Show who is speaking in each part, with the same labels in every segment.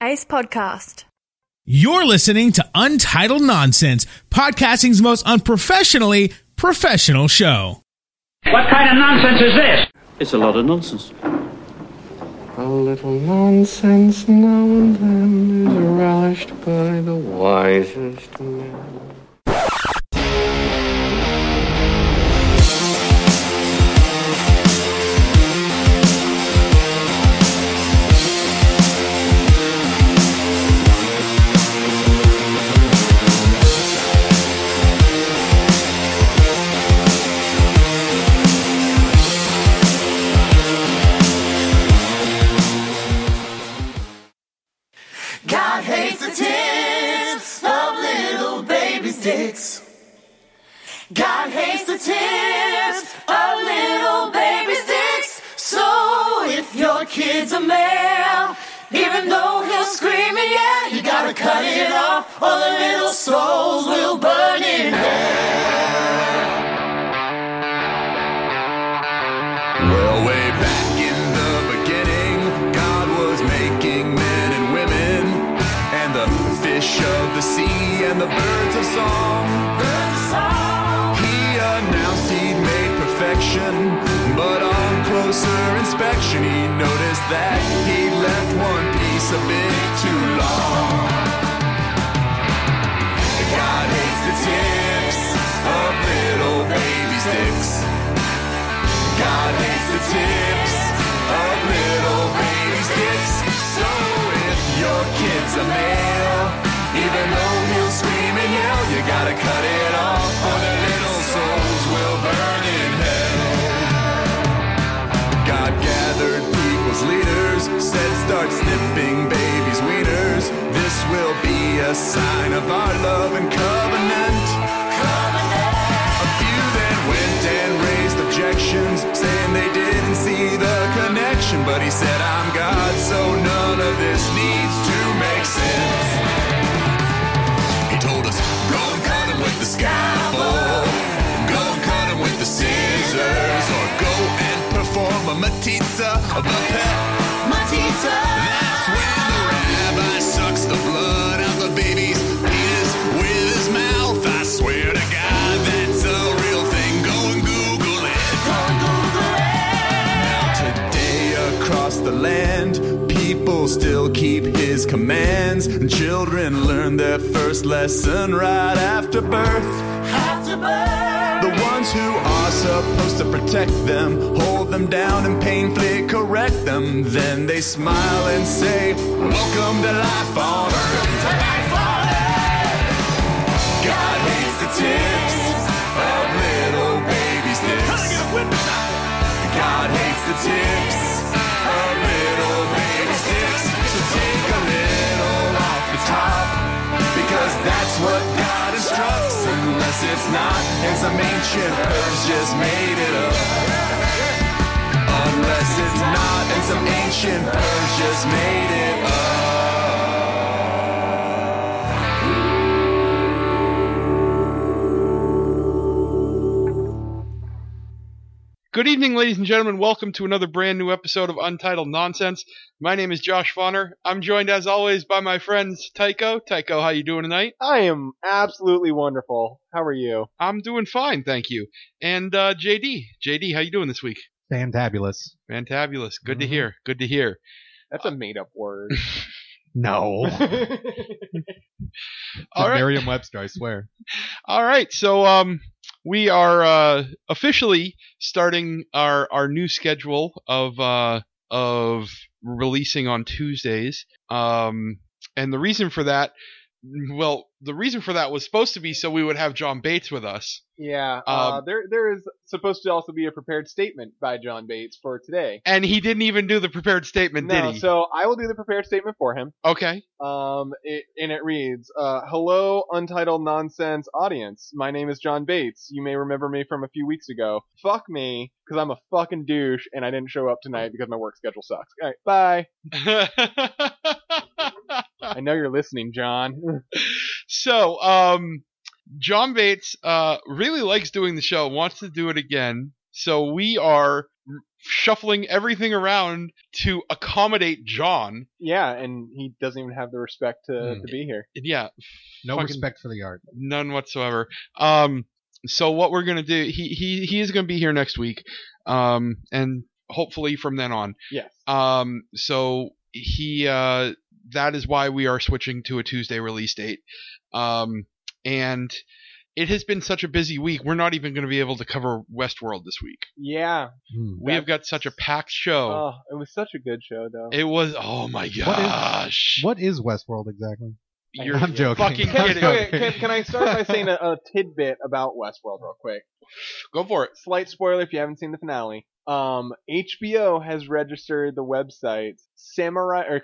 Speaker 1: Case podcast.
Speaker 2: You're listening to Untitled Nonsense, podcasting's most unprofessionally professional show.
Speaker 3: What kind of nonsense is this?
Speaker 4: It's a lot of nonsense.
Speaker 5: A little nonsense now and then is relished by the wisest men.
Speaker 6: God hates the tips of little baby sticks. God hates the tips of little baby sticks. So if your kid's a male, even though he'll scream and yell, you gotta cut it off, or the little souls will burn in
Speaker 7: Well, way back in the beginning, God was making men and women, and the fish of the sea and the birds of song. He announced he'd made perfection, but on closer inspection, he noticed that he left one piece a bit too long. God hates the tips of little baby sticks. God hates the tips of little baby sticks. So if your kid's a male, even though he'll scream and yell, you gotta cut it off, or the little souls will burn in hell. God gathered people's leaders, said start snipping babies' wieners. This will be a sign of our love and covenant. A few then went and raised objections, saying they didn't see the connection. But he said, I'm God, so none of this needs to make sense. He told us, go and cut him with the scalpel, go and cut him with the scissors, or go and perform a matitza of the pet.
Speaker 6: Matita.
Speaker 7: That's when the rabbi sucks the blood out the baby's penis with his mouth. I swear to God, that's a real thing. Go and Google it. Now today across the land, people still keep his commands. And children learn their first lesson right after birth.
Speaker 6: After birth.
Speaker 7: The ones who are supposed to protect them, hold them down and painfully correct them. Then they smile and say, Welcome to life on earth. God hates the tips of little baby sticks. God hates the tips of little baby sticks. So take a little off the top, because that's what God instructs. Unless it's not, and some ancient herbs just made it up. Unless it's not, and some ancient herbs just made it up.
Speaker 8: Good evening, ladies and gentlemen. Welcome to another brand new episode of Untitled Nonsense. My name is Josh Fonner. I'm joined, as always, by my friends Tycho. Tycho, how you doing tonight?
Speaker 9: I am absolutely wonderful. How are you?
Speaker 8: I'm doing fine, thank you. And uh, JD, JD, how you doing this week?
Speaker 10: Fantabulous. Mm-hmm.
Speaker 8: Fantabulous. Good to hear. Good to hear.
Speaker 9: That's a made up word.
Speaker 10: No. It's
Speaker 8: All right.
Speaker 10: Merriam-Webster, I swear.
Speaker 8: All right, so um, we are uh, officially starting our our new schedule of uh, of releasing on Tuesdays. Um, and the reason for that, well, the reason for that was supposed to be so we would have John Bates with us.
Speaker 9: yeah. uh,
Speaker 8: Um,
Speaker 9: there there is supposed to also be a prepared statement by John Bates for today.
Speaker 8: And he didn't even do the prepared statement,
Speaker 9: no,
Speaker 8: did he?
Speaker 9: so I will do the prepared statement for him.
Speaker 8: okay.
Speaker 9: Um, it, and it reads, uh, "Hello, Untitled Nonsense audience. My name is John Bates. You may remember me from a few weeks ago. Fuck me, because I'm a fucking douche and I didn't show up tonight because my work schedule sucks. All right, bye. I know you're listening, John.
Speaker 8: so, um, John Bates uh, really likes doing the show, wants to do it again. So we are shuffling everything around to accommodate John.
Speaker 9: Yeah, and he doesn't even have the respect to,
Speaker 10: Hmm.
Speaker 9: to be here.
Speaker 8: And yeah,
Speaker 10: No
Speaker 8: fucking-
Speaker 10: respect for the art.
Speaker 8: none whatsoever. Um, so what we're gonna do? He he he is gonna be here next week, um, and hopefully from then on.
Speaker 9: Yes.
Speaker 8: Um, so he uh, that is why we are switching to a Tuesday release date. Um, and it has been such a busy week. We're not even going to be able to cover Westworld this week.
Speaker 9: Yeah.
Speaker 10: Hmm.
Speaker 8: We have got such a packed show.
Speaker 9: Oh, it was such a good show, though.
Speaker 8: it was oh my gosh!
Speaker 10: What is Westworld exactly?
Speaker 8: You're
Speaker 10: I'm joking.
Speaker 8: fucking
Speaker 10: I'm
Speaker 8: kidding.
Speaker 10: joking.
Speaker 9: Okay, can, can I start by saying a, a tidbit about Westworld real quick?
Speaker 8: Go for it.
Speaker 9: Slight spoiler if you haven't seen the finale. Um, HBO has registered the websites samurai or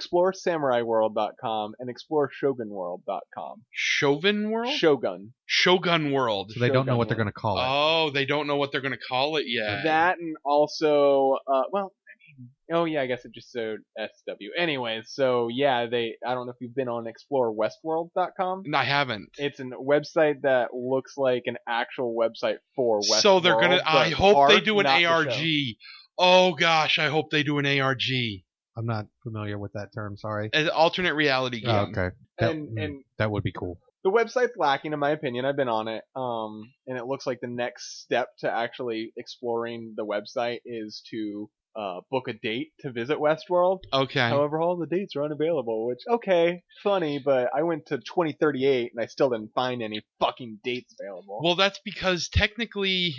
Speaker 9: exploresamuraiworld.com and exploreshogunworld.com.
Speaker 8: Chauvin World?
Speaker 9: Shogun.
Speaker 8: Shogun World.
Speaker 10: So they don't know what they're
Speaker 9: Shogun
Speaker 10: going to call it.
Speaker 8: Oh, they don't know what they're gonna call it yet.
Speaker 9: That and also, uh, well, I mean, oh yeah, I guess it just said SW. Anyways, so yeah, they. I don't know if you've been on explorewestworld.com.
Speaker 8: I haven't.
Speaker 9: It's a website that looks like an actual website for Westworld.
Speaker 8: so they're gonna.
Speaker 9: the
Speaker 8: I hope they
Speaker 9: art,
Speaker 8: do an
Speaker 9: not the
Speaker 8: ARG.
Speaker 9: show.
Speaker 8: Oh gosh, I hope they do an ARG,
Speaker 10: I'm not familiar with that term. Sorry.
Speaker 8: an alternate reality game.
Speaker 10: Oh, okay. That,
Speaker 9: And-
Speaker 10: hmm,
Speaker 9: and-
Speaker 10: that would be cool.
Speaker 9: The website's lacking, in my opinion. I've been on it, um, and it looks like the next step to actually exploring the website is to uh, book a date to visit Westworld.
Speaker 8: Okay.
Speaker 9: However, all the dates are unavailable, which, okay, funny, but I went to 2038 and I still didn't find any fucking dates available.
Speaker 8: Well, that's because technically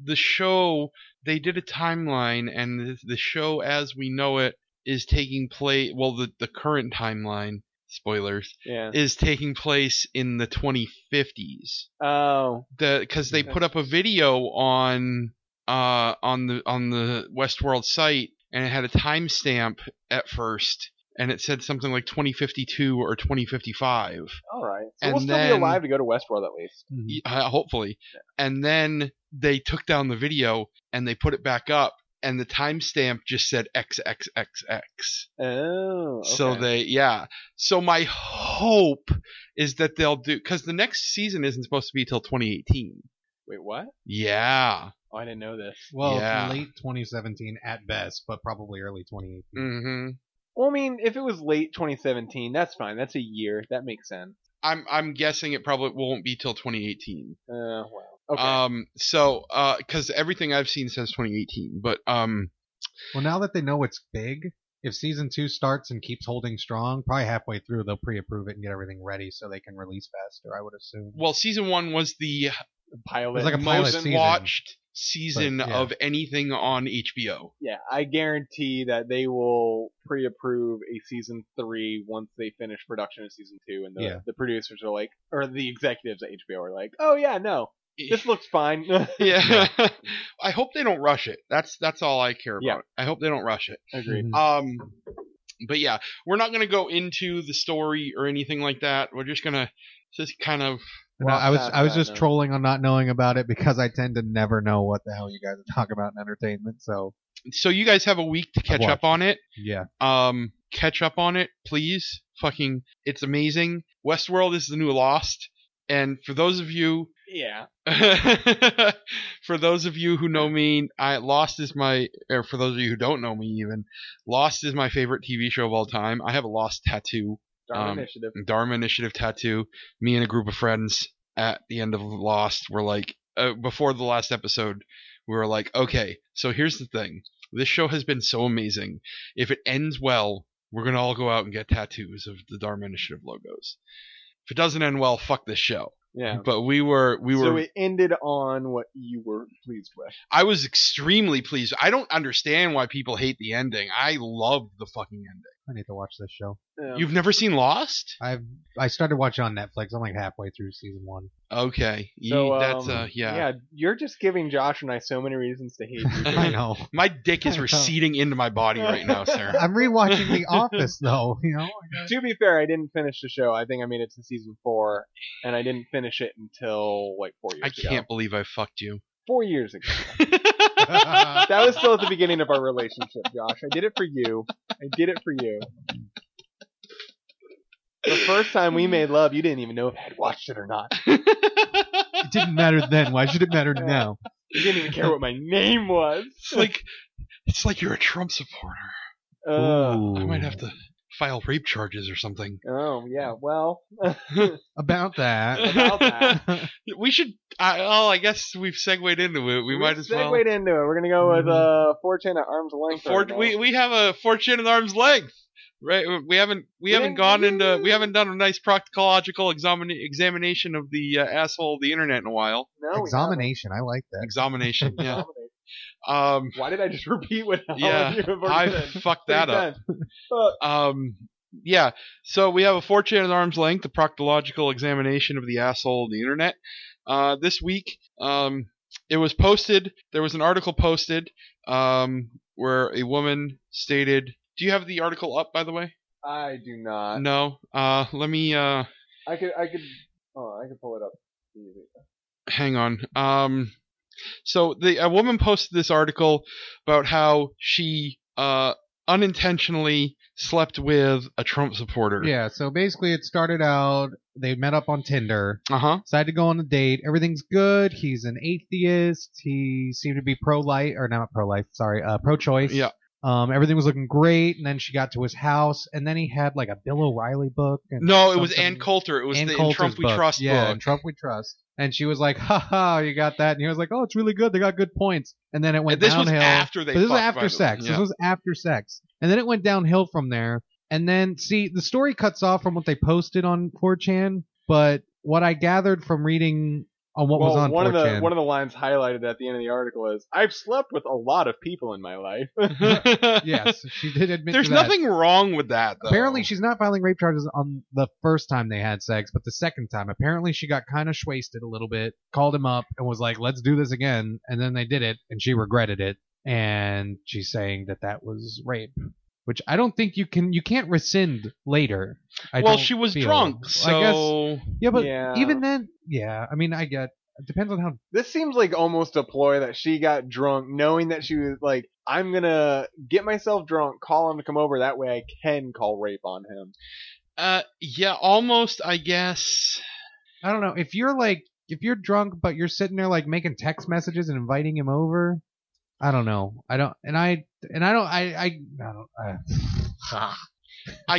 Speaker 8: the show they did a timeline, and the- the show as we know it is taking place. Well, the the current timeline. Spoilers
Speaker 9: yeah.
Speaker 8: is taking place in the 2050s.
Speaker 9: Oh,
Speaker 8: the because they
Speaker 9: Okay.
Speaker 8: put up a video on uh on the on the Westworld site and it had a timestamp at first and it said something like 2052 or 2055
Speaker 9: all right. So
Speaker 8: And
Speaker 9: we'll still
Speaker 8: then-
Speaker 9: be alive to go to Westworld at least.
Speaker 8: y- uh, hopefully and then they took down the video and they put it back up and the timestamp just said xxxx
Speaker 9: Oh, okay.
Speaker 8: so they yeah so my hope is that they'll do cuz the next season isn't supposed to be till 2018
Speaker 9: wait, what?
Speaker 8: yeah
Speaker 9: Oh, I didn't know this.
Speaker 10: Well,
Speaker 8: Yeah.
Speaker 10: late 2017 at best, but probably early 2018.
Speaker 8: mhm
Speaker 9: Well, I mean, if it was late 2017, that's fine. That's a year. That makes sense.
Speaker 8: I'm I'm guessing it probably won't be till 2018.
Speaker 9: Uh, well, okay.
Speaker 10: Uh,
Speaker 8: Um, so because everything I've seen says 2018, but um,
Speaker 10: Well, now that they know Oh, it's big, if season two starts and keeps holding strong, probably halfway through they'll pre-approve it and get everything ready so they can release faster. I would assume.
Speaker 8: well, season one was the
Speaker 9: The pilot.
Speaker 10: It's like a pilot
Speaker 8: most
Speaker 10: season.
Speaker 8: watched season
Speaker 10: But, yeah.
Speaker 8: of anything on HBO.
Speaker 9: yeah, I guarantee that they will pre-approve a season three once they finish production of season two, and the,
Speaker 10: Yeah.
Speaker 9: the producers are like, or the executives at HBO are like, oh yeah, no, this looks fine.
Speaker 8: yeah, I hope they don't rush it. That's that's all I care about.
Speaker 9: Yeah.
Speaker 8: I hope they don't rush it.
Speaker 9: Agreed.
Speaker 10: Mhm.
Speaker 8: Um, but yeah, we're not gonna go into the story or anything like that. We're just gonna just kind of
Speaker 10: No,
Speaker 9: Well,
Speaker 10: Mm-hmm. I was
Speaker 9: past
Speaker 10: I was
Speaker 9: that,
Speaker 10: just
Speaker 9: no.
Speaker 10: trolling on not knowing about it because I tend to never know what the hell you guys are talking about in entertainment. So
Speaker 8: so you guys have a week to catch up
Speaker 10: watched
Speaker 8: on it.
Speaker 10: yeah,
Speaker 8: um catch up on it please fucking it's amazing westworld is the new lost and for those of you
Speaker 9: Yeah.
Speaker 8: for those of you who know me i lost is my or for those of you who don't know me even lost is my favorite tv show of all time i have a lost tattoo
Speaker 9: Darn
Speaker 8: Um,
Speaker 9: initiative.
Speaker 8: dharma initiative tattoo me and a group of friends at the end of lost were like uh, before the last episode we were like okay so here's the thing this show has been so amazing if it ends well we're gonna all go out and get tattoos of the dharma initiative logos if it doesn't end well fuck this show
Speaker 9: Yeah.
Speaker 8: but we were we were
Speaker 9: So it ended on what you were pleased with.
Speaker 8: i was extremely pleased i don't understand why people hate the ending i loved the fucking ending
Speaker 10: I need to watch this show.
Speaker 9: Yeah.
Speaker 8: you've never seen lost
Speaker 10: I've I started watching on Netflix. I'm like halfway through season one.
Speaker 8: okay Ye-
Speaker 9: So,
Speaker 8: that's
Speaker 9: um,
Speaker 8: uh yeah
Speaker 9: Yeah, you're just giving Josh and I so many reasons to hate you.
Speaker 10: I know.
Speaker 8: My dick
Speaker 10: I
Speaker 8: is
Speaker 10: know.
Speaker 8: receding into my body right now, Sarah.
Speaker 10: I'm rewatching The Office though. You know,
Speaker 9: to be fair, I didn't finish the show. I think I made it to season four, and I didn't finish it until like four years
Speaker 8: I
Speaker 9: ago.
Speaker 8: can't believe I fucked you.
Speaker 9: Four years ago. that was still at the beginning of our relationship, Josh. I did it for you. I did it for you. The first time we made love, you didn't even know if I had watched it or not.
Speaker 10: it didn't matter then. Why should it matter now?
Speaker 9: You didn't even care what my name was.
Speaker 8: It's like It's like you're a Trump supporter.
Speaker 9: Uh,
Speaker 8: I might have to file rape charges or something.
Speaker 9: oh yeah. Well,
Speaker 10: about that.
Speaker 9: about that.
Speaker 8: we should. I, oh, I guess we've segued into it. We, might as well.
Speaker 9: segued into it. We're gonna go
Speaker 10: Mm-hmm.
Speaker 9: with uh, 4chan at arm's length.
Speaker 8: Four,
Speaker 9: right now.
Speaker 8: we we have a fortune at arm's length. Right, we haven't we haven't
Speaker 9: didn't-
Speaker 8: gone into we haven't done a nice proctological examin- examination of the uh, asshole of the internet in a while.
Speaker 9: No, we haven't.
Speaker 10: Examination. I like that.
Speaker 8: Examination, yeah. Um,
Speaker 9: Why did I just repeat what all
Speaker 8: Yeah,
Speaker 9: of you have already
Speaker 8: I
Speaker 9: said?
Speaker 8: fucked that up.
Speaker 9: Uh,
Speaker 8: Um, yeah. So we have a fortune at arm's length, the proctological examination of the asshole of the internet. Uh, this week, um, it was posted. There was an article posted um, where a woman stated. Do you have the article up, by the way?
Speaker 9: I do not.
Speaker 8: no. Uh, let me. Uh,
Speaker 9: I could. I could. Oh, I could pull it up. Easy.
Speaker 8: hang on. Um, so the a woman posted this article about how she uh, unintentionally slept with a Trump supporter.
Speaker 10: Yeah, so basically it started out they met up on Tinder,
Speaker 8: Uh huh.
Speaker 10: decided to go on a date, everything's good, he's an atheist, he seemed to be pro life or not pro life, sorry, uh pro choice.
Speaker 8: Yeah.
Speaker 10: Um everything was looking great, and then she got to his house, and then he had like a Bill O'Reilly book and
Speaker 8: No, it was
Speaker 10: something-
Speaker 8: Ann Coulter. It was
Speaker 10: Ann
Speaker 8: the
Speaker 10: Coulter's
Speaker 8: Trump We
Speaker 10: book.
Speaker 8: Trust
Speaker 10: yeah, and
Speaker 8: book.
Speaker 10: Trump We Trust. And she was like, "Ha ha, you got that." And he was like, "Oh, it's really good. They got good points." And then it went
Speaker 8: And this
Speaker 10: downhill.
Speaker 8: was after they.
Speaker 10: But this was
Speaker 8: fucked,
Speaker 10: after
Speaker 8: by the way.
Speaker 10: sex.
Speaker 8: Yeah.
Speaker 10: This was after sex. And then it went downhill from there. And then, see, the story cuts off from what they posted on 4chan, but what I gathered from reading on what
Speaker 9: well,
Speaker 10: was on
Speaker 9: one
Speaker 10: 4chan.
Speaker 9: of the one of the lines highlighted at the end of the article is, "I've slept with a lot of people in my life."
Speaker 10: yes, she did admit
Speaker 8: There's
Speaker 10: to that.
Speaker 8: nothing wrong with that. Though.
Speaker 10: Apparently, she's not filing rape charges on the first time they had sex, but the second time, apparently, she got kind of shwasted a little bit, called him up, and was like, let's do this again. And then they did it, and she regretted it. And she's saying that that was rape, which I don't think you can, you can't rescind later. I
Speaker 8: well,
Speaker 10: don't
Speaker 8: she was
Speaker 10: feel.
Speaker 8: drunk.
Speaker 10: I guess-
Speaker 8: So
Speaker 10: yeah, but
Speaker 9: Yeah.
Speaker 10: even then, yeah, I mean, I get, it depends on how
Speaker 9: this seems like almost a ploy that she got drunk, knowing that she was like, "I'm gonna get myself drunk, call him to come over. That way, I can call rape on him."
Speaker 8: uh, yeah, almost. I guess.
Speaker 10: I don't know. If you're like, if you're drunk, but you're sitting there like making text messages and inviting him over, I don't know. I don't, and I, and I don't, I, I, I don't. I,
Speaker 8: I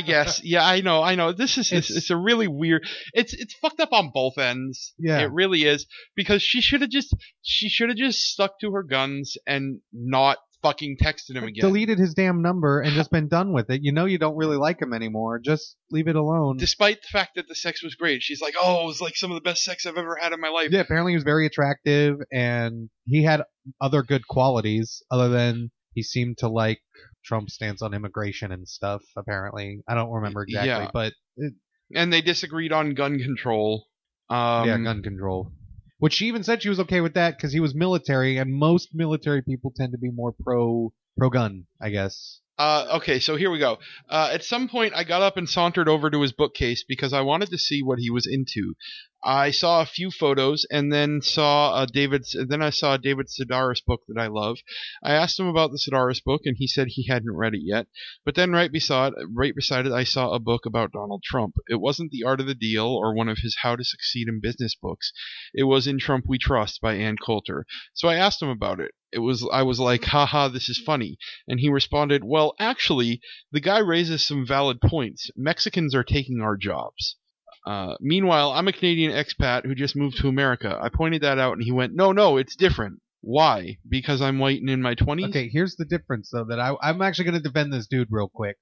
Speaker 8: guess. Yeah, I know. I know. This is it's,
Speaker 10: It's-
Speaker 8: it's a really weird. It's it's fucked up on both ends.
Speaker 10: Yeah.
Speaker 8: it really is because she should have just she should have just stuck to her guns and not fucking texted him again.
Speaker 10: deleted his damn number and just been done with it. You know, you don't really like him anymore. Just leave it alone.
Speaker 8: Despite the fact that the sex was great, she's like, "Oh, it was like some of the best sex I've ever had in my life."
Speaker 10: yeah, apparently he was very attractive and he had other good qualities other than he seemed to like Trump's stance on immigration and stuff, apparently. I don't remember exactly,
Speaker 8: Yeah.
Speaker 10: but it,
Speaker 8: and they disagreed on gun control. Um,
Speaker 10: yeah, gun control. Which she even said she was okay with that because he was military, and most military people tend to be more pro pro gun, I guess.
Speaker 8: Uh, okay, so here we go. Uh, at some point, I got up and sauntered over to his bookcase because I wanted to see what he was into. I saw a few photos, and then saw a David. Then I saw a David Sedaris book that I love. I asked him about the Sedaris book, and he said he hadn't read it yet. But then, right beside, right beside it, I saw a book about Donald Trump. It wasn't The Art of the Deal or one of his How to Succeed in Business books. It was In Trump We Trust by Ann Coulter. So I asked him about it. It was I was like, haha, this is funny. And he responded, Well, actually, the guy raises some valid points. Mexicans are taking our jobs. Uh, meanwhile, I'm a Canadian expat who just moved to America. I pointed that out, and he went, No, no, it's different. Why? Because I'm white and in my 20s?
Speaker 10: Okay, here's the difference though that I, I'm actually going to defend this dude real quick.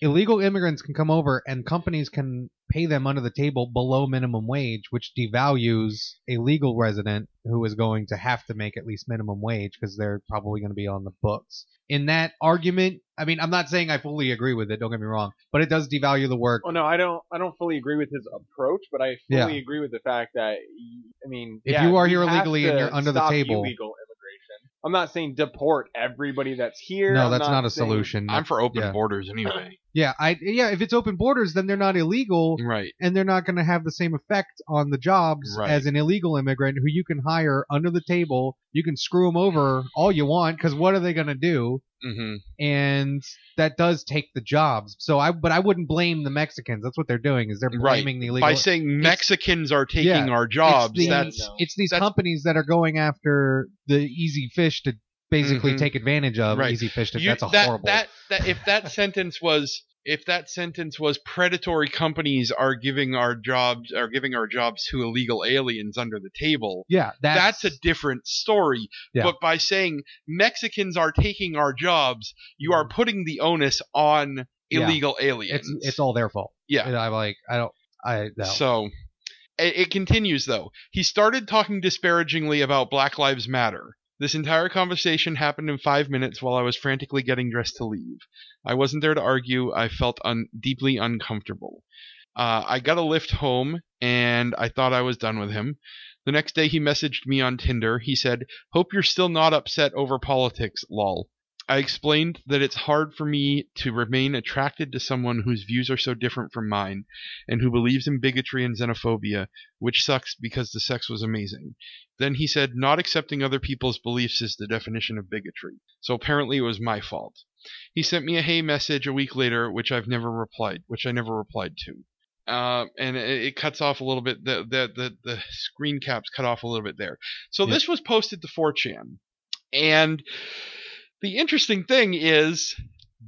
Speaker 10: Illegal immigrants can come over, and companies can pay them under the table below minimum wage, which devalues a legal resident who is going to have to make at least minimum wage because they're probably going to be on the books. In that argument, I mean, I'm not saying I fully agree with it. Don't get me wrong, but it does devalue the work.
Speaker 9: Oh no, I don't. I don't fully agree with his approach, but I fully
Speaker 10: Yeah.
Speaker 9: agree with the fact that y- I mean,
Speaker 10: If
Speaker 9: yeah,
Speaker 10: you are
Speaker 9: we
Speaker 10: here
Speaker 9: have
Speaker 10: illegally and
Speaker 9: to
Speaker 10: you're under the
Speaker 9: stop
Speaker 10: table-
Speaker 9: illegal immigration. I'm not saying deport everybody that's here.
Speaker 10: No,
Speaker 9: I'm
Speaker 10: that's not a
Speaker 9: saying-
Speaker 10: solution.
Speaker 8: I'm for open
Speaker 10: Yeah.
Speaker 8: borders anyway.
Speaker 10: yeah, I yeah. If it's open borders, then they're not illegal.
Speaker 8: right.
Speaker 10: and they're not going to have the same effect on the jobs
Speaker 8: Right.
Speaker 10: as an illegal immigrant who you can hire under the table. You can screw them over all you want because what are they going to do?
Speaker 8: Mm-hmm.
Speaker 10: And that does take the jobs. So I, but I wouldn't blame the Mexicans. That's what they're doing is they're
Speaker 8: Right.
Speaker 10: blaming the illegal.
Speaker 8: By saying Mexicans are taking
Speaker 10: Yeah,
Speaker 8: our jobs,
Speaker 10: it's the-
Speaker 8: that's.
Speaker 10: it's these
Speaker 8: that's-
Speaker 10: companies that are going after the easy fish to basically
Speaker 8: Mhm.
Speaker 10: take advantage of
Speaker 8: Right.
Speaker 10: easy fish. Tip.
Speaker 8: You-
Speaker 10: That's a
Speaker 8: that,
Speaker 10: horrible.
Speaker 8: That, that if that sentence was if that sentence was predatory companies are giving our jobs are giving our jobs to illegal aliens under the table.
Speaker 10: yeah,
Speaker 8: That's, a different story.
Speaker 10: Yeah.
Speaker 8: But by saying Mexicans are taking our jobs, you are putting the onus on
Speaker 10: Mm-hmm. Yeah.
Speaker 8: illegal aliens.
Speaker 10: it's it's all their fault.
Speaker 8: yeah.
Speaker 10: And I'm like, I don't, I no.
Speaker 8: So it, it continues though. He started talking disparagingly about Black Lives Matter. This entire conversation happened in five minutes while I was frantically getting dressed to leave. I wasn't there to argue. I felt un- deeply uncomfortable. Uh, I got a lift home and I thought I was done with him. The next day he messaged me on Tinder. He said, Hope you're still not upset over politics, lol. I explained that it's hard for me to remain attracted to someone whose views are so different from mine and who believes in bigotry and xenophobia, which sucks because the sex was amazing. Then he said, Not accepting other people's beliefs is the definition of bigotry. So apparently it was my fault. He sent me a hey message a week later, which I've never replied, which I never replied to. Uh, and it, it cuts off a little bit. The, the the the screen caps cut off a little bit there. So
Speaker 10: Yeah.
Speaker 8: this was posted to 4chan, and the interesting thing is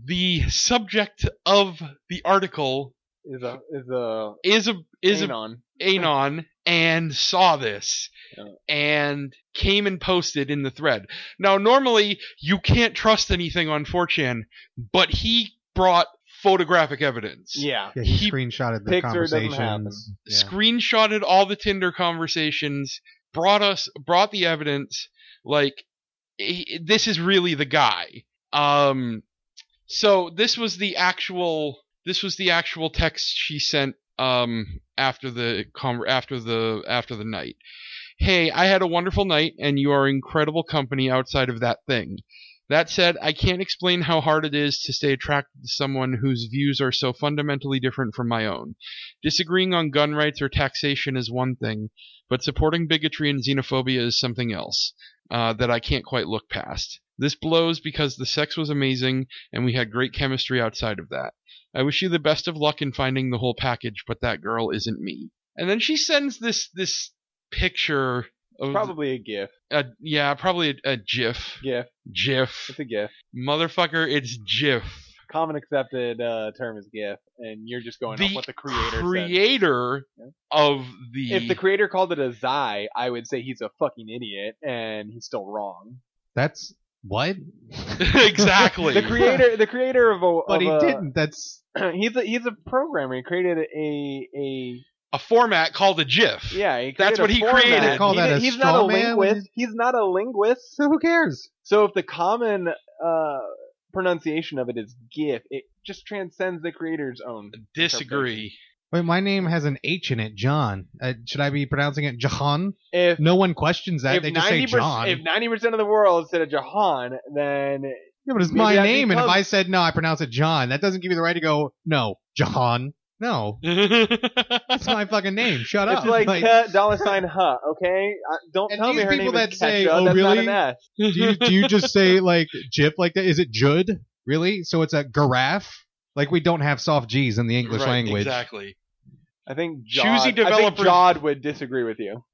Speaker 8: the subject of the article
Speaker 9: Is a is a
Speaker 8: is a is a
Speaker 9: Anon.
Speaker 8: Anon and saw this
Speaker 9: Yeah.
Speaker 8: and came and posted in the thread. Now, normally you can't trust anything on 4chan, but he brought photographic evidence.
Speaker 9: Yeah.
Speaker 10: Yeah, he,
Speaker 8: He-
Speaker 10: screenshotted the
Speaker 9: Picture doesn't happen.
Speaker 10: conversations. Yeah.
Speaker 8: Screenshotted all the Tinder conversations, brought us brought the evidence. Like he, this is really the guy. Um, so this was the actual this was the actual text she sent um after the con after the after the night. Hey, I had a wonderful night and you are incredible company outside of that thing. That said, I can't explain how hard it is to stay attracted to someone whose views are so fundamentally different from my own. Disagreeing on gun rights or taxation is one thing, but supporting bigotry and xenophobia is something else uh, that I can't quite look past. This blows because the sex was amazing and we had great chemistry outside of that. I wish you the best of luck in finding the whole package, but that girl isn't me. And then she sends this this picture of
Speaker 9: Probably a GIF.
Speaker 8: a, yeah, probably a, a GIF.
Speaker 9: GIF.
Speaker 8: GIF.
Speaker 9: It's a GIF.
Speaker 8: Motherfucker, it's GIF.
Speaker 9: Common accepted uh, term is GIF, and you're just going off what the creator said.
Speaker 8: creator
Speaker 9: Yeah.
Speaker 8: of the.
Speaker 9: If the creator called it a Zai, I would say he's a fucking idiot, and he's still wrong.
Speaker 10: That's what?
Speaker 8: exactly.
Speaker 9: The creator, the creator of a,
Speaker 10: But
Speaker 9: of
Speaker 10: he
Speaker 9: a-
Speaker 10: didn't. That's
Speaker 9: He's a, he's a programmer. He created a a
Speaker 8: a format called a GIf.
Speaker 9: yeah. He created
Speaker 8: That's what
Speaker 9: a
Speaker 8: he
Speaker 9: format.
Speaker 8: created.
Speaker 10: Call
Speaker 9: He
Speaker 10: that
Speaker 9: did-
Speaker 10: a
Speaker 9: he's
Speaker 10: straw
Speaker 9: not a
Speaker 10: man?
Speaker 9: linguist. He's not a linguist.
Speaker 10: so. Who cares?
Speaker 9: So if the common uh, pronunciation of it is GIF, it just transcends the creator's own.
Speaker 8: Disagree.
Speaker 10: Wait, my name has an H in it, John. Uh, should I be pronouncing it Jahan?
Speaker 9: If
Speaker 10: No one questions that.
Speaker 9: if
Speaker 10: They just say
Speaker 9: 90%,
Speaker 10: John.
Speaker 9: if ninety percent of the world said a Jahan, then
Speaker 10: yeah, but it's
Speaker 9: maybe
Speaker 10: my
Speaker 9: that
Speaker 10: name, and if
Speaker 9: becomes-
Speaker 10: I said no, I pronounce it John. That doesn't give you the right to go. No, Jahan. No, that's my fucking name. Shut
Speaker 9: it's
Speaker 10: up.
Speaker 9: like, uh, dollar sign huh. Okay, I, don't
Speaker 10: And
Speaker 9: tell me
Speaker 10: these
Speaker 9: her
Speaker 10: people
Speaker 9: name
Speaker 10: that
Speaker 9: is
Speaker 10: say,
Speaker 9: Kesha,
Speaker 10: "Oh,
Speaker 9: that's not
Speaker 10: really?"
Speaker 9: an S.
Speaker 10: do you do you just say like Jip like that? Is it Jud? Really? So it's a giraffe. Like we don't have soft G's in the English
Speaker 8: Right,
Speaker 10: language.
Speaker 8: Exactly.
Speaker 9: I think Jod,
Speaker 8: Choosy
Speaker 9: I think
Speaker 8: developers-
Speaker 9: Jod would disagree with you.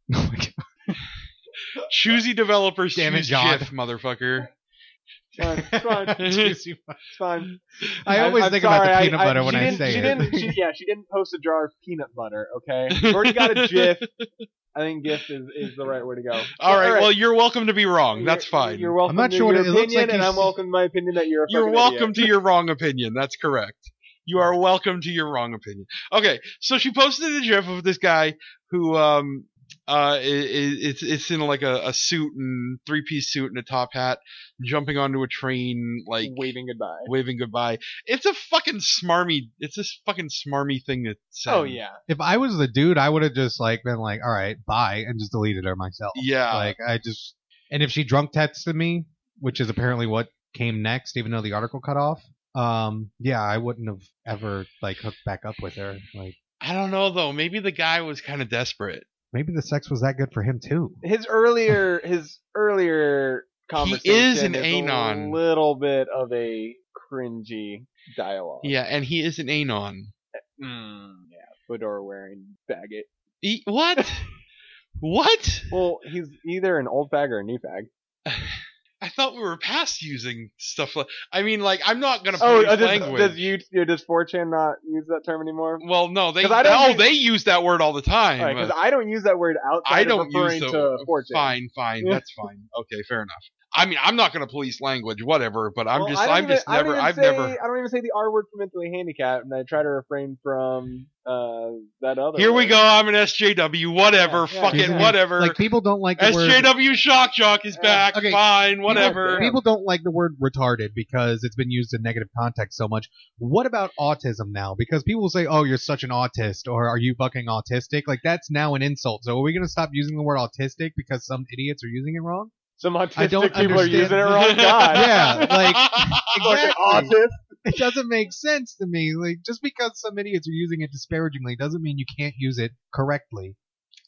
Speaker 8: Choosy developers
Speaker 10: Damn it,
Speaker 8: choose
Speaker 10: John.
Speaker 8: GIF, motherfucker.
Speaker 9: It's fine. It's fine. It's fine.
Speaker 10: I always
Speaker 9: I'm
Speaker 10: think
Speaker 9: sorry,
Speaker 10: about the
Speaker 9: I-
Speaker 10: peanut
Speaker 9: I-
Speaker 10: butter
Speaker 9: she
Speaker 10: when I
Speaker 9: didn't-
Speaker 10: say
Speaker 9: she
Speaker 10: it.
Speaker 9: Didn't, she, yeah, she didn't post a jar of peanut butter. Okay, we've already got a GIF. I think GIF is, is the right way to go.
Speaker 8: All right,
Speaker 9: All right.
Speaker 8: well, you're welcome to be wrong. That's
Speaker 9: You're-
Speaker 8: fine.
Speaker 9: You're welcome.
Speaker 10: I'm not
Speaker 9: to
Speaker 10: sure what
Speaker 9: your
Speaker 10: it- it looks
Speaker 9: opinion,
Speaker 10: like
Speaker 9: and
Speaker 10: you
Speaker 9: I'm
Speaker 10: s-
Speaker 9: welcome to my opinion that you're. A
Speaker 8: You're
Speaker 9: fucking
Speaker 8: welcome
Speaker 9: idiot.
Speaker 8: to your wrong opinion. That's correct. You are welcome to your wrong opinion. Okay, so she posted a gif of this guy who um uh i- i it's it's in like a, a suit and three piece suit and a top hat, jumping onto a train like
Speaker 9: waving goodbye.
Speaker 8: waving goodbye. It's a fucking smarmy. It's this fucking smarmy thing to say.
Speaker 9: Oh yeah,
Speaker 10: If I was the dude, I would have just like been like, "All right, bye," and just deleted her myself.
Speaker 8: yeah.
Speaker 10: Like I just and if she drunk texted me, which is apparently what came next, even though the article cut off. Um, yeah, I wouldn't have ever like hooked back up with her. Like
Speaker 8: I don't know though. Maybe the guy was kind of desperate.
Speaker 10: maybe the sex was that good for him too.
Speaker 9: his earlier his earlier conversation
Speaker 8: is an
Speaker 9: a
Speaker 8: anon.
Speaker 9: little bit of a cringy dialogue.
Speaker 8: Yeah, and he is an anon.
Speaker 9: Mm, yeah. Fedora wearing faggot.
Speaker 8: He, E, what? what?
Speaker 9: Well, he's either an old fag or a new fag.
Speaker 8: I thought we were past using stuff like. I mean, like I'm not gonna
Speaker 9: Oh,
Speaker 8: police
Speaker 9: uh, does,
Speaker 8: language. Mm,
Speaker 9: does you does 4chan not use that term anymore?
Speaker 8: well, no, they
Speaker 9: 'Cause I don't
Speaker 8: oh
Speaker 9: use-
Speaker 8: they use that word all the time.
Speaker 9: Because I don't use that word outside
Speaker 8: I
Speaker 9: of
Speaker 8: don't
Speaker 9: referring
Speaker 8: use the
Speaker 9: to 4chan.
Speaker 8: fine, fine,
Speaker 9: Yeah.
Speaker 8: that's fine. Okay, fair enough. I mean, I'm not gonna police language, whatever. But I'm
Speaker 9: Well,
Speaker 8: just,
Speaker 9: I don't
Speaker 8: I'm
Speaker 9: even-
Speaker 8: just
Speaker 9: I don't
Speaker 8: never,
Speaker 9: even
Speaker 8: I've
Speaker 9: say-
Speaker 8: never.
Speaker 9: I don't even say the R word for mentally handicapped, and I try to refrain from uh, that other.
Speaker 8: Here we
Speaker 9: word.
Speaker 8: go. I'm an SJW. Whatever.
Speaker 9: Yeah, yeah.
Speaker 8: fucking
Speaker 10: Yeah.
Speaker 8: whatever.
Speaker 10: Like people don't like the word.
Speaker 8: SJW shock jock is
Speaker 9: Yeah.
Speaker 8: back.
Speaker 10: Okay.
Speaker 8: Fine.
Speaker 10: People-
Speaker 8: Whatever.
Speaker 10: People don't like the word retarded because it's been used in negative context so much. What about autism now? Because people will say, "Oh, you're such an autist," or "Are you fucking autistic?" Like that's now an insult. So are we going to stop using the word autistic because some idiots are using it wrong?
Speaker 9: Some autistic
Speaker 10: I don't
Speaker 9: people are using it
Speaker 10: understand.
Speaker 9: wrong. God,
Speaker 10: Yeah, like,
Speaker 9: fucking
Speaker 10: Exactly.
Speaker 9: autist.
Speaker 10: It doesn't make sense to me. Like just because some idiots are using it disparagingly doesn't mean you can't use it correctly.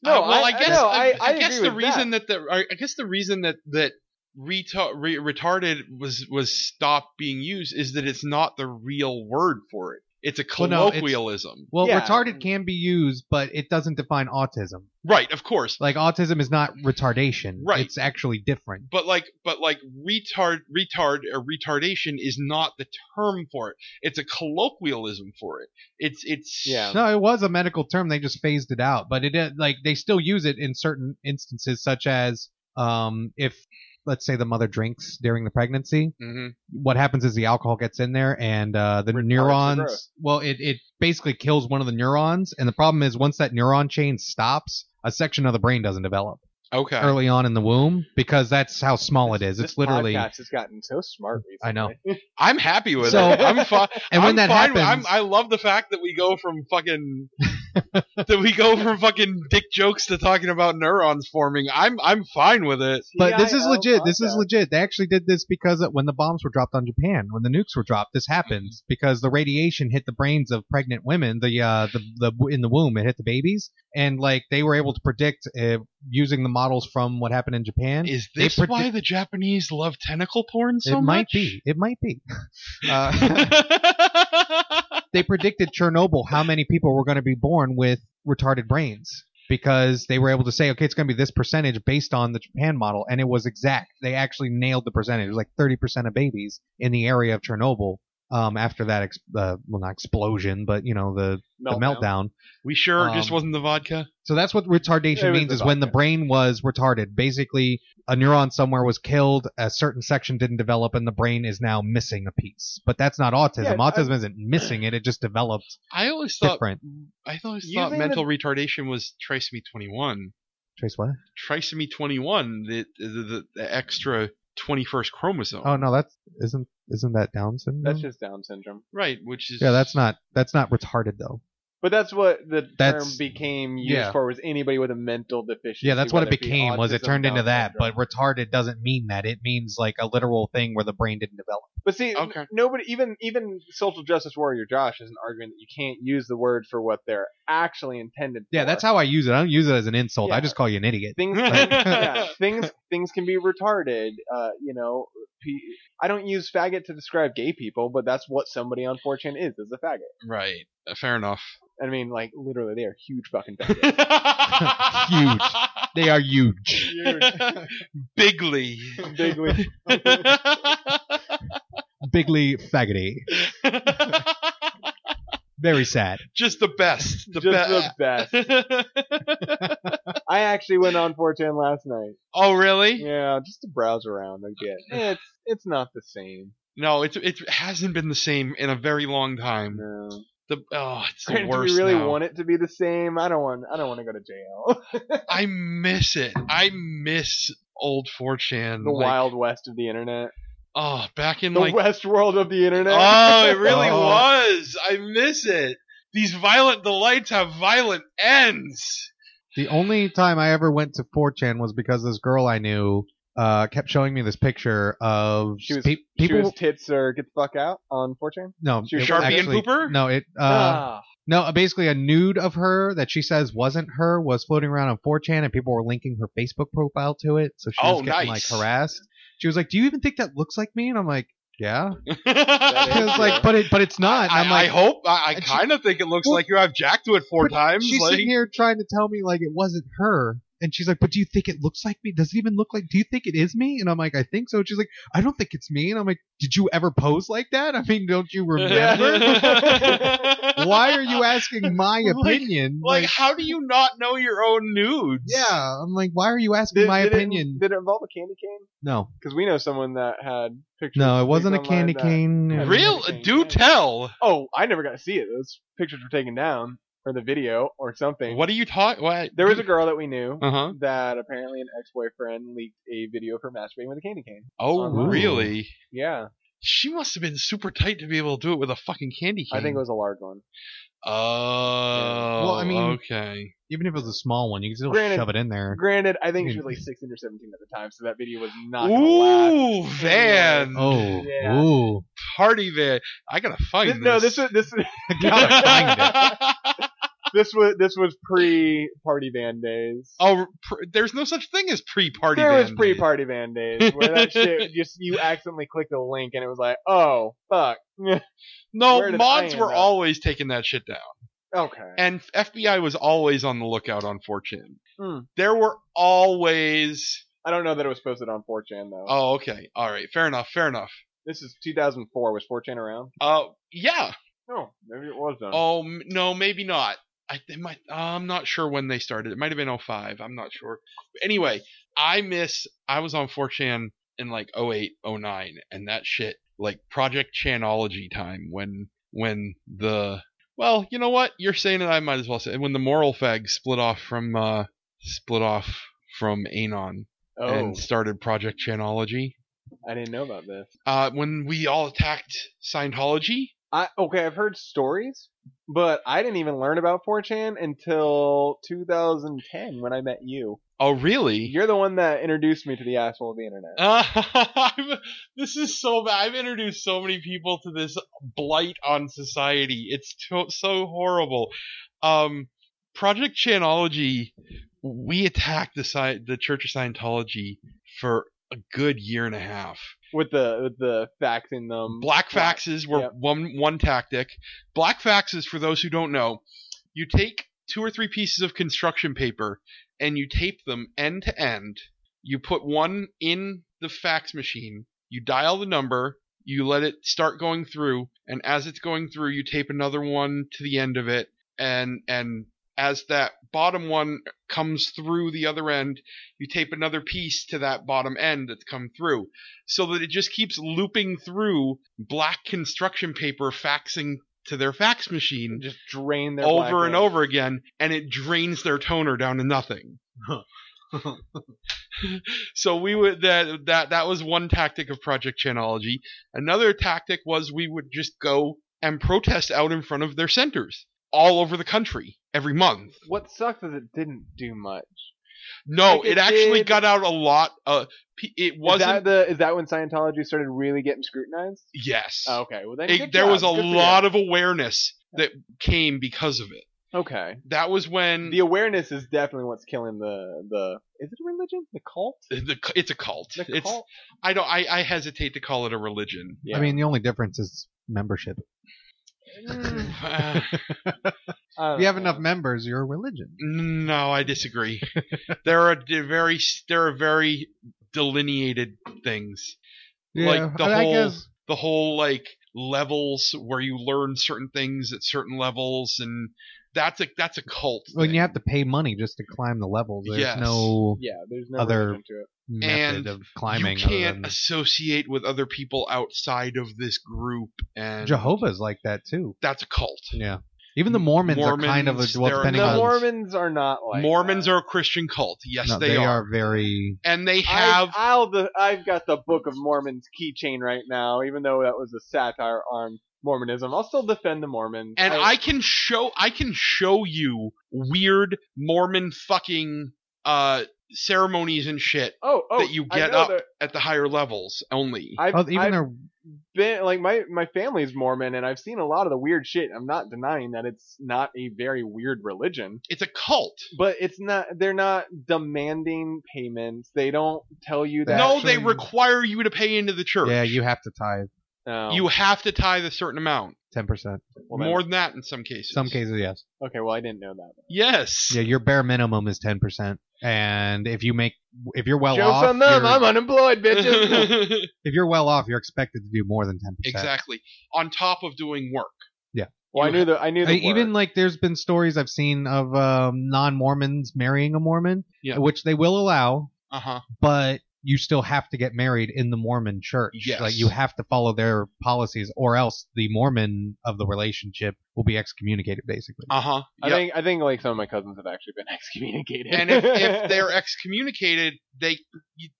Speaker 9: No,
Speaker 8: Uh, well, I,
Speaker 9: I-
Speaker 8: guess
Speaker 9: no,
Speaker 8: I,
Speaker 9: I- I
Speaker 8: guess
Speaker 9: agree
Speaker 8: the
Speaker 9: with that.
Speaker 8: reason that, the I- I guess the reason that that retar- re- retarded was was stopped being used is that it's not the real word for it. It's a
Speaker 10: Well, no, it's-
Speaker 8: colloquialism,
Speaker 10: Well,
Speaker 9: Yeah.
Speaker 10: retarded can be used, but it doesn't define autism.
Speaker 8: right? Of course,
Speaker 10: Like autism is not retardation.
Speaker 8: Right.
Speaker 10: It's actually different.
Speaker 8: but like but like retard retard or retardation is not the term for it. It's a colloquialism for it. It's it's
Speaker 9: Yeah.
Speaker 10: No, it was a medical term. They just phased it out, but it uh, like they still use it in certain instances, such as um, if let's say the mother drinks during the pregnancy.
Speaker 8: Mhm.
Speaker 10: What happens is the alcohol gets in there, and uh, Mm-hmm. the
Speaker 9: growth.
Speaker 10: neurons. Well, it it basically kills one of the neurons, and the problem is once that neuron chain stops, a section of the brain doesn't develop
Speaker 8: okay.
Speaker 10: early on in the womb because that's how small it is.
Speaker 9: This
Speaker 10: It's literally.
Speaker 9: podcast has gotten so smart recently.
Speaker 10: I know.
Speaker 8: I'm happy with
Speaker 10: So-
Speaker 8: it. I'm fine.
Speaker 10: And when
Speaker 8: I'm
Speaker 10: that
Speaker 8: fine with-
Speaker 10: happens,
Speaker 8: I'm, I love the fact that we go from fucking that we go from fucking dick jokes to talking about neurons forming. I'm I'm fine with it.
Speaker 10: But this is
Speaker 9: TIL
Speaker 10: legit. This is
Speaker 9: podcast.
Speaker 10: legit. They actually did this because when the bombs were dropped on Japan, when the nukes were dropped,
Speaker 8: Mm-hmm.
Speaker 10: this happened because the radiation hit the brains of pregnant women. The uh, the the in the womb, it hit the babies, and like they were able to predict uh, using the models from what happened in Japan.
Speaker 8: Is
Speaker 10: They
Speaker 8: this
Speaker 10: predict-
Speaker 8: why the Japanese love tentacle porn so
Speaker 10: it might
Speaker 8: much?
Speaker 10: be. It might be. Uh, they predicted Chernobyl how many people were going to be born with retarded brains because they were able to say, okay, it's going to be this percentage based on the Japan model, and it was exact. They actually nailed the percentage. It was like 30% of babies in the area of Chernobyl um, after that, ex- uh, well, not explosion, but you know the the meltdown.
Speaker 8: we sure it just
Speaker 10: Um,
Speaker 8: wasn't the vodka.
Speaker 10: So that's what
Speaker 9: It
Speaker 10: retardation
Speaker 9: was
Speaker 10: means
Speaker 9: the
Speaker 10: is when the
Speaker 9: vodka.
Speaker 10: brain was retarded. Basically, a neuron somewhere was killed, a certain section didn't develop, and the brain is now missing a piece. But that's not autism.
Speaker 9: Yeah, I-
Speaker 10: autism isn't missing it; it just developed
Speaker 8: I always thought
Speaker 10: different.
Speaker 8: I always
Speaker 9: You
Speaker 8: thought
Speaker 9: think
Speaker 8: mental retardation was trisomy 21.
Speaker 10: Trace what?
Speaker 8: Trisomy 21, the the, the, the extra 21st chromosome.
Speaker 10: Oh no, that's isn't isn't that Down syndrome?
Speaker 9: That's just Down syndrome.
Speaker 8: right, which is
Speaker 10: yeah, that's not that's not retarded though.
Speaker 9: But that's what the term
Speaker 10: That's-
Speaker 9: became used
Speaker 10: yeah.
Speaker 9: for was anybody with a mental deficiency.
Speaker 10: Yeah, that's what it
Speaker 9: whether be
Speaker 10: became. Was it
Speaker 9: autism,
Speaker 10: turned into
Speaker 9: Down
Speaker 10: that?
Speaker 9: syndrome.
Speaker 10: But retarded doesn't mean that. It means like a literal thing where the brain didn't develop.
Speaker 9: But see, n-
Speaker 8: Okay.
Speaker 9: nobody, even even social justice warrior Josh isn't arguing that you can't use the word for what they're actually intended.
Speaker 10: Yeah,
Speaker 9: for.
Speaker 10: that's how I use it. I don't use it as an insult.
Speaker 9: Yeah.
Speaker 10: I just call you an idiot.
Speaker 9: things yeah, things things can be retarded. Uh, you know, pe- I don't use faggot to describe gay people, but that's what somebody on 4chan is is a faggot.
Speaker 8: right. Uh, Fair enough.
Speaker 9: I mean, like literally, they are huge fucking faggots.
Speaker 8: Huge.
Speaker 10: They are huge.
Speaker 8: Bigly.
Speaker 9: Big with-
Speaker 10: Bigly faggoty. Very sad.
Speaker 8: Just the best. The
Speaker 9: just the best.
Speaker 8: best.
Speaker 9: I actually went on 4chan last night.
Speaker 8: oh really?
Speaker 9: Yeah, just to browse around again. It's it's not the same.
Speaker 8: No, it's it hasn't been the same in a very long time.
Speaker 9: No.
Speaker 8: The oh, it's the
Speaker 9: Do
Speaker 8: worst.
Speaker 9: we really
Speaker 8: now.
Speaker 9: want it to be the same? I don't want. I don't want to go to jail.
Speaker 8: I miss it. I miss old 4chan.
Speaker 9: the
Speaker 8: like-
Speaker 9: wild west of the internet.
Speaker 8: Oh, back in
Speaker 9: The
Speaker 8: like
Speaker 9: west world of the internet.
Speaker 8: Oh, it really
Speaker 10: Oh.
Speaker 8: was. I miss it. These violent delights have violent ends.
Speaker 10: The only time I ever went to 4chan was because this girl I knew uh, kept showing me this picture of
Speaker 9: She was-
Speaker 10: pe-
Speaker 9: She
Speaker 10: people.
Speaker 9: was tits or get the fuck out on 4chan.
Speaker 10: no,
Speaker 9: she was
Speaker 10: it
Speaker 9: Sharpie
Speaker 8: and
Speaker 10: actually-
Speaker 8: Pooper?
Speaker 10: No, it. Uh,
Speaker 9: Ah.
Speaker 10: No, basically a nude of her that she says wasn't her was floating around on 4chan and people were linking her Facebook profile to it. So she
Speaker 8: Oh,
Speaker 10: was getting
Speaker 8: nice.
Speaker 10: like harassed. She was like, "Do you even think that looks like me?" And I'm like, "Yeah." She
Speaker 9: is
Speaker 10: was like, "But it, but it's not." And
Speaker 8: I,
Speaker 10: I'm like,
Speaker 8: I hope. I, I
Speaker 10: And she-
Speaker 8: kind of think it looks
Speaker 10: Well-
Speaker 8: like you. I've jacked to it four
Speaker 10: But
Speaker 8: times.
Speaker 10: She's
Speaker 8: like,
Speaker 10: sitting here trying to tell me like it wasn't her, And she's like, "But do you think it looks like me? Does it even look like? Do you think it is me?" And I'm like, "I think so." And she's like, "I don't think it's me." And I'm like, "Did you ever pose like that? I mean, don't you remember? Why are you asking my
Speaker 8: Like-
Speaker 10: opinion?"
Speaker 8: Like, how do you not know your own nudes?
Speaker 10: yeah, I'm like, "Why are you asking my
Speaker 9: did
Speaker 10: opinion?"
Speaker 9: It, did it involve a candy cane?
Speaker 10: no,
Speaker 9: Because we know someone that had pictures.
Speaker 10: no,
Speaker 9: of
Speaker 10: it
Speaker 9: pigs
Speaker 10: wasn't a
Speaker 9: online
Speaker 10: candy
Speaker 9: that-
Speaker 10: cane.
Speaker 9: Yeah.
Speaker 8: Real? Do tell.
Speaker 9: Oh, I never got to see it. Those pictures were taken down, or the video, or something.
Speaker 8: What are you talking? What?
Speaker 9: There was a girl that we
Speaker 10: Uh-huh.
Speaker 9: knew
Speaker 8: Uh huh.
Speaker 9: that apparently an ex-boyfriend leaked a video of her masturbating with a candy cane.
Speaker 8: Oh,
Speaker 9: Online.
Speaker 8: really?
Speaker 9: Yeah,
Speaker 8: She must have been super tight to be able to do it with a fucking candy cane.
Speaker 9: I think it was a large one.
Speaker 8: Oh.
Speaker 10: Well, I mean-
Speaker 8: Okay.
Speaker 10: Even if it was a small one, you can still
Speaker 9: Granted-
Speaker 10: shove it in there.
Speaker 9: Granted, I think she was like 16 or 17 at the time, so that video was not gonna last.
Speaker 8: Ooh, van.
Speaker 10: Oh,
Speaker 9: Yeah.
Speaker 10: ooh.
Speaker 8: Party van. I gotta find
Speaker 9: This,
Speaker 8: this.
Speaker 9: no, this was this was-
Speaker 10: Gotta find it.
Speaker 9: this was this was pre party van days.
Speaker 8: oh, pr- there's no such thing as pre-party
Speaker 9: there
Speaker 8: van.
Speaker 9: was pre party van days where that shit just you accidentally clicked a link and it was like, oh fuck. Where
Speaker 8: No,
Speaker 9: did
Speaker 8: mods
Speaker 9: I
Speaker 8: were
Speaker 9: end up?
Speaker 8: always taking that shit down.
Speaker 9: Okay.
Speaker 8: And FBI was always on the lookout on 4chan.
Speaker 9: Hmm.
Speaker 8: There were always.
Speaker 9: I don't know that it was posted on 4chan though.
Speaker 8: Oh, okay. All right. Fair enough. Fair enough.
Speaker 9: This is 2004. Was 4chan around?
Speaker 8: Uh, yeah.
Speaker 9: No, maybe it was done.
Speaker 8: Oh m- no, maybe not. I they might. uh, I'm not sure when they started. It might have been 05. I'm not sure. Anyway, I miss. I was on 4chan in like 08, 09, and that shit like Project Chanology time when when the well, you know what? You're saying it. I might as well say it. when the moral fag split off from uh split off from Anon
Speaker 9: Oh,
Speaker 8: and started Project Chanology.
Speaker 9: I didn't know about this.
Speaker 8: Uh, when we all attacked Scientology.
Speaker 9: I okay, I've heard stories, but I didn't even learn about 4chan until 2010 when I met you.
Speaker 8: Oh, really?
Speaker 9: You're the one that introduced me to the asshole of the internet.
Speaker 8: Uh, I've, this is so bad. I've introduced so many people to this blight on society. It's to- so horrible. Um, Project Chanology, we attacked the sci- the Church of Scientology for a good year and a half.
Speaker 9: with the with the facts in them.
Speaker 8: Black faxes were
Speaker 9: Yep.
Speaker 8: one one tactic. Black faxes, for those who don't know, you take two or three pieces of construction paper and you tape them end to end. You put one in the fax machine. You dial the number. You let it start going through, and as it's going through, you tape another one to the end of it, and and as that bottom one comes through the other end, you tape another piece to that bottom end that's come through so that it just keeps looping through black construction paper faxing to their fax machine
Speaker 9: just drain their black
Speaker 8: over and
Speaker 9: ink.
Speaker 8: over again and it drains their toner down to nothing so we would that that that was one tactic of project chanology another tactic was we would just go and protest out in front of their centers all over the country every month
Speaker 9: What sucks is it didn't do much.
Speaker 8: no
Speaker 9: Like
Speaker 8: it,
Speaker 9: it
Speaker 8: actually
Speaker 9: did-
Speaker 8: got out a lot uh p- it
Speaker 9: Was
Speaker 8: wasn't
Speaker 9: that the is that when Scientology started really getting scrutinized?
Speaker 8: yes
Speaker 9: Oh, okay, well then
Speaker 8: it-
Speaker 9: good
Speaker 8: there
Speaker 9: job.
Speaker 8: was a
Speaker 9: Good for you.
Speaker 8: lot of awareness that came because of it.
Speaker 9: okay.
Speaker 8: That was when
Speaker 9: The awareness is definitely what's killing the the is it a religion the cult
Speaker 8: the, it's a cult.
Speaker 9: the
Speaker 8: it's
Speaker 9: cult
Speaker 8: I don't I, I hesitate to call it a religion.
Speaker 9: Yeah.
Speaker 10: I mean, the only difference is membership.
Speaker 9: Mm,
Speaker 10: If
Speaker 8: Uh,
Speaker 9: I don't
Speaker 10: you have
Speaker 9: know.
Speaker 10: enough members, you're a religion.
Speaker 8: no, I disagree. there are d- very there are very delineated things. Like the
Speaker 10: I mean, I
Speaker 8: whole
Speaker 10: guess-
Speaker 8: the whole like levels where you learn certain things at certain levels and that's a that's a cult.
Speaker 10: well, and
Speaker 8: thing.
Speaker 10: you have to pay money just to climb the levels. There's
Speaker 8: Yes.
Speaker 10: no
Speaker 9: yeah there's no
Speaker 10: other-
Speaker 9: religion to it
Speaker 10: method
Speaker 8: And
Speaker 10: of climbing.
Speaker 8: you
Speaker 10: other
Speaker 8: can't
Speaker 10: than-
Speaker 8: associate with other people outside of this group and
Speaker 10: Jehovah's like that too.
Speaker 8: that's a cult.
Speaker 10: Yeah. Even the Mormons, are kind of
Speaker 8: Mormons,
Speaker 10: well,
Speaker 8: they're-
Speaker 10: depending
Speaker 9: the
Speaker 10: on
Speaker 9: Mormons are not like
Speaker 8: Mormons
Speaker 9: that.
Speaker 8: are a Christian cult. Yes,
Speaker 10: no,
Speaker 8: they, are.
Speaker 10: very.
Speaker 8: And they
Speaker 9: I-
Speaker 8: have
Speaker 9: I'll the I've got the Book of Mormon's keychain right now even though that was a satire on Mormonism I'll still defend the Mormons
Speaker 8: and I can show I can show you weird Mormon fucking uh ceremonies and shit
Speaker 9: oh oh
Speaker 8: that you
Speaker 9: I
Speaker 8: get
Speaker 9: know
Speaker 8: up
Speaker 9: that-
Speaker 8: at the higher levels only.
Speaker 9: I've,
Speaker 10: Oh, even
Speaker 9: I've
Speaker 10: their
Speaker 9: been like my my family's Mormon and I've seen a lot of the weird shit I'm not denying that it's not a very weird religion
Speaker 8: it's a cult.
Speaker 9: but it's not they're not demanding payments they don't tell you that
Speaker 8: No, they
Speaker 10: actually-
Speaker 8: require you to pay into the church.
Speaker 10: yeah, you have to tithe.
Speaker 9: No.
Speaker 8: You have to tithe a certain amount.
Speaker 10: Ten percent.
Speaker 9: oh, Well, then-
Speaker 8: More than that in some cases.
Speaker 10: Some cases, yes.
Speaker 9: Okay, well I didn't know that.
Speaker 8: Yes.
Speaker 10: Yeah, your bare minimum is ten percent, and if you make, if you're well
Speaker 9: Jokes
Speaker 10: off,
Speaker 9: on them.
Speaker 10: you're-
Speaker 9: I'm unemployed, bitches.
Speaker 10: if you're well off, you're expected to do more than ten percent.
Speaker 8: exactly. On top of doing work.
Speaker 9: well, I knew the I knew the
Speaker 10: I- even
Speaker 9: word.
Speaker 10: like there's been stories I've seen of um, non-Mormons marrying a Mormon,
Speaker 8: Yeah.
Speaker 10: which they will allow,
Speaker 8: Uh huh.
Speaker 10: but you still have to get married in the Mormon church.
Speaker 8: Yes.
Speaker 10: Like you have to follow their policies, or else the Mormon of the relationship will be excommunicated. Basically,
Speaker 8: Uh huh.
Speaker 9: I think I think like some of my cousins have actually been excommunicated.
Speaker 8: and if, if they're excommunicated, they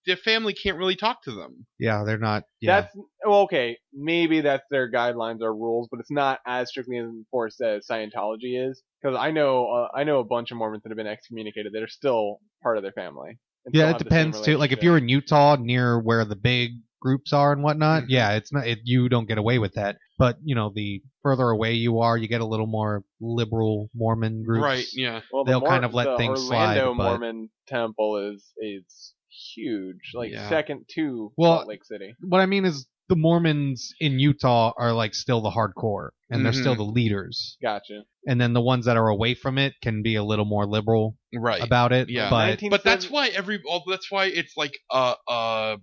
Speaker 8: their family can't really talk to them.
Speaker 10: yeah, they're not. Yeah,
Speaker 9: That's well, okay. Maybe that's their guidelines or rules, but it's not as strictly enforced as Scientology is. Because I know uh, I know a bunch of Mormons that have been excommunicated that are still part of their family. and still
Speaker 10: yeah, it
Speaker 9: have the same
Speaker 10: depends too. Like if
Speaker 9: relationship.
Speaker 10: you're in Utah near where the big groups are and whatnot,
Speaker 8: Mm-hmm.
Speaker 10: yeah, it's not. It, you don't get away with that. But you know, the further away you are, you get a little more liberal Mormon groups.
Speaker 8: Right? Yeah.
Speaker 9: well,
Speaker 10: they'll kind of let
Speaker 9: the
Speaker 10: things
Speaker 9: Orlando
Speaker 10: slide, but-
Speaker 9: Mormon temple is is huge, like
Speaker 8: Yeah.
Speaker 9: second to
Speaker 10: Well,
Speaker 9: Salt Lake City.
Speaker 10: what I mean is the Mormons in Utah are like still the hardcore and they're
Speaker 8: Mhm.
Speaker 10: still the leaders.
Speaker 9: Gotcha.
Speaker 10: And then the ones that are away from it can be a little more liberal
Speaker 8: Right.
Speaker 10: about it.
Speaker 8: Yeah.
Speaker 10: But
Speaker 8: but that's why every oh, that's why it's like a a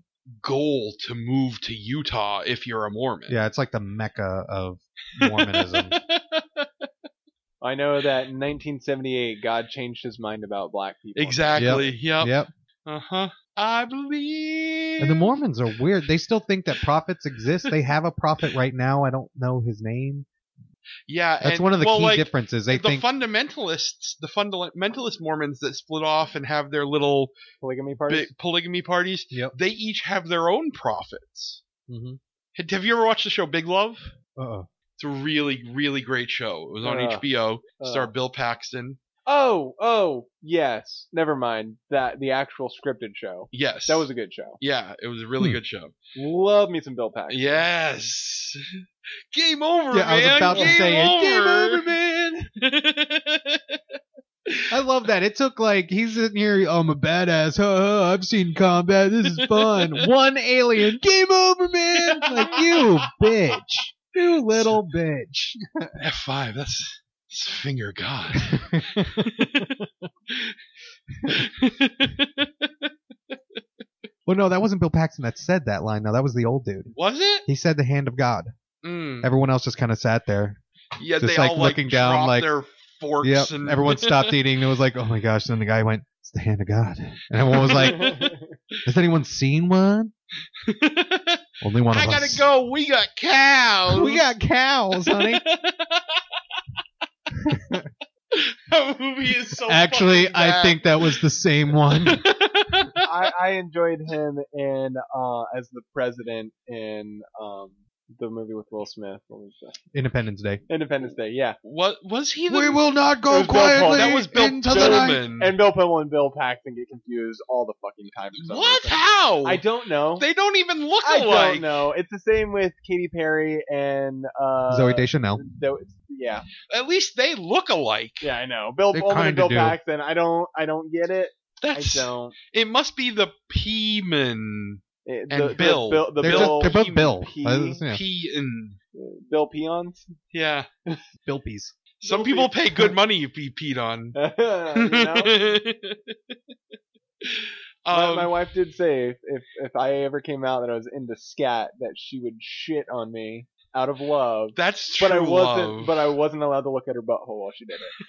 Speaker 8: goal to move to Utah if you're a Mormon.
Speaker 10: yeah, it's like the mecca of Mormonism.
Speaker 9: I know that in 1978, God changed his mind about black people.
Speaker 8: exactly. Yep.
Speaker 10: yep.
Speaker 8: Uh huh. I believe.
Speaker 10: And the Mormons are weird. They still think that prophets exist. They have a prophet right now. I don't know his name.
Speaker 8: Yeah.
Speaker 10: That's
Speaker 8: and-
Speaker 10: one of the
Speaker 8: well,
Speaker 10: key
Speaker 8: like,
Speaker 10: differences. They
Speaker 8: the
Speaker 10: think
Speaker 8: fundamentalists, the fundamentalist Mormons that split off and have their little
Speaker 9: Polygamy parties.
Speaker 8: big polygamy parties,
Speaker 10: Yep.
Speaker 8: they each have their own prophets.
Speaker 9: Mm-hmm.
Speaker 10: Mhm.
Speaker 8: Had- Have you ever watched the show Big Love?
Speaker 10: Uh-oh.
Speaker 8: It's a really, really great show. It was on
Speaker 9: Uh,
Speaker 8: HBO.
Speaker 9: uh.
Speaker 8: Star Bill Paxton.
Speaker 9: Oh, oh, yes. Never mind. That the actual scripted show.
Speaker 8: Yes,
Speaker 9: That was a good show.
Speaker 8: yeah. It was a really
Speaker 10: Hmm.
Speaker 8: good show.
Speaker 9: Love me some Bill Paxton.
Speaker 8: Yes. Game over,
Speaker 10: Yeah, I was
Speaker 8: man.
Speaker 10: about to
Speaker 8: Game
Speaker 10: say it. Game over,
Speaker 8: over. man.
Speaker 10: I love that. It took like he's in here. I'm a badass. Huh, huh, I've seen combat. This is fun. One alien. Game over, man. Like you, bitch. You little bitch.
Speaker 8: F five. That's, that's finger god.
Speaker 10: Well, no, that wasn't Bill Paxton that said that line. No, that was the old dude.
Speaker 8: was it?
Speaker 10: He said the hand of God.
Speaker 8: Mm.
Speaker 10: Everyone else just kind of sat there.
Speaker 8: Yeah,
Speaker 10: Just
Speaker 8: they
Speaker 10: like
Speaker 8: all like
Speaker 10: looking down,
Speaker 8: dropped
Speaker 10: like-
Speaker 8: their forks
Speaker 10: Yep.
Speaker 8: and
Speaker 10: Everyone stopped eating. It was like, oh my gosh. And then the guy went, it's the hand of God. And everyone was like, has anyone seen one? Only one of
Speaker 8: I gotta
Speaker 10: us.
Speaker 8: go. We got cows.
Speaker 10: We got cows, honey.
Speaker 8: that movie is so.
Speaker 10: Actually,
Speaker 8: fucking
Speaker 10: I
Speaker 8: bad.
Speaker 10: think that was the same one.
Speaker 9: I, I enjoyed him in uh, as the president in um, the movie with Will Smith. What was that?
Speaker 10: Independence Day.
Speaker 9: Independence Day. Yeah,
Speaker 8: What was he? The,
Speaker 10: We will not
Speaker 9: It
Speaker 10: go
Speaker 9: was Bill Pullman.
Speaker 10: quietly
Speaker 8: that was Bill
Speaker 10: into the night.
Speaker 8: Pullman.
Speaker 9: and Bill Pullman and Bill Paxton get confused all the fucking time. for some
Speaker 8: what?
Speaker 9: reason.
Speaker 8: How?
Speaker 9: I don't know.
Speaker 8: they don't even look
Speaker 9: I
Speaker 8: alike.
Speaker 9: don't know. It's the same with Katy Perry and uh,
Speaker 10: Zoe Deschanel.
Speaker 9: Zo- yeah,
Speaker 8: At least they look alike.
Speaker 9: yeah, I know. Bill
Speaker 10: They
Speaker 9: Pullman and
Speaker 10: kinda
Speaker 9: Bill
Speaker 10: do.
Speaker 9: Paxton. I don't. I don't get it. I
Speaker 8: That's
Speaker 9: don't.
Speaker 8: it. Must be the P-man.
Speaker 9: It-
Speaker 8: And Bill.
Speaker 9: The, the
Speaker 10: They're,
Speaker 9: Bill.
Speaker 10: just, they're both Bill.
Speaker 9: P-
Speaker 10: Uh, yeah.
Speaker 8: P and
Speaker 9: Bill Peons.
Speaker 8: yeah.
Speaker 10: Bill Peas.
Speaker 8: Some
Speaker 9: Bill
Speaker 8: people
Speaker 9: Pe-
Speaker 8: pay good money to be peed on.
Speaker 9: Uh, you know? My-
Speaker 8: Um,
Speaker 9: my wife did say if, if if I ever came out that I was into scat, that she would shit on me out of love.
Speaker 8: that's true
Speaker 9: But I wasn't.
Speaker 8: love.
Speaker 9: But I wasn't allowed to look at her butthole while she did it.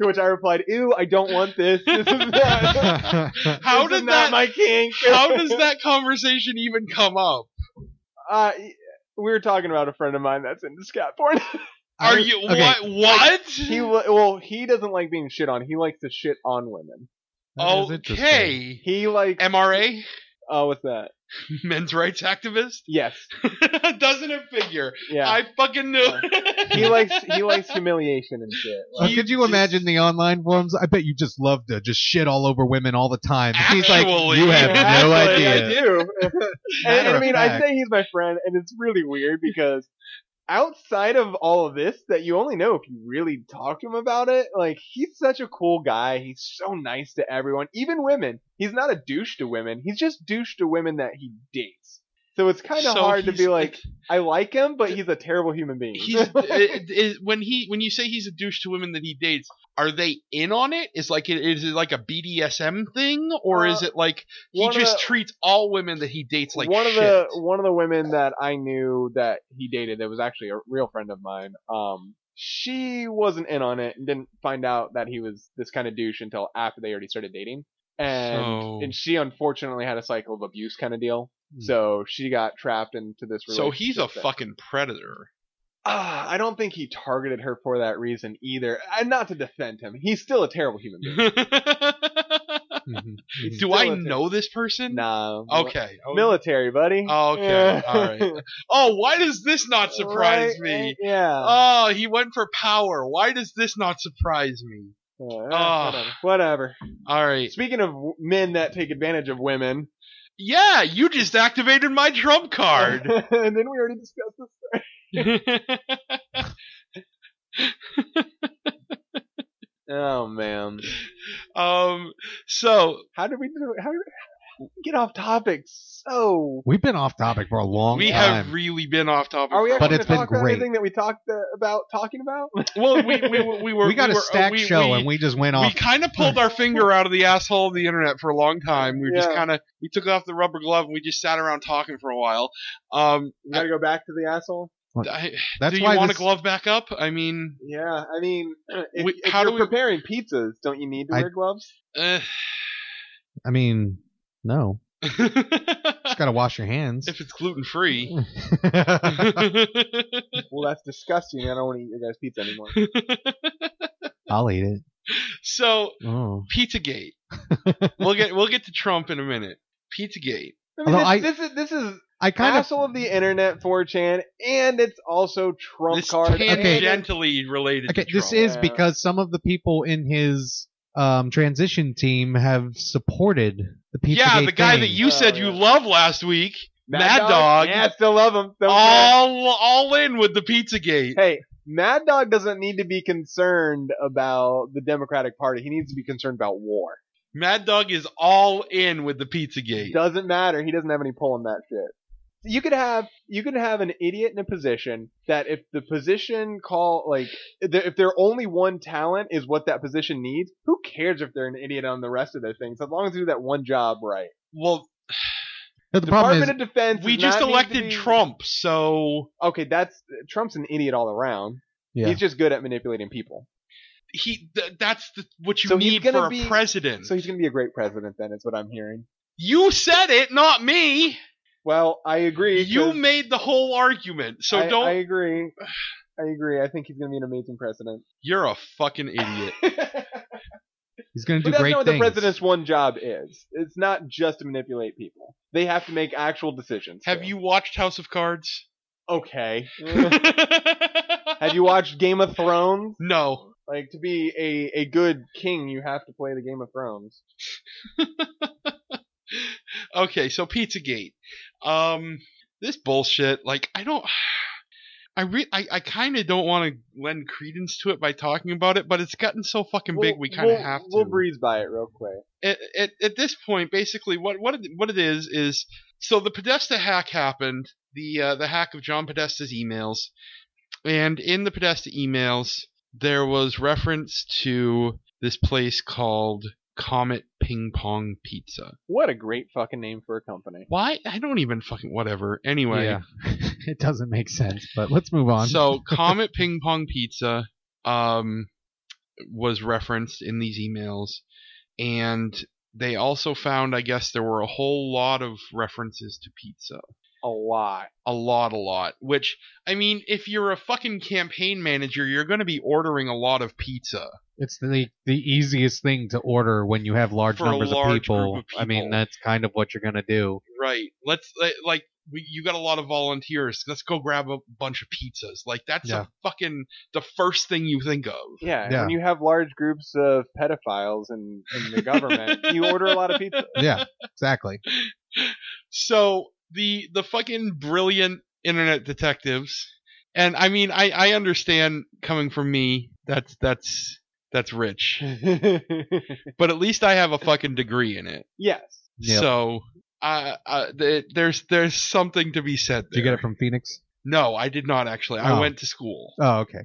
Speaker 9: To which I replied, "Ew, I don't want this. This is not,
Speaker 8: how did
Speaker 9: this is not
Speaker 8: that?
Speaker 9: my kink."
Speaker 8: how does that conversation even come up?
Speaker 9: Uh, we were talking about a friend of mine that's into scat porn.
Speaker 8: Are you
Speaker 10: okay.
Speaker 8: what? What?
Speaker 9: he li- well, he doesn't like being shit on. He likes to shit on women.
Speaker 10: That is interesting.
Speaker 8: okay.
Speaker 9: He like
Speaker 8: MRA,
Speaker 9: oh, what's that?
Speaker 8: men's rights activist.
Speaker 9: Yes,
Speaker 8: Doesn't it figure?
Speaker 9: yeah.
Speaker 8: I fucking knew.
Speaker 9: he likes he likes humiliation and shit.
Speaker 10: Uh, could you imagine the online forums? I bet you just love to just shit all over women all the time. He's like,
Speaker 8: Actually.
Speaker 10: you have no
Speaker 9: Actually,
Speaker 10: idea.
Speaker 9: I do. and,
Speaker 10: Matter
Speaker 9: and I
Speaker 10: of
Speaker 9: mean, I
Speaker 10: fact.
Speaker 9: say he's my friend, and it's really weird because outside of all of this, that you only know if you really talk to him about it. Like, he's such a cool guy. He's so nice to everyone, even women. He's not a douche to women. He's just douche to women that he dates. So it's kind of
Speaker 8: So
Speaker 9: hard to
Speaker 8: he's
Speaker 9: be like, I like him, but he's a terrible human being.
Speaker 8: he's eh, it, it, when he when you say he's a douche to women that he dates are they in on it is like it is it like a bdsm thing or is
Speaker 9: Uh,
Speaker 8: it like he
Speaker 9: one of
Speaker 8: just
Speaker 9: the-
Speaker 8: treats all women that he dates like
Speaker 9: one
Speaker 8: shit?
Speaker 9: of the one of the women that I knew that he dated that was actually a real friend of mine. Um, she wasn't in on it and didn't find out that he was this kind of douche until after they already started dating. And
Speaker 8: So-
Speaker 9: and she unfortunately had a cycle of abuse kind of deal.
Speaker 10: Hmm.
Speaker 9: So she got trapped into this.
Speaker 8: so he's a
Speaker 9: relationship that-
Speaker 8: fucking predator
Speaker 9: Ah, I don't think he targeted her for that reason either. And not to defend him, he's still a terrible human being.
Speaker 10: Mhm.
Speaker 9: He's
Speaker 8: do
Speaker 9: still
Speaker 8: i
Speaker 9: a ter-
Speaker 8: know this person
Speaker 9: Nah.
Speaker 8: okay
Speaker 9: Military, buddy.
Speaker 8: okay all right oh why does this not surprise
Speaker 9: Right?
Speaker 8: me
Speaker 10: Um,
Speaker 9: Yeah.
Speaker 8: oh he went for power why does this not surprise me
Speaker 9: Uh,
Speaker 8: Ah.
Speaker 9: whatever. whatever.
Speaker 8: all right
Speaker 9: Speaking of w- men that take advantage of women,
Speaker 8: yeah you just activated my trump card
Speaker 9: and then we already discussed this. Oh man,
Speaker 8: um, so
Speaker 9: how did we do? How did we get off topic? So
Speaker 10: We've been off topic for a long
Speaker 8: we
Speaker 10: time.
Speaker 8: have really been off topic.
Speaker 9: are we
Speaker 8: for-
Speaker 9: actually
Speaker 10: But
Speaker 9: going
Speaker 10: it's
Speaker 9: to
Speaker 10: been
Speaker 9: talk about
Speaker 10: great.
Speaker 9: anything that we talked uh, about talking about?
Speaker 8: well, we, we, we, we were
Speaker 10: we got
Speaker 8: we
Speaker 10: a
Speaker 8: were- uh,
Speaker 10: stack
Speaker 8: we-
Speaker 10: show
Speaker 8: we,
Speaker 10: and we just went
Speaker 8: we
Speaker 10: off.
Speaker 8: kind of pulled our finger out of the asshole of the internet for a long time. We just
Speaker 9: Yeah.
Speaker 8: kind of we took off the rubber glove and we just sat around talking for a while. Um,
Speaker 9: we gotta go back to the asshole.
Speaker 8: I,
Speaker 10: That's
Speaker 8: do you
Speaker 10: why
Speaker 8: want
Speaker 10: this,
Speaker 8: a glove back up? I mean,
Speaker 9: Yeah, I mean, if,
Speaker 8: We-
Speaker 9: if
Speaker 8: how do
Speaker 9: you're
Speaker 8: we-
Speaker 9: preparing pizzas, don't you need to
Speaker 10: I-
Speaker 9: wear gloves?
Speaker 8: eh.
Speaker 10: I mean, no,
Speaker 8: if
Speaker 10: got to wash your hands.
Speaker 8: it's gluten free.
Speaker 9: Well, that's disgusting. I don't want to eat your guys' pizza anymore.
Speaker 10: I'll eat it.
Speaker 8: so
Speaker 10: Oh,
Speaker 8: Pizzagate. we'll get we'll get to Trump in a minute. Pizzagate.
Speaker 9: I
Speaker 10: Although I-
Speaker 9: mean, this, this is this is
Speaker 10: I kind of
Speaker 9: asshole of the internet 4chan, and it's also Trump
Speaker 8: This
Speaker 9: card.
Speaker 10: Okay.
Speaker 9: and it's-
Speaker 8: tangentially related.
Speaker 10: okay.
Speaker 8: to
Speaker 10: This
Speaker 8: Trump.
Speaker 10: is because some of the people in his um, transition team have supported the Pizzagate
Speaker 8: yeah, the guy
Speaker 10: thing.
Speaker 8: that you said you
Speaker 9: Oh, yeah.
Speaker 8: loved last week, Mad, Dog,
Speaker 9: Yeah, I still love him.
Speaker 10: Oh.
Speaker 9: Don't care.
Speaker 8: all all in with the Pizzagate.
Speaker 9: Hey, Mad Dog doesn't need to be concerned about the Democratic Party. He needs to be concerned about war.
Speaker 8: Mad Dog is all in with the Pizzagate.
Speaker 9: Doesn't matter. He doesn't have any pull in that shit. You could have you could have an idiot in a position that if the position call like if their- if their only one talent is what that position needs, who cares if they're an idiot on the rest of their things? As long as they do that one job right.
Speaker 8: Well,
Speaker 10: No, the problem
Speaker 9: Department
Speaker 10: is
Speaker 9: of Defense.
Speaker 8: we
Speaker 9: does
Speaker 8: just
Speaker 9: not need to
Speaker 8: elected
Speaker 9: be-
Speaker 8: Trump, so
Speaker 9: Okay, that's Trump's an idiot all around.
Speaker 10: Yeah.
Speaker 9: He's just good at manipulating people.
Speaker 8: he th- that's the, what you
Speaker 9: So he's
Speaker 8: need
Speaker 9: gonna
Speaker 8: for a
Speaker 9: be-
Speaker 8: president.
Speaker 9: So he's going to be a great president, then, is what I'm hearing.
Speaker 8: you said it, not me.
Speaker 9: Well, I agree. 'cause
Speaker 8: You made the whole argument. So
Speaker 9: I-
Speaker 8: don't
Speaker 9: I agree. I agree. I think he's going to be an amazing president.
Speaker 8: You're a fucking idiot.
Speaker 9: but
Speaker 10: he's going to do
Speaker 9: that's
Speaker 10: great
Speaker 9: not what the
Speaker 10: things.
Speaker 9: president's one job is. It's not just to manipulate people. They have to make actual decisions.
Speaker 8: Have
Speaker 9: too.
Speaker 8: you watched House of Cards?
Speaker 9: Okay. have you watched Game of Thrones?
Speaker 8: No.
Speaker 9: Like to be a a good king, you have to play the Game of Thrones.
Speaker 8: Okay, so Pizzagate. Um this bullshit, like I don't I re- I, I kind of don't want to lend credence to it by talking about it, but it's gotten so fucking big we kind of
Speaker 9: we'll-
Speaker 8: have to.
Speaker 9: We'll breeze by it real quick.
Speaker 8: at, at, at this point, basically, what what it, what it is is so the Podesta hack happened, the uh, the hack of John Podesta's emails, and in the Podesta emails there was reference to this place called Comet Ping Pong Pizza.
Speaker 9: What a great fucking name for a company.
Speaker 8: Why I don't even fucking whatever. Anyway,
Speaker 10: Yeah, it doesn't make sense. But let's move on.
Speaker 8: So Comet Ping Pong Pizza um, was referenced in these emails, and they also found, I guess, there were a whole lot of references to pizza.
Speaker 9: A lot.
Speaker 8: A lot, a lot. Which, I mean, if you're a fucking campaign manager, you're going to be ordering a lot of pizza.
Speaker 10: It's the the easiest thing to order when you have large
Speaker 8: For a
Speaker 10: numbers
Speaker 8: large
Speaker 10: of, people.
Speaker 8: group of
Speaker 10: I mean,
Speaker 8: people.
Speaker 10: that's kind of what you're gonna do.
Speaker 8: Right. Let's, li- like, we, you got a lot of volunteers. Let's go grab a bunch of pizzas. Like, that's
Speaker 10: Yeah.
Speaker 8: a fucking, the first thing you think of.
Speaker 9: Yeah, and
Speaker 10: Yeah.
Speaker 9: when you have large groups of pedophiles in, in the government, you order a lot of pizza.
Speaker 10: Yeah, exactly.
Speaker 8: So the the fucking brilliant internet detectives, and I mean, I I understand coming from me, that's that's that's rich, but at least I have a fucking degree in it.
Speaker 9: yes.
Speaker 10: Yep.
Speaker 8: So uh, uh, th- there's there's something to be said.
Speaker 10: Did you
Speaker 8: there.
Speaker 10: get it from Phoenix?
Speaker 8: No, I did not actually. I
Speaker 10: Oh.
Speaker 8: went to school.
Speaker 10: Oh, okay.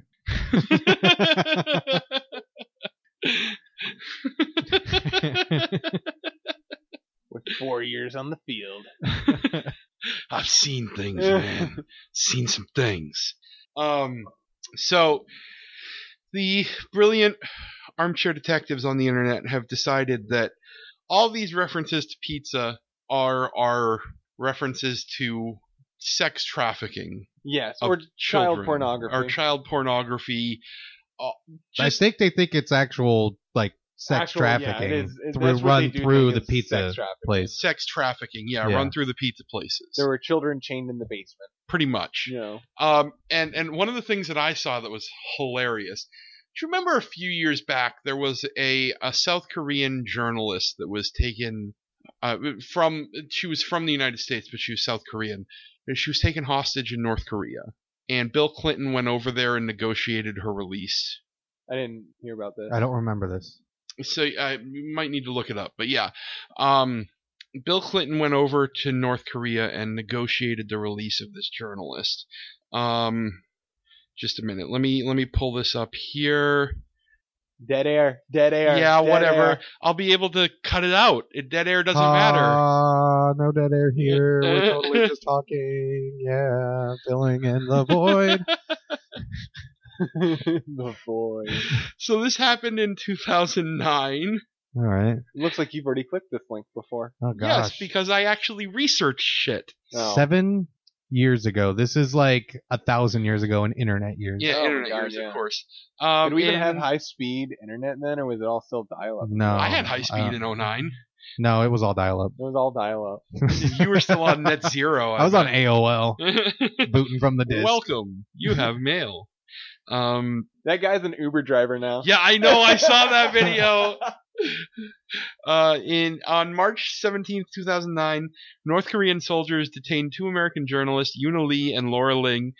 Speaker 9: with four years on the field.
Speaker 8: I've seen things, man. seen some things. Um, so the brilliant armchair detectives on the internet have decided that all these references to pizza are are references to sex trafficking
Speaker 9: Yes,
Speaker 8: of
Speaker 9: or child
Speaker 8: children,
Speaker 9: pornography.
Speaker 8: or child pornography. Uh,
Speaker 10: I
Speaker 8: just-
Speaker 10: think they think it's actual like sex
Speaker 9: Actual- yeah, it
Speaker 10: trafficking
Speaker 9: is- it-
Speaker 10: through,
Speaker 9: that's what they
Speaker 10: run
Speaker 9: do
Speaker 10: through
Speaker 9: think
Speaker 10: the
Speaker 9: is sex
Speaker 10: pizza
Speaker 9: trafficking.
Speaker 10: place.
Speaker 8: sex trafficking. Yeah,
Speaker 10: Yeah.
Speaker 8: run through the pizza places.
Speaker 9: There were children chained in the basement.
Speaker 8: pretty much.
Speaker 9: You know,
Speaker 8: Um, and and one of the things that I saw that was hilarious. Do you remember a few years back there was a, a South Korean journalist that was taken uh, from she was from the United States but she was South Korean and she was taken hostage in North Korea and Bill Clinton went over there and negotiated her release.
Speaker 9: I didn't hear about this.
Speaker 10: I don't remember this.
Speaker 8: So I you might need to look it up, but yeah, um, Bill Clinton went over to North Korea and negotiated the release of this journalist. Um, just a minute. Let me let me pull this up here.
Speaker 9: Dead air. Dead air.
Speaker 8: yeah,
Speaker 9: dead
Speaker 8: whatever.
Speaker 9: air.
Speaker 8: I'll be able to cut it out. It- Dead air doesn't matter.
Speaker 10: Ah, no dead air here. We're totally just talking. Yeah, filling in the void.
Speaker 9: the Oh, boy.
Speaker 8: So this happened in 2009.
Speaker 10: All right.
Speaker 9: Looks like you've already clicked this link before.
Speaker 10: Oh
Speaker 8: Yes,
Speaker 10: gosh.
Speaker 8: because I actually researched shit.
Speaker 9: Oh.
Speaker 10: Seven years ago. This is like a thousand years ago in internet years.
Speaker 8: Yeah,
Speaker 9: Oh,
Speaker 8: internet
Speaker 9: God,
Speaker 8: years,
Speaker 9: yeah.
Speaker 8: of course. Um,
Speaker 9: Did we even
Speaker 8: and
Speaker 9: have high speed internet then, or was it all still dial up?
Speaker 10: No.
Speaker 8: I
Speaker 9: Oh,
Speaker 8: had high
Speaker 10: uh,
Speaker 8: speed in 09.
Speaker 10: No, it was all dial up.
Speaker 9: It was all dial up.
Speaker 8: you were still on net zero.
Speaker 10: I was on
Speaker 8: bet.
Speaker 10: AOL, booting from the disk.
Speaker 8: Welcome. You have mail. Um,
Speaker 9: That guy's an Uber driver now.
Speaker 8: yeah, I know. I saw that video. Uh, in on March 17th, 2009, North Korean soldiers detained two American journalists, Una Lee and Laura Ling,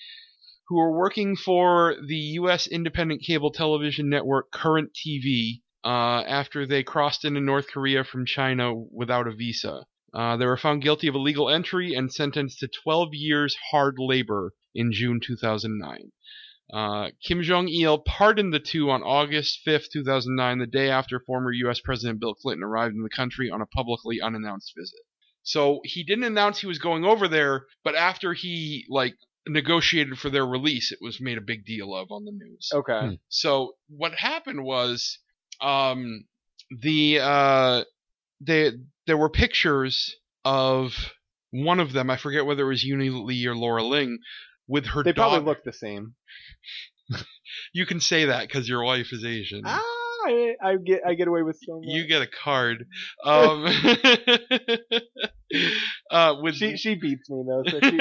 Speaker 8: who were working for the U.S. independent cable television network Current TV. Uh, after they crossed into North Korea from China without a visa, uh, they were found guilty of illegal entry and sentenced to 12 years hard labor in June 2009. Uh, Kim Jong il pardoned the two on August 5th, 2009, the day after former U.S. President Bill Clinton arrived in the country on a publicly unannounced visit. So he didn't announce he was going over there, but after he, like, negotiated for their release, it was made a big deal of on the news.
Speaker 9: Okay.
Speaker 10: Hmm.
Speaker 8: So what happened was, um, the uh, they there were pictures of one of them. I forget whether it was Uni Lee or Laura Ling with her
Speaker 9: They
Speaker 8: dog.
Speaker 9: probably look the same.
Speaker 8: You can say that because your wife is Asian.
Speaker 9: Ah, I, I get I get away with so much.
Speaker 8: Hmm. You get a card. Um, uh, with
Speaker 9: she she beats me though. So she,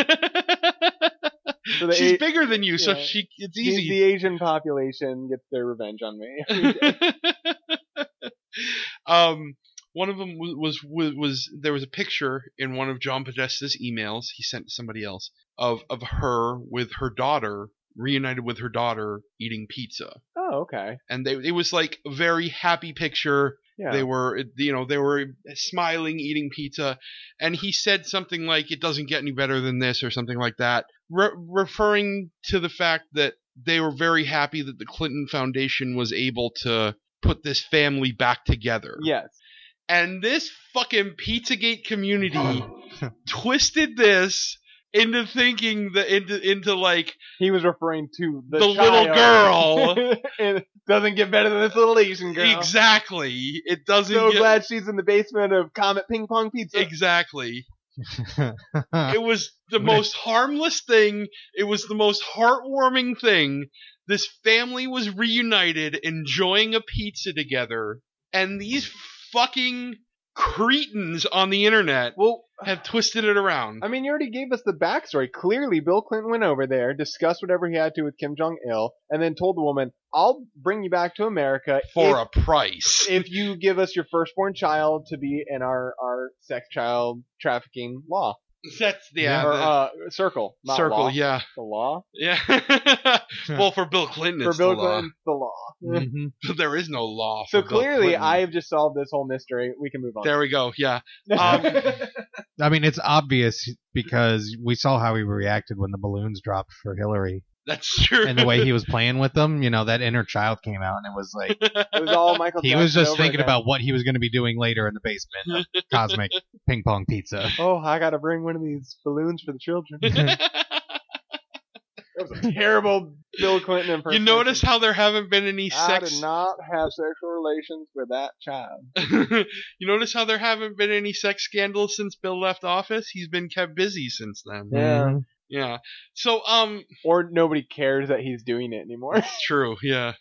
Speaker 9: so the,
Speaker 8: she's
Speaker 9: A-
Speaker 8: bigger than you, so
Speaker 9: yeah.
Speaker 8: she it's
Speaker 9: the-
Speaker 8: easy.
Speaker 9: the Asian population gets their revenge on me.
Speaker 8: um, one of them was, was was there was a picture in one of John Podesta's emails he sent to somebody else of of her with her daughter reunited with her daughter eating pizza,
Speaker 9: oh, okay.
Speaker 8: and they it was like a very happy picture.
Speaker 9: Yeah.
Speaker 8: They were you know they were smiling eating pizza, and he said something like it doesn't get any better than this or something like that, re- referring to the fact that they were very happy that the Clinton Foundation was able to put this family back together
Speaker 9: yes.
Speaker 8: and this fucking Pizzagate community twisted this into thinking that into into like
Speaker 9: He was referring to the,
Speaker 8: The little
Speaker 9: child. it doesn't get better than this little Asian girl.
Speaker 8: exactly it doesn't
Speaker 9: So
Speaker 8: get-
Speaker 9: glad she's in the basement of Comet Ping Pong Pizza.
Speaker 8: exactly it was the most harmless thing it was the most heartwarming thing this family was reunited enjoying a pizza together and these fucking cretins on the internet
Speaker 9: Well,
Speaker 8: have twisted it around
Speaker 9: I mean, you already gave us the backstory. Clearly, Bill Clinton went over there, discussed whatever he had to with Kim Jong Il, and then told the woman, "I'll bring you back to America
Speaker 8: for
Speaker 9: if,
Speaker 8: a price
Speaker 9: if you give us your firstborn child to be in our our sex child trafficking law."
Speaker 8: That's yeah,
Speaker 9: or
Speaker 8: the
Speaker 9: uh, circle, not
Speaker 8: circle.
Speaker 9: law.
Speaker 8: Yeah,
Speaker 9: the law
Speaker 8: yeah. well, for Bill Clinton,
Speaker 9: for
Speaker 8: it's
Speaker 9: Bill
Speaker 8: the law. Mm-hmm.
Speaker 9: Clinton, the law.
Speaker 10: hmm
Speaker 8: There is no law.
Speaker 9: So
Speaker 8: for Bill
Speaker 9: clearly,
Speaker 8: Clinton.
Speaker 9: I've just solved this whole mystery. We can move on.
Speaker 8: There we go. Yeah. um,
Speaker 10: I mean, it's obvious because we saw how he reacted when the balloons dropped for Hillary
Speaker 8: That's true.
Speaker 10: and the way he was playing with them. You know, that inner child came out, and it was like
Speaker 9: it was all Michael.
Speaker 10: he was
Speaker 9: Jackson
Speaker 10: just
Speaker 9: over
Speaker 10: thinking
Speaker 9: again.
Speaker 10: about what he was going to be doing later in the basement of Cosmic Ping Pong Pizza.
Speaker 9: Oh, I gotta bring one of these balloons for the children. that was a terrible Bill Clinton
Speaker 8: you
Speaker 9: impersonation.
Speaker 8: notice how there haven't been any
Speaker 9: I
Speaker 8: sex.
Speaker 9: did not have sexual relations with that child.
Speaker 8: you notice how there haven't been any sex scandals since Bill left office. He's been kept busy since then.
Speaker 9: Yeah.
Speaker 10: Mm-hmm.
Speaker 8: Yeah. So um,
Speaker 9: Or nobody cares that he's doing it anymore.
Speaker 8: it's true. Yeah.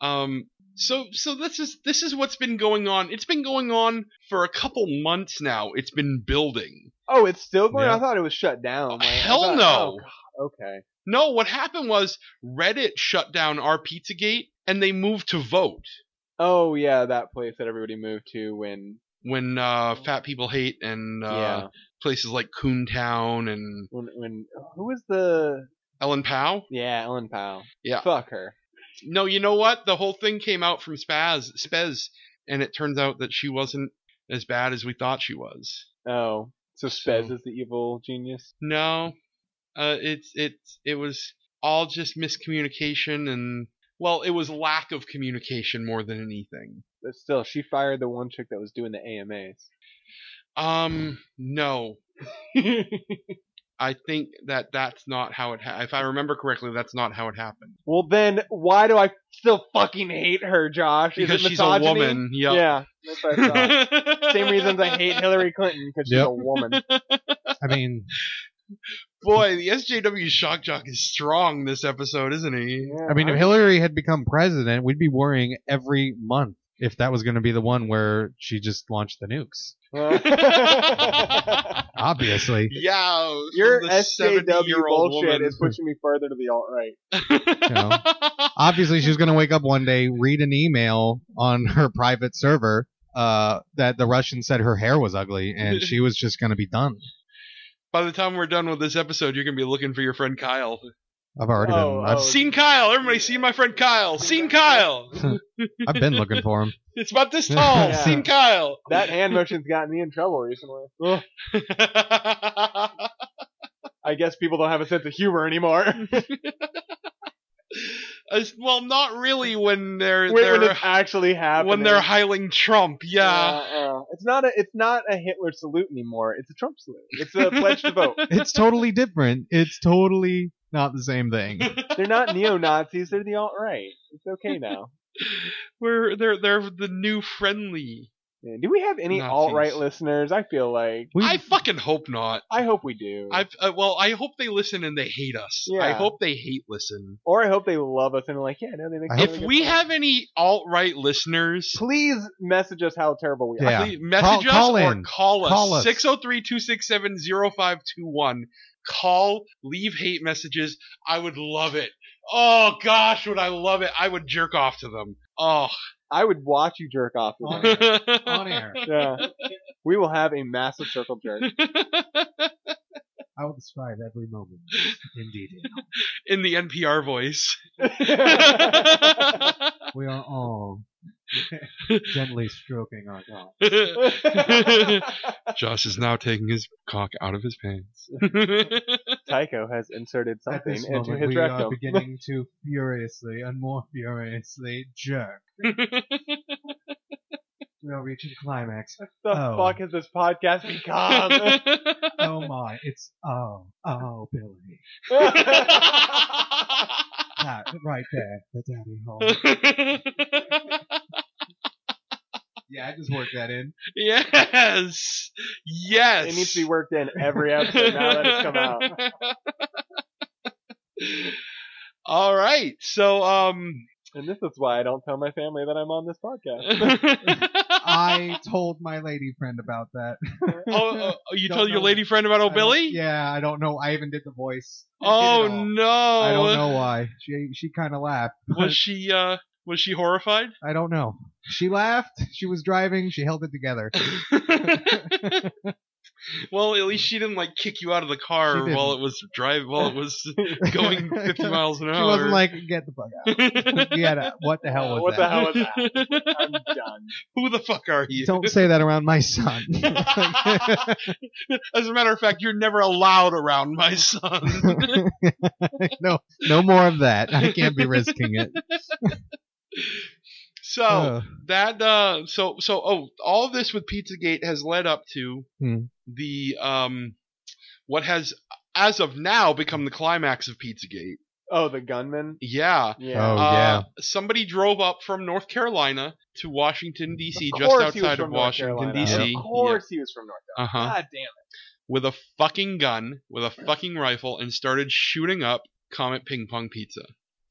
Speaker 8: Um. So so this is this is what's been going on. It's been going on for a couple months now. It's been building.
Speaker 9: oh, it's still going.
Speaker 10: Yeah.
Speaker 9: I thought it was shut down. Like, I
Speaker 8: Hell
Speaker 9: thought-
Speaker 8: no.
Speaker 9: oh, God, okay.
Speaker 8: No, what happened was Reddit shut down our Pizzagate and they moved to vote
Speaker 9: Oh yeah, that place that everybody moved to when
Speaker 8: when uh, Fat People Hate and uh,
Speaker 9: yeah
Speaker 8: places like Coontown and
Speaker 9: when when who was the
Speaker 8: Ellen Powell.
Speaker 9: yeah Ellen Powell
Speaker 8: Yeah.
Speaker 9: fuck her
Speaker 8: No, you know what? The whole thing came out from Spaz, Spez, and it turns out that she wasn't as bad as we thought she was.
Speaker 9: oh so Spez
Speaker 8: So-
Speaker 9: is the evil genius
Speaker 8: No, uh, it's it's it was all just miscommunication and well, it was lack of communication more than anything.
Speaker 9: but still she fired the one chick that was doing the AMAs
Speaker 8: Um, no, I think that that's not how it. Ha- if I remember correctly, that's not how it happened
Speaker 9: well then why do I still fucking hate her Josh Is it
Speaker 8: because she's a
Speaker 9: misogyny?
Speaker 8: woman. Yep.
Speaker 9: yeah that's what I thought. same reasons I hate Hillary Clinton because she's
Speaker 10: Yep.
Speaker 9: a woman
Speaker 10: I mean,
Speaker 8: Boy, the SJW shock jock is strong this episode, isn't he?
Speaker 9: Yeah,
Speaker 10: I mean, if
Speaker 9: I'm-
Speaker 10: Hillary had become president, we'd be worrying every month if that was going to be the one where she just launched the nukes. Obviously,
Speaker 8: Yeah, from
Speaker 9: your
Speaker 8: the
Speaker 9: SJW
Speaker 8: 70-year-old
Speaker 9: bullshit
Speaker 8: woman.
Speaker 9: is pushing me further to the alt right
Speaker 10: you know, obviously she's going to wake up one day, read an email on her private server uh, that the Russian said her hair was ugly, and she was just going to be done.
Speaker 8: By the time we're done with this episode, you're gonna be looking for your friend Kyle.
Speaker 10: I've already
Speaker 9: Oh,
Speaker 10: been, I've,
Speaker 9: oh.
Speaker 8: Seen Kyle, everybody, seen my friend Kyle. Seen Kyle.
Speaker 10: I've been looking for him.
Speaker 8: It's about this tall.
Speaker 9: Yeah.
Speaker 8: Seen Kyle.
Speaker 9: that hand motion's gotten me in trouble recently Ugh. I guess people don't have a sense of humor anymore.
Speaker 8: As- well, not really when they're
Speaker 9: when, when
Speaker 8: they're
Speaker 9: it's actually happening.
Speaker 8: when they're hiling Trump. Yeah.
Speaker 9: Uh, uh, it's not a it's not a Hitler salute anymore. It's a Trump salute. It's a pledge to vote.
Speaker 10: It's totally different. It's totally not the same thing.
Speaker 9: They're not neo Nazis. They're the alt right. It's okay now.
Speaker 8: We're they're they're the new friendly.
Speaker 9: Yeah, Do we have any
Speaker 8: Nazis.
Speaker 9: alt right listeners? I feel like
Speaker 10: We-
Speaker 8: I fucking hope not.
Speaker 9: I hope we do.
Speaker 8: I uh, well, I hope they listen and they hate us. I
Speaker 9: Yeah.
Speaker 8: hope they hate listen.
Speaker 9: or I hope they love us and are like, yeah, no, they make.
Speaker 10: I
Speaker 9: really
Speaker 8: If
Speaker 9: good
Speaker 8: we
Speaker 9: points.
Speaker 8: have any alt right listeners,
Speaker 9: please message us how terrible we are.
Speaker 10: Yeah.
Speaker 8: please message
Speaker 10: Call- call
Speaker 8: us or
Speaker 10: in.
Speaker 8: call
Speaker 10: Call
Speaker 8: us.
Speaker 10: us.
Speaker 8: 603 267 0521. Call, leave hate messages. I would love it. Oh, gosh, would I love it. I would jerk off to them. Oh.
Speaker 9: I would watch you jerk off. to
Speaker 10: On
Speaker 9: that.
Speaker 10: on air.
Speaker 9: yeah. We will have a massive circle jerk.
Speaker 10: I will describe every moment in detail.
Speaker 8: In the NPR voice.
Speaker 10: We are all gently stroking our dog.
Speaker 8: Josh is now taking his cock out of his pants.
Speaker 9: Tycho has inserted
Speaker 10: At
Speaker 9: something
Speaker 10: this
Speaker 9: into
Speaker 10: moment,
Speaker 9: his
Speaker 10: we are
Speaker 9: rectum.
Speaker 10: beginning to furiously and more furiously jerk. we are reaching climax.
Speaker 9: the
Speaker 10: Oh.
Speaker 9: fuck has this podcast become?
Speaker 10: Oh my, it's oh, oh, Billy. That right there, the daddy hole. Yeah, I just worked that in.
Speaker 8: yes. Yes.
Speaker 9: it needs to be worked in every episode now that it's come out.
Speaker 8: All right. So um
Speaker 9: And this is why I don't tell my family that I'm on this podcast.
Speaker 10: I told my lady friend about that.
Speaker 8: oh, oh, you
Speaker 10: Don't
Speaker 8: told your
Speaker 10: know.
Speaker 8: lady friend about
Speaker 10: I
Speaker 8: oh
Speaker 10: don't-
Speaker 8: Billy?
Speaker 10: Yeah, I don't know. I even did the voice. I
Speaker 8: Oh
Speaker 10: did it all.
Speaker 8: no.
Speaker 10: I don't know why. She she kind of laughed.
Speaker 8: Was she uh was she horrified?
Speaker 10: I don't know. She laughed. She was driving. She held it together.
Speaker 8: Well, at least she didn't like kick you out of the car
Speaker 10: She didn't.
Speaker 8: while it was drive while it was going 50 miles an hour.
Speaker 10: She wasn't like, get the fuck out. yeah, that- what the hell was
Speaker 9: What the
Speaker 10: that?
Speaker 9: hell was that? I'm done.
Speaker 8: Who the fuck are you?
Speaker 10: Don't say that around my son.
Speaker 8: As a matter of fact, you're never allowed around my son.
Speaker 10: no, no more of that. I can't be risking it.
Speaker 8: so
Speaker 10: Ugh.
Speaker 8: that uh, so so oh, all this with Pizzagate has led up to
Speaker 10: Hmm.
Speaker 8: the um, what has as of now become the climax of Pizzagate.
Speaker 9: Oh, the gunman.
Speaker 8: Yeah.
Speaker 9: Yeah.
Speaker 10: Oh,
Speaker 8: Uh,
Speaker 10: yeah.
Speaker 8: Somebody drove up from North Carolina to Washington D.C.
Speaker 9: Of
Speaker 8: just
Speaker 9: course he was
Speaker 8: outside of
Speaker 9: from North
Speaker 8: Washington
Speaker 9: Carolina.
Speaker 8: D.C.
Speaker 9: Of course he was from North
Speaker 8: Uh huh.
Speaker 9: Carolina. God damn it.
Speaker 8: with a fucking gun, with a fucking rifle, and started shooting up Comet Ping Pong Pizza,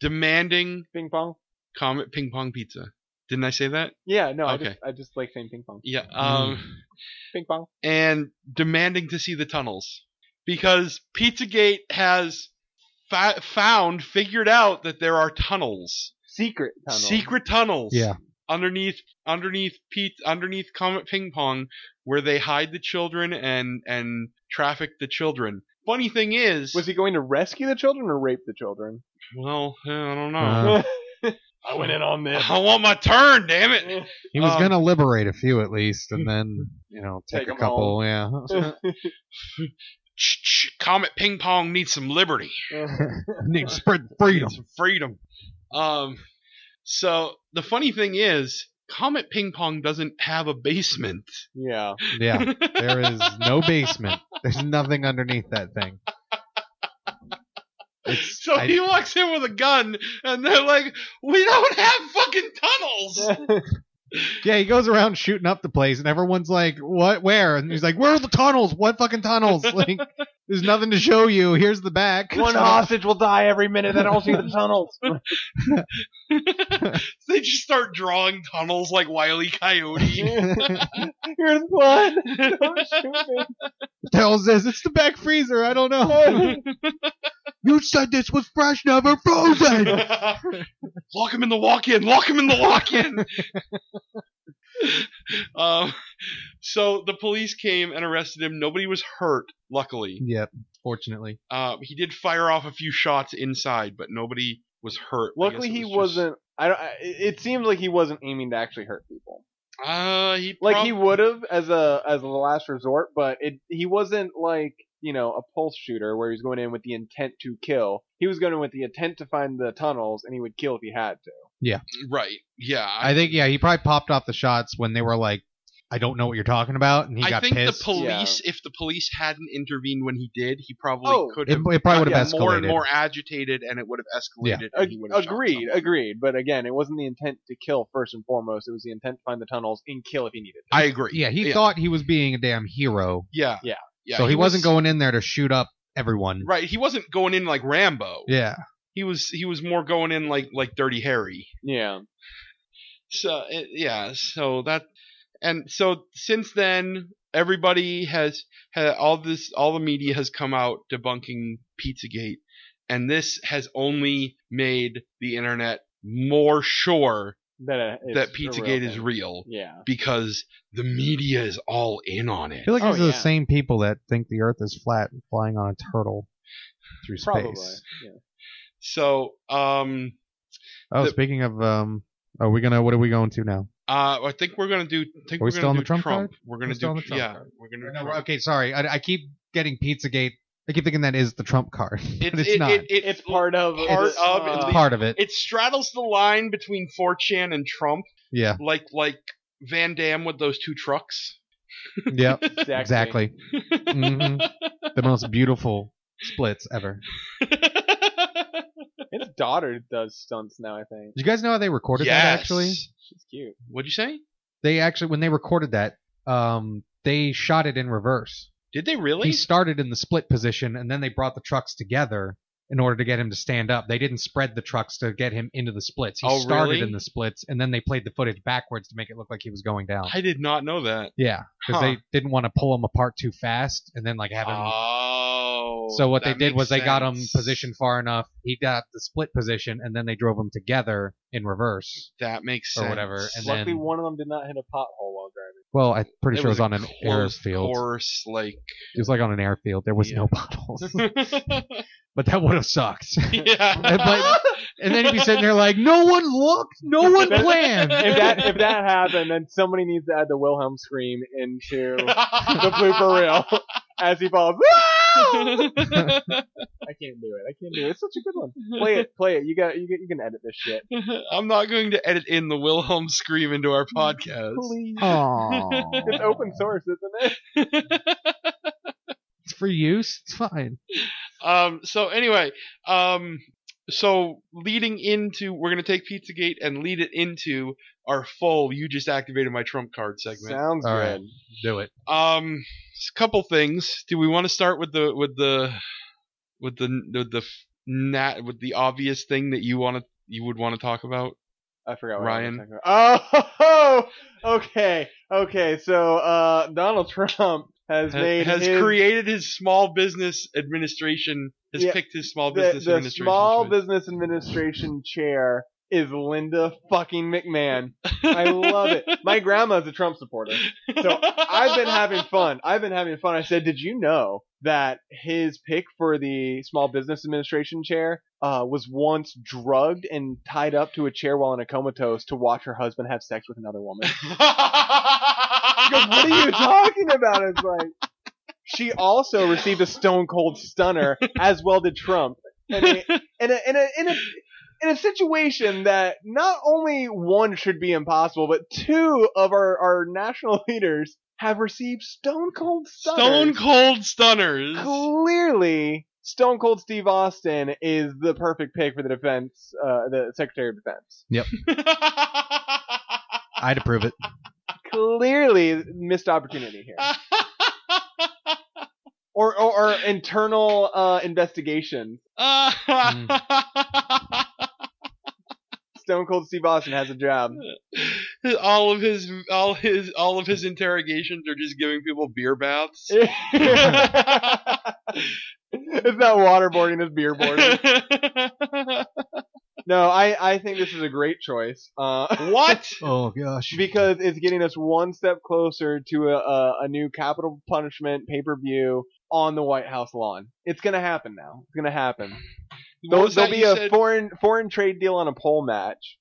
Speaker 8: demanding
Speaker 9: Ping pong.
Speaker 8: Comet Ping Pong Pizza. Didn't I say that?
Speaker 9: Yeah, no, I
Speaker 8: Okay.
Speaker 9: just I just like saying ping pong.
Speaker 8: Yeah.
Speaker 10: Hmm.
Speaker 8: Um,
Speaker 9: Ping pong.
Speaker 8: and demanding to see the tunnels because Pizzagate has fa- found, figured out that there are tunnels,
Speaker 9: Secret tunnel.
Speaker 8: secret tunnels.
Speaker 10: Yeah.
Speaker 8: underneath underneath Pete underneath Comet Ping Pong where they hide the children and and traffic the children. Funny thing is,
Speaker 9: Was he going to rescue the children or rape the children?
Speaker 8: well, eh, I don't know.
Speaker 10: Uh,
Speaker 9: I went in on this.
Speaker 8: I want my turn, damn it.
Speaker 10: He was
Speaker 8: Um,
Speaker 10: gonna liberate a few at least, and then you know take,
Speaker 9: Take
Speaker 10: a
Speaker 9: 'em
Speaker 10: couple. Yeah,
Speaker 8: Ch- ch- Comet Ping Pong needs some liberty,
Speaker 10: Nick spread freedom.
Speaker 8: some freedom. Um, so the funny thing is, Comet Ping Pong doesn't have a basement.
Speaker 9: yeah.
Speaker 10: Yeah, there is no basement. There's nothing underneath that thing. It's,
Speaker 8: So
Speaker 10: I-
Speaker 8: he walks in with a gun, and they're like, "We don't have fucking tunnels."
Speaker 10: yeah, he goes around shooting up the place, and everyone's like, "What? Where?" And he's like, "Where are the tunnels? What fucking tunnels? Like, there's nothing to show you. Here's the back."
Speaker 9: One hostage will die every minute. I don't see the tunnels.
Speaker 8: they just start drawing tunnels like Wiley Coyote.
Speaker 9: Here's one. Don't shoot
Speaker 10: tells us it's the back freezer. I don't know.
Speaker 9: me.
Speaker 10: you said this was fresh, never frozen.
Speaker 8: lock him in the walk-in. Lock him in the walk-in. um, so the police came and arrested him. Nobody was hurt, luckily.
Speaker 10: yep. Fortunately,
Speaker 8: Uh, he did fire off a few shots inside, but nobody was hurt. I
Speaker 9: Luckily,
Speaker 8: guess it
Speaker 9: he
Speaker 8: was just-
Speaker 9: wasn't. I don't. I- It seems like he wasn't aiming to actually hurt people.
Speaker 8: Uh, he
Speaker 9: Like
Speaker 8: prob-
Speaker 9: he would have as a as a last resort, but it he wasn't like you know a pulse shooter where he's going in with the intent to kill. He was going in with the intent to find the tunnels, and he would kill if he had to.
Speaker 8: right. Yeah, I,
Speaker 10: I think yeah, he probably popped off the shots when they were like, "I don't know what you're talking about," and he
Speaker 8: I
Speaker 10: got
Speaker 8: think
Speaker 10: pissed.
Speaker 8: the police. If the police hadn't intervened when he did, he probably
Speaker 9: Oh,
Speaker 8: could
Speaker 10: it,
Speaker 8: have.
Speaker 10: it probably would have escalated.
Speaker 8: gotten more and more agitated, and it would have escalated. and he would have shot
Speaker 9: agreed,
Speaker 8: someone.
Speaker 9: agreed. But again, it wasn't the intent to kill first and foremost. It was the intent to find the tunnels and kill if he needed.
Speaker 8: I agree.
Speaker 10: Yeah, he
Speaker 8: yeah.
Speaker 10: thought he was being a damn hero,
Speaker 8: Yeah.
Speaker 9: Yeah.
Speaker 8: Yeah.
Speaker 10: so he, wasn't
Speaker 8: was-
Speaker 10: going in there to shoot up everyone.
Speaker 8: Right. He wasn't going in like Rambo.
Speaker 10: Yeah,
Speaker 8: He was he was more going in like like Dirty Harry.
Speaker 9: it. Yeah,
Speaker 8: So it, yeah, so that and so since then everybody has ha all this all the media has come out debunking Pizzagate and this has only made the internet more sure
Speaker 9: that uh, it's
Speaker 8: that
Speaker 9: a
Speaker 8: Pizzagate
Speaker 9: real
Speaker 8: is
Speaker 9: thing.
Speaker 8: real
Speaker 9: Yeah,
Speaker 8: because the media is all in on
Speaker 10: I
Speaker 8: it.
Speaker 10: feel like
Speaker 9: Oh,
Speaker 10: these are the
Speaker 9: yeah.
Speaker 10: same people that think the Earth is flat and flying on a turtle through
Speaker 9: probably.
Speaker 10: space.
Speaker 9: Yeah.
Speaker 8: So um
Speaker 10: Oh,
Speaker 8: The-
Speaker 10: speaking of, um, are we gonna? What are we going to now?
Speaker 8: Uh, I think we're gonna do. I think
Speaker 10: Are we
Speaker 8: are
Speaker 10: still
Speaker 8: gonna
Speaker 10: on
Speaker 8: do
Speaker 10: the Trump card?
Speaker 8: We're gonna
Speaker 10: We're still
Speaker 8: do.
Speaker 10: on the Trump
Speaker 8: yeah,
Speaker 10: card.
Speaker 8: we're gonna.
Speaker 10: Or
Speaker 8: Do
Speaker 10: no,
Speaker 8: Trump.
Speaker 10: okay, sorry. I, I keep getting PizzaGate. I keep thinking that is the Trump card.
Speaker 8: It's,
Speaker 10: but it's
Speaker 8: it,
Speaker 10: not.
Speaker 8: It, it,
Speaker 9: It's part of
Speaker 8: Part
Speaker 9: it's,
Speaker 8: of,
Speaker 9: uh,
Speaker 10: it's part of it.
Speaker 8: It straddles the line between 4chan and Trump,
Speaker 10: yeah.
Speaker 8: like like Van Damme with those two trucks.
Speaker 10: Yep.
Speaker 9: exactly.
Speaker 10: Exactly. hmm The most beautiful splits ever.
Speaker 9: His daughter does stunts now. I think
Speaker 10: Did you guys know how they recorded that?
Speaker 8: Yes.
Speaker 10: Actually,
Speaker 9: she's cute.
Speaker 8: What'd you say?
Speaker 10: they actually when they recorded that, um, they shot it in reverse.
Speaker 8: Did they really?
Speaker 10: He started in the split position, and then they brought the trucks together in order to get him to stand up. They didn't spread the trucks to get him into the splits. He
Speaker 8: Oh,
Speaker 10: started
Speaker 8: really?
Speaker 10: in the splits, and then they played the footage backwards to make it look like he was going down.
Speaker 8: I did not know that.
Speaker 10: Yeah, because
Speaker 8: Huh.
Speaker 10: they didn't want to pull him apart too fast, and then like have him
Speaker 8: Oh.
Speaker 10: So what they
Speaker 8: that
Speaker 10: did
Speaker 8: makes
Speaker 10: was they got him
Speaker 8: sense.
Speaker 10: positioned far enough. He got the split position, and then they drove him together in reverse.
Speaker 8: That makes
Speaker 10: or
Speaker 8: sense.
Speaker 10: whatever, and then-
Speaker 9: Luckily, one of them did not hit a pothole while driving.
Speaker 10: Well, I'm pretty
Speaker 8: It
Speaker 10: sure it was
Speaker 8: a
Speaker 10: on an
Speaker 8: closed
Speaker 10: airfield.
Speaker 8: Course, like
Speaker 10: It was like on an airfield. There was
Speaker 8: Yeah.
Speaker 10: no bottles, but that would have sucked.
Speaker 8: yeah.
Speaker 10: But- and then you'd be sitting there like, no one looked, no one planned.
Speaker 9: if that if that happened, then somebody needs to add the Wilhelm scream into the blooper reel as he falls. I can't do it. I can't do it. It's such a good one. Play it. Play it. You got. You, get, you can edit this shit.
Speaker 8: I'm not going to edit in the Wilhelm scream into our podcast.
Speaker 9: Please.
Speaker 10: Aw.
Speaker 9: It's open source, isn't it?
Speaker 10: It's for use. It's fine.
Speaker 8: Um, so anyway, um, so leading into, we're gonna take Pizzagate and lead it into our full "You just activated my trump card" segment.
Speaker 9: Sounds
Speaker 10: All right.
Speaker 9: good.
Speaker 10: Do it.
Speaker 8: Um, s- couple things. Do we want to start with the with the with the with the f- nat with the obvious thing that you want to you would want to talk about?
Speaker 9: I forgot what
Speaker 8: Ryan.
Speaker 9: I was talking about. Oh, okay, okay. So uh, Donald Trump has
Speaker 8: Ha-
Speaker 9: made
Speaker 8: has
Speaker 9: his,
Speaker 8: created his small business administration. Has
Speaker 9: Yeah,
Speaker 8: picked his small
Speaker 9: the,
Speaker 8: business
Speaker 9: the
Speaker 8: administration.
Speaker 9: small
Speaker 8: choice.
Speaker 9: business administration chair is Linda fucking McMahon. I love it. My grandma's a Trump supporter. So I've been having fun. I've been having fun. I said, did you know that his pick for the Small Business Administration chair uh, was once drugged and tied up to a chair while in a comatose to watch her husband have sex with another woman? She goes, what are you talking about? It's like she also received a Stone Cold Stunner as well did Trump, and a, in a in a in a in a situation that not only one should be impossible, but two of our our national leaders have received Stone Cold
Speaker 8: Stone
Speaker 9: Stunners.
Speaker 8: Cold Stunners.
Speaker 9: Clearly, Stone Cold Steve Austin is the perfect pick for the defense, uh, the Secretary of Defense.
Speaker 10: I'd approve it.
Speaker 9: clearly missed opportunity here. or, or, or internal uh, investigation. Stone Cold Steve Austin has a job.
Speaker 8: all of his, all his, all of his interrogations are just giving people beer baths.
Speaker 9: it's not waterboarding, it's beer boarding. No, I, I think this is a great choice. Uh,
Speaker 8: what?
Speaker 10: Oh gosh.
Speaker 9: because it's getting us one step closer to a, a, a new capital punishment pay per view on the White House lawn. It's going to happen now. It's going to happen.
Speaker 8: What
Speaker 9: There'll,
Speaker 8: was that
Speaker 9: there'll be
Speaker 8: you
Speaker 9: a
Speaker 8: said?
Speaker 9: foreign foreign trade deal on a pole match.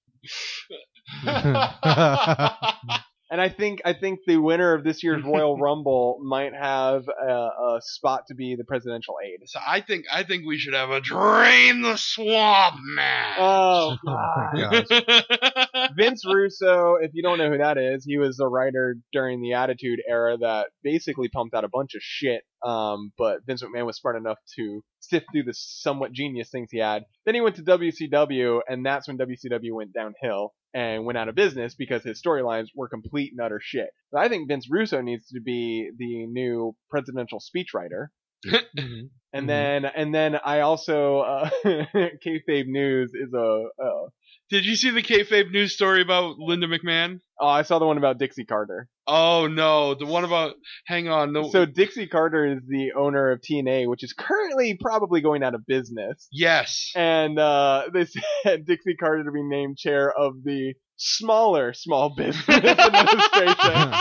Speaker 9: And I think I think the winner of this year's Royal Rumble might have a, a spot to be the presidential aide.
Speaker 8: so I think I think we should have a drain the swamp match.
Speaker 9: Oh,
Speaker 10: Oh my gosh.
Speaker 9: Vince Russo! If you don't know who that is, he was a writer during the Attitude Era that basically pumped out a bunch of shit. Um, but Vince McMahon was smart enough to sift through the somewhat genius things he had. Then he went to WCW, and that's when WCW went downhill and went out of business because his storylines were complete and utter shit. So I think Vince Russo needs to be the new presidential speechwriter.
Speaker 10: Mhm.
Speaker 9: And
Speaker 10: Mhm.
Speaker 9: then, and then I also uh, kayfabe news is a. Uh,
Speaker 8: Did you see the kayfabe news story about Linda McMahon?
Speaker 9: oh, I saw the one about Dixie Carter.
Speaker 8: Oh no, the one about hang on, no.
Speaker 9: So Dixie Carter is the owner of TNA, which is currently probably going out of business.
Speaker 8: yes,
Speaker 9: And uh, they said Dixie Carter to be named chair of the smaller Small Business Administration.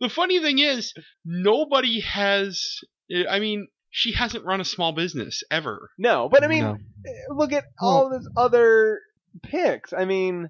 Speaker 8: the funny thing is, nobody has. eh, I mean, she hasn't run a small business ever.
Speaker 9: No, but I mean, eh,
Speaker 10: No.
Speaker 9: look at all this other picks. I mean,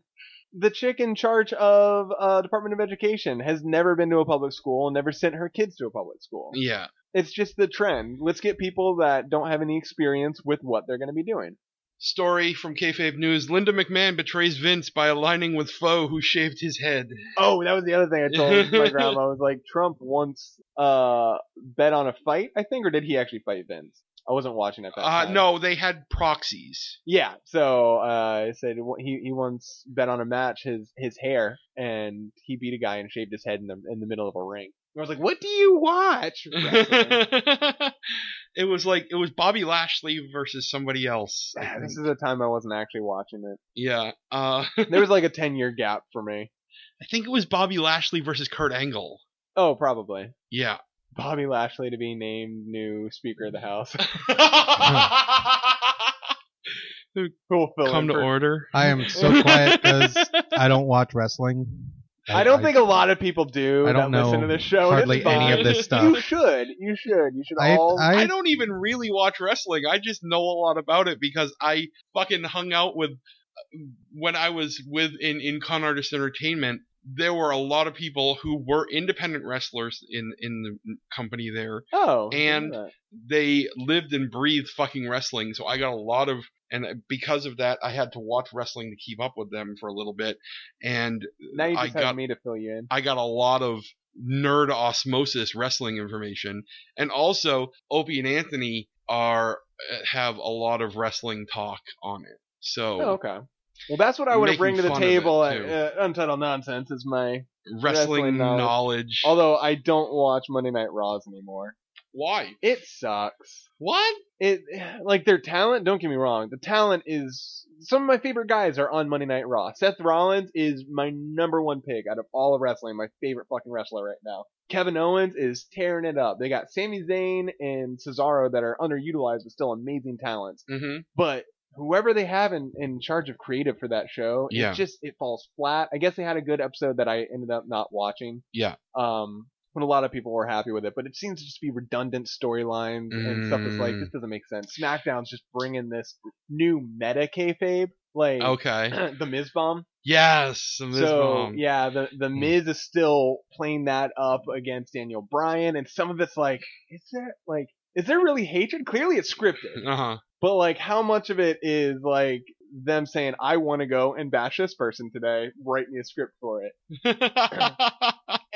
Speaker 9: the chick in charge of uh, Department of Education has never been to a public school, never sent her kids to a public school.
Speaker 8: Yeah.
Speaker 9: It's just the trend. Let's get people that don't have any experience with what they're going to be doing.
Speaker 8: Story from Kayfabe News: Linda McMahon betrays Vince by aligning with foe who shaved his head.
Speaker 9: Oh, that was the other thing I told my grandma. I was like, Trump once uh, bet on a fight, I think, or did he actually fight Vince? I wasn't watching at that
Speaker 8: Uh,
Speaker 9: time.
Speaker 8: no, they had proxies.
Speaker 9: Yeah, so uh, I said wh- he he once bet on a match his his hair, and he beat a guy and shaved his head in the in the middle of a ring. And I was like, "What do you watch?" wrestling?"
Speaker 8: it was like it was Bobby Lashley versus somebody else. I
Speaker 9: Ah,
Speaker 8: think.
Speaker 9: this is a time I wasn't actually watching it.
Speaker 8: Yeah. Uh,
Speaker 9: There was like a ten year gap for me.
Speaker 8: I think it was Bobby Lashley versus Kurt Angle.
Speaker 9: Oh, probably
Speaker 8: Yeah.
Speaker 9: Bobby Lashley to be named new Speaker of the House. Who will fill in
Speaker 8: Come to
Speaker 9: for-
Speaker 8: order.
Speaker 10: I am so quiet because I don't watch wrestling.
Speaker 9: I don't think a lot of people do
Speaker 10: I don't
Speaker 9: that
Speaker 10: know
Speaker 9: listen to this show. and
Speaker 10: hardly
Speaker 9: it's
Speaker 10: any
Speaker 9: fine.
Speaker 10: of this
Speaker 9: You
Speaker 10: stuff.
Speaker 9: should. You should. You should
Speaker 10: I,
Speaker 9: all.
Speaker 10: I,
Speaker 8: I don't even really watch wrestling. I just know a lot about it because I fucking hung out with when I was with in in Con Artist Entertainment. There were a lot of people who were independent wrestlers in in the company there.
Speaker 9: oh. I didn't
Speaker 8: and-
Speaker 9: know that.
Speaker 8: They lived and breathed fucking wrestling, so I got a lot of and because of that, I had to watch wrestling to keep up with them for a little bit. And
Speaker 9: now you
Speaker 8: I
Speaker 9: just have
Speaker 8: got-
Speaker 9: me to fill you in.
Speaker 8: I got a lot of nerd osmosis wrestling information, and also Opie and Anthony are have a lot of wrestling talk on it. So
Speaker 9: Oh, okay. Well, that's what I want to
Speaker 8: Making
Speaker 9: bring to the
Speaker 8: fun of it,
Speaker 9: table at
Speaker 8: too.
Speaker 9: uh, Untitled Nonsense is my.
Speaker 8: wrestling,
Speaker 9: Wrestling knowledge.
Speaker 8: knowledge.
Speaker 9: Although I don't watch Monday Night Raws anymore.
Speaker 8: Why?
Speaker 9: It sucks.
Speaker 8: What?
Speaker 9: It like their talent. Don't get me wrong. The talent is some of my favorite guys are on Monday Night Raw. Seth Rollins is my number one pick out of all of wrestling. My favorite fucking wrestler right now. Kevin Owens is tearing it up. They got Sami Zayn and Cesaro that are underutilized but still amazing talents.
Speaker 8: hmm
Speaker 9: but whoever they have in, in charge of creative for that show,
Speaker 8: Yeah.
Speaker 9: it just it falls flat. I guess they had a good episode that I ended up not watching.
Speaker 8: Yeah.
Speaker 9: Um, but a lot of people were happy with it, but it seems to just be redundant storylines and stuff that's like
Speaker 8: Mm.
Speaker 9: this doesn't make sense. SmackDown's just bringing this new meta kayfabe, like
Speaker 8: Okay.
Speaker 9: the Miz bomb.
Speaker 8: Yes. the Miz
Speaker 9: so
Speaker 8: Bomb.
Speaker 9: yeah, the the
Speaker 8: Hmm.
Speaker 9: Miz is still playing that up against Daniel Bryan, and some of it's like, is there like is there really hatred? Clearly, it's scripted.
Speaker 8: Uh-huh.
Speaker 9: But like, how much of it is like them saying, "I want to go and bash this person today. Write me a script for it."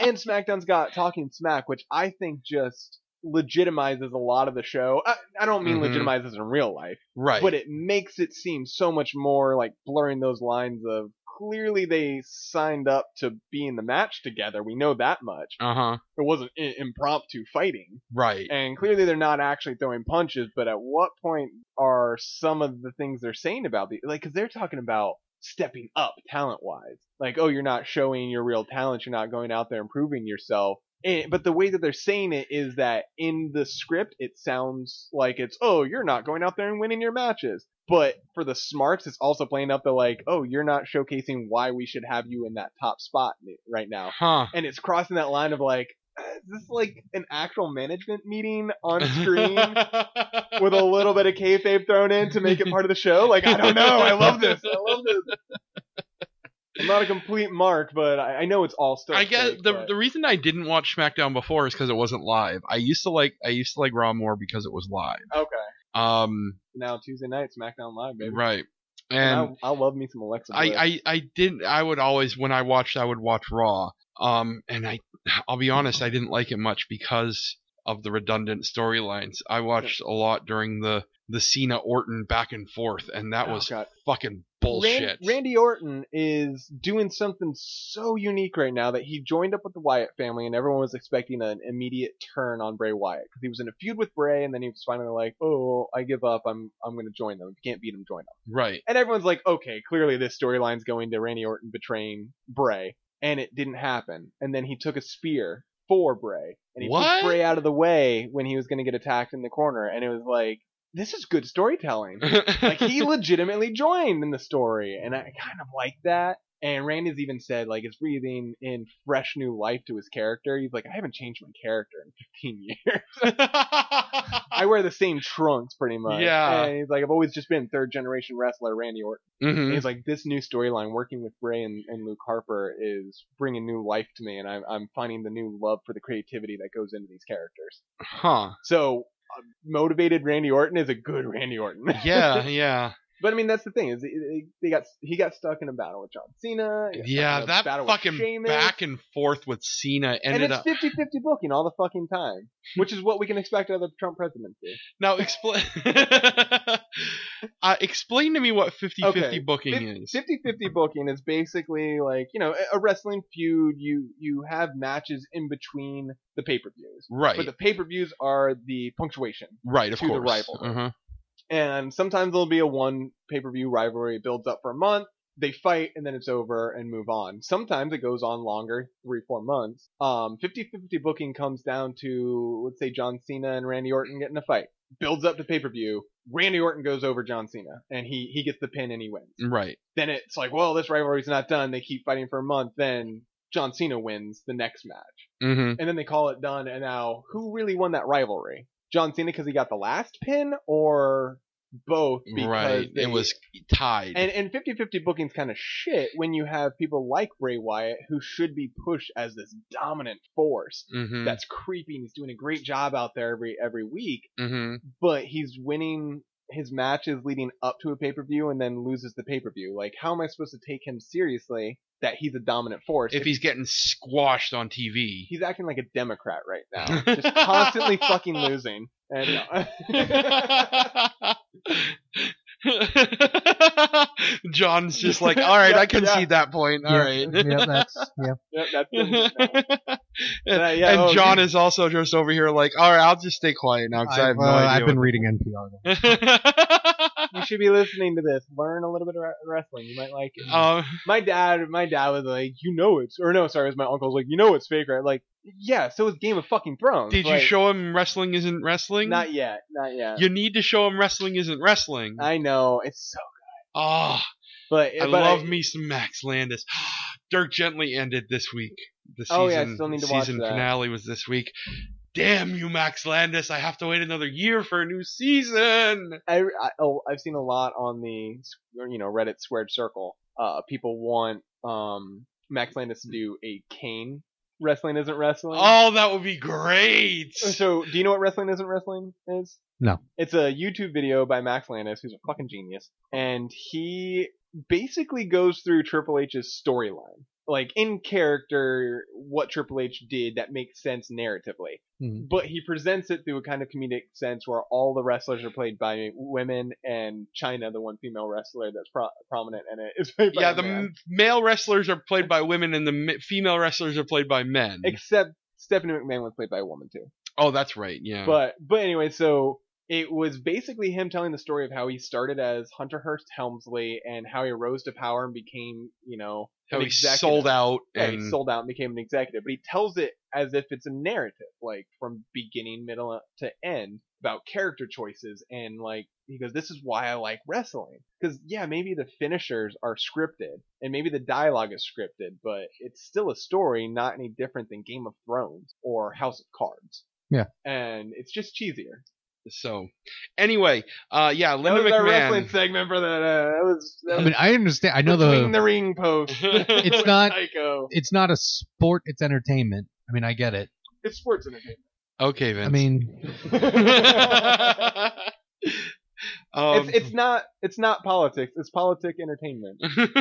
Speaker 9: And SmackDown's got Talking Smack, which I think just legitimizes a lot of the show. I, I don't mean
Speaker 8: Mhm.
Speaker 9: legitimizes in real life,
Speaker 8: right.
Speaker 9: but it makes it seem so much more like blurring those lines of clearly they signed up to be in the match together. We know that much.
Speaker 8: uh-huh.
Speaker 9: It wasn't i- impromptu fighting
Speaker 8: Right.
Speaker 9: and clearly they're not actually throwing punches. But at what point are some of the things they're saying about the like? Because they're talking about stepping up talent wise, like oh, you're not showing your real talent, you're not going out there and proving yourself. And, but the way that they're saying it is that in the script, it sounds like it's oh, you're not going out there and winning your matches. But for the smarks, it's also playing up the like, oh, you're not showcasing why we should have you in that top spot right now
Speaker 8: huh.
Speaker 9: and it's crossing that line of like "Uh, is this like an actual management meeting on screen with a little bit of kayfabe thrown in to make it part of the show? Like I don't know. I love this. I love this. I'm not a complete mark, but I, I know it's all still.
Speaker 8: I guess
Speaker 9: fake,
Speaker 8: the
Speaker 9: but-
Speaker 8: the reason I didn't watch SmackDown before is because it wasn't live. I used to like I used to like Raw more because it was live.
Speaker 9: okay.
Speaker 8: Um,
Speaker 9: Now Tuesday night SmackDown Live, baby.
Speaker 8: right.
Speaker 9: And
Speaker 8: And
Speaker 9: I, I love me some Alexa.
Speaker 8: I,
Speaker 9: Bliss.
Speaker 8: I I didn't. I would always when I watched, I would watch Raw. Um, and I I'll be honest, I didn't like it much because of the redundant storylines. I watched a lot during the the Cena Orton back and forth, and that
Speaker 9: Oh,
Speaker 8: was
Speaker 9: God.
Speaker 8: fucking
Speaker 9: Ran-
Speaker 8: bullshit.
Speaker 9: Randy Orton is doing something so unique right now that he joined up with the Wyatt family, and everyone was expecting an immediate turn on Bray Wyatt because he was in a feud with Bray, and then he was finally like, "Oh, I give up. I'm I'm going to join them. If you can't beat him, join them."
Speaker 8: right.
Speaker 9: And everyone's like, "Okay, clearly this storyline's going to Randy Orton betraying Bray," and it didn't happen. And then he took a spear for Bray, and he
Speaker 8: What?
Speaker 9: took Bray out of the way when he was going to get attacked in the corner, and it was like, "This is good storytelling." like he legitimately joined in the story and i kind of like that and randy's even said like it's breathing in fresh new life to his character he's like i haven't changed my character in 15 years i wear the same trunks pretty much
Speaker 8: Yeah.
Speaker 9: and he's like i've always just been third generation wrestler randy orton and
Speaker 8: Mhm.
Speaker 9: he's like this new storyline working with bray and, and luke harper is bringing new life to me and I'm, I'm finding the new love for the creativity that goes into these characters
Speaker 8: Huh.
Speaker 9: so uh, motivated randy orton is a good randy orton
Speaker 8: Yeah. Yeah.
Speaker 9: But I mean, that's the thing is he, he got he got stuck in a battle with John Cena. he
Speaker 8: Yeah.
Speaker 9: got stuck in a
Speaker 8: That
Speaker 9: battle with
Speaker 8: fucking
Speaker 9: Sheamus,
Speaker 8: back and forth with Cena
Speaker 9: and
Speaker 8: ended
Speaker 9: it's
Speaker 8: up.
Speaker 9: 50-50 booking all the fucking time, which is what we can expect out of the Trump presidency.
Speaker 8: Now explain. uh, explain to me what 50-50
Speaker 9: Okay,
Speaker 8: booking
Speaker 9: Fif-
Speaker 8: is.
Speaker 9: 50-50 booking is basically like you know a- a wrestling feud. You you have matches in between the pay per views,
Speaker 8: Right.
Speaker 9: But the pay per views are the punctuation.
Speaker 8: right. Of
Speaker 9: to the
Speaker 8: course.
Speaker 9: rival.
Speaker 8: Uh-huh.
Speaker 9: and sometimes there'll be a one pay-per-view rivalry it builds up for a month they fight and then it's over and move on sometimes it goes on longer three four months um 50-50 booking comes down to let's say john cena and randy orton get in a fight builds up to pay-per-view randy orton goes over john cena and he he gets the pin and he wins
Speaker 8: Right.
Speaker 9: then it's like well this rivalry's not done they keep fighting for a month then John Cena wins the next match.
Speaker 8: Mm-hmm.
Speaker 9: And then they call it done. And now, who really won that rivalry? John Cena because he got the last pin, or both? Because
Speaker 8: right.
Speaker 9: they-
Speaker 8: it was tied.
Speaker 9: And and 50-50 booking's kind of shit when you have people like Bray Wyatt who should be pushed as this dominant force
Speaker 8: mm-hmm.
Speaker 9: that's creepy and he's doing a great job out there every every week,
Speaker 8: mm-hmm.
Speaker 9: but he's winning his matches leading up to a pay per view and then loses the pay per view. Like, how am I supposed to take him seriously that he's a dominant force
Speaker 8: If he's getting squashed on TV,
Speaker 9: he's acting like a Democrat right now, just constantly fucking losing? And uh,
Speaker 8: John's just like, all right,
Speaker 9: Yeah,
Speaker 8: I can
Speaker 9: yeah.
Speaker 8: see that point. All
Speaker 10: yeah,
Speaker 8: right.
Speaker 10: yeah, that's yeah.
Speaker 9: Yep, that's been- Yeah,
Speaker 8: and
Speaker 9: yeah, oh,
Speaker 8: John
Speaker 9: dude.
Speaker 8: is also just over here like, all right, I'll just stay quiet now because I
Speaker 10: I've,
Speaker 8: have no
Speaker 10: uh, I've
Speaker 8: idea.
Speaker 10: been reading NPR. though.
Speaker 9: you should be listening to this. Learn a little bit of re- wrestling. You might like it.
Speaker 8: um,
Speaker 9: my dad, my dad was like, you know it's, or no, sorry, it was my uncle's like, you know it's fake, right? Like, yeah, so it's Game of Fucking Thrones.
Speaker 8: did you
Speaker 9: Like,
Speaker 8: show him wrestling isn't wrestling?
Speaker 9: Not yet, not yet.
Speaker 8: you need to show him wrestling isn't wrestling.
Speaker 9: I know it's so,
Speaker 8: Ah,
Speaker 9: but
Speaker 8: I
Speaker 9: but
Speaker 8: love me some Max Landis. Dirk Gently ended this week. The season,
Speaker 9: Oh, yeah, I still need to watch
Speaker 8: season
Speaker 9: that.
Speaker 8: finale was this week. Damn you, Max Landis! I have to wait another year for a new season.
Speaker 9: I, I oh, I've seen a lot on the you know Reddit squared circle. Uh, people want um Max Landis to do a Kane wrestling isn't wrestling.
Speaker 8: Oh, that would be great.
Speaker 9: So, do you know what Wrestling Isn't Wrestling is?
Speaker 10: No.
Speaker 9: It's a YouTube video by Max Landis, who's a fucking genius, and he basically goes through Triple H's storyline. Like in character, what Triple H did that makes sense narratively,
Speaker 10: Mhm.
Speaker 9: but he presents it through a kind of comedic sense where all the wrestlers are played by women, and China, the one female wrestler that's pro- prominent in it, is played by
Speaker 8: yeah,
Speaker 9: a
Speaker 8: the
Speaker 9: man.
Speaker 8: m- male wrestlers are played by women, and the m- female wrestlers are played by men.
Speaker 9: except Stephanie McMahon was played by a woman too.
Speaker 8: oh, that's right. Yeah.
Speaker 9: But but anyway, so it was basically him telling the story of how he started as Hunter Hearst Helmsley and how he rose to power and became, you know,
Speaker 8: How
Speaker 9: an
Speaker 8: he
Speaker 9: executive.
Speaker 8: sold out
Speaker 9: Yeah,
Speaker 8: and
Speaker 9: he sold out and became an executive. But he tells it as if it's a narrative, like from beginning, middle uh, to end, about character choices and like he goes, "This is why I like wrestling." Because yeah, maybe the finishers are scripted and maybe the dialogue is scripted, but it's still a story, not any different than Game of Thrones or House of Cards.
Speaker 10: Yeah.
Speaker 9: and it's just cheesier.
Speaker 8: so. Anyway, uh, yeah,
Speaker 9: That
Speaker 8: Linda
Speaker 9: was our wrestling
Speaker 8: McMahon.
Speaker 9: segment for the. uh, that was. That
Speaker 10: I
Speaker 9: was
Speaker 10: mean, I understand. I know
Speaker 9: between
Speaker 10: the
Speaker 9: the ring post.
Speaker 10: It's not-
Speaker 9: Psycho.
Speaker 10: it's not a sport; it's entertainment. I mean, I get it.
Speaker 9: It's sports entertainment.
Speaker 8: okay, Vince.
Speaker 10: I mean,
Speaker 8: Um,
Speaker 9: it's it's not it's not politics. It's politic entertainment.
Speaker 8: Um,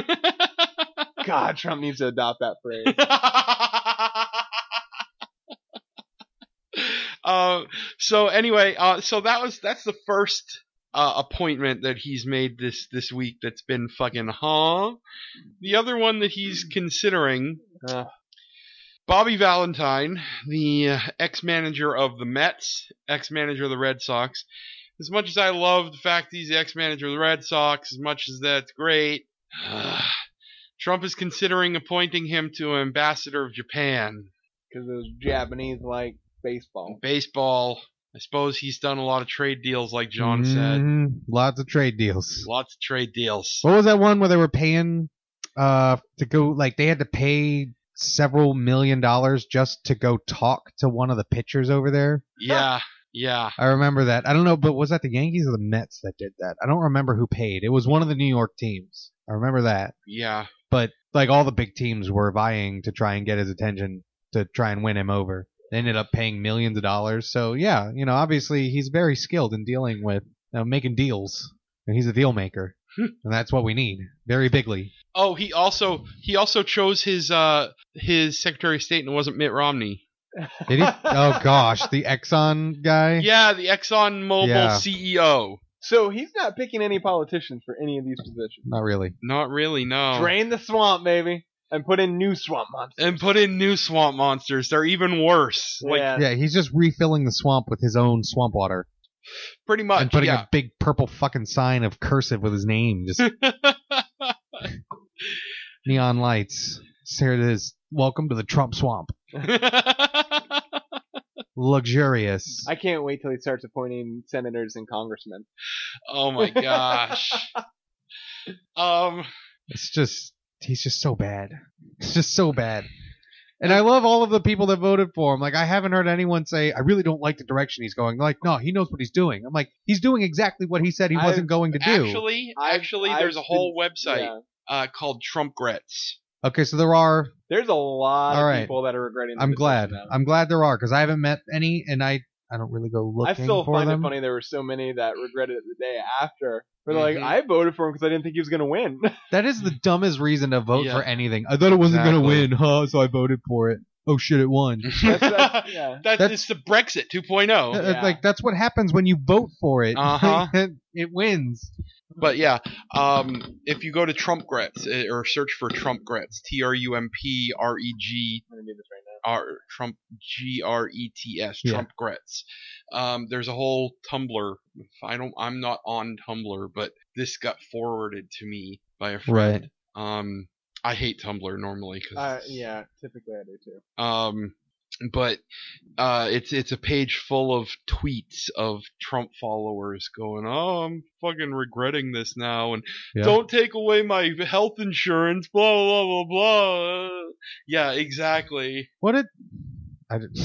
Speaker 9: God, Trump needs to adopt that phrase.
Speaker 8: Uh, so anyway, uh, so that was that's the first uh, appointment that he's made this this week. That's been fucking huh. The other one that he's considering,
Speaker 9: Uh.
Speaker 8: Bobby Valentine, the uh, ex-manager of the Mets, ex-manager of the Red Sox. As much as I love the fact he's the ex-manager of the Red Sox, as much as that's great. uh, Trump is considering appointing him to ambassador of Japan.
Speaker 9: Because it was Japanese like baseball.
Speaker 8: Baseball, I suppose he's done a lot of trade deals, like John said.
Speaker 10: Mhm. lots of trade deals.
Speaker 8: Lots of trade deals.
Speaker 10: What was that one where they were paying uh to go like they had to pay several million dollars just to go talk to one of the pitchers over there?
Speaker 8: Yeah, yeah.
Speaker 10: I remember that. I don't know, but was that the Yankees or the Mets that did that? I don't remember who paid. It was one of the New York teams. I remember that.
Speaker 8: Yeah.
Speaker 10: But like all the big teams were vying to try and get his attention to try and win him over. They ended up paying millions of dollars. So yeah, you know, obviously he's very skilled in dealing with you know, making deals. And he's a deal maker. and that's what we need. Very bigly.
Speaker 8: Oh, he also he also chose his uh his Secretary of State and it wasn't Mitt Romney.
Speaker 10: Did he? Oh gosh, the Exxon guy.
Speaker 8: Yeah, the E Exxon Mobil
Speaker 10: Eh. Yeah.
Speaker 8: CEO.
Speaker 9: So he's not picking any politicians for any of these positions.
Speaker 10: Not really.
Speaker 8: Not really, no.
Speaker 9: Drain the swamp, baby, and put in new swamp monsters.
Speaker 8: and put in new swamp monsters. They're even worse. Like
Speaker 9: yeah.
Speaker 10: Yeah, he's just refilling the swamp with his own swamp water
Speaker 8: pretty much.
Speaker 10: and putting
Speaker 8: yeah.
Speaker 10: a big purple fucking sign of cursive with his name, just neon lights. So Here it is. Welcome to the Trump swamp. Luxurious.
Speaker 9: I can't wait till he starts appointing senators and congressmen.
Speaker 8: oh my gosh. Um
Speaker 10: It's just he's just so bad. It's just so bad. And I love all of the people that voted for him. Like I haven't heard anyone say I really don't like the direction he's going. They're Like no, he knows what he's doing. I'm like he's doing exactly what he said he
Speaker 9: I've
Speaker 10: wasn't going to do.
Speaker 8: Actually,
Speaker 9: I've-
Speaker 8: actually,
Speaker 9: I've
Speaker 8: there's a whole website
Speaker 9: Yeah.
Speaker 8: uh, called Trumpgrets.
Speaker 10: okay, so there are.
Speaker 9: There's a lot
Speaker 10: All
Speaker 9: of
Speaker 10: right.
Speaker 9: people that are regretting. the
Speaker 10: I'm
Speaker 9: decision
Speaker 10: glad.
Speaker 9: now.
Speaker 10: I'm glad there are because I haven't met any, and I I don't really go looking
Speaker 9: I still
Speaker 10: for
Speaker 9: find
Speaker 10: them.
Speaker 9: it funny there were so many that regretted it the day after. They're like,
Speaker 10: Mm-hmm.
Speaker 8: Mhm.
Speaker 9: I voted for him because I didn't think he was going to win.
Speaker 10: That is the dumbest reason to vote
Speaker 8: Yeah.
Speaker 10: for anything. I thought it wasn't gonna
Speaker 8: Exactly.
Speaker 10: win, huh? So I voted for it. Oh shit, it won.
Speaker 9: That's- that's- yeah.
Speaker 8: That-
Speaker 10: That's-
Speaker 8: it's the Brexit oh. 2.0.
Speaker 10: That-
Speaker 9: yeah.
Speaker 10: Like that's what happens when you vote for it.
Speaker 8: Uh-huh.
Speaker 10: it wins.
Speaker 8: But yeah, um, if you go to Trumpgrets eh, or search for Trumpgrets, T R U M P R E G
Speaker 9: I'm gonna do this right now.
Speaker 8: R Trump G R E T S
Speaker 10: Yeah.
Speaker 8: Trumpgrets. Um, there's a whole Tumblr. I don't. I'm not on Tumblr, but this got forwarded to me by a friend. Right. Um, I hate Tumblr normally because
Speaker 9: Uh, yeah, typically I do too.
Speaker 8: Um, but uh, it's it's a page full of tweets of Trump followers going, "Oh, I'm fucking regretting this now," and
Speaker 10: Yeah.
Speaker 8: "Don't take away my health insurance." Blah blah blah blah. blah." Yeah, exactly.
Speaker 10: What it? I did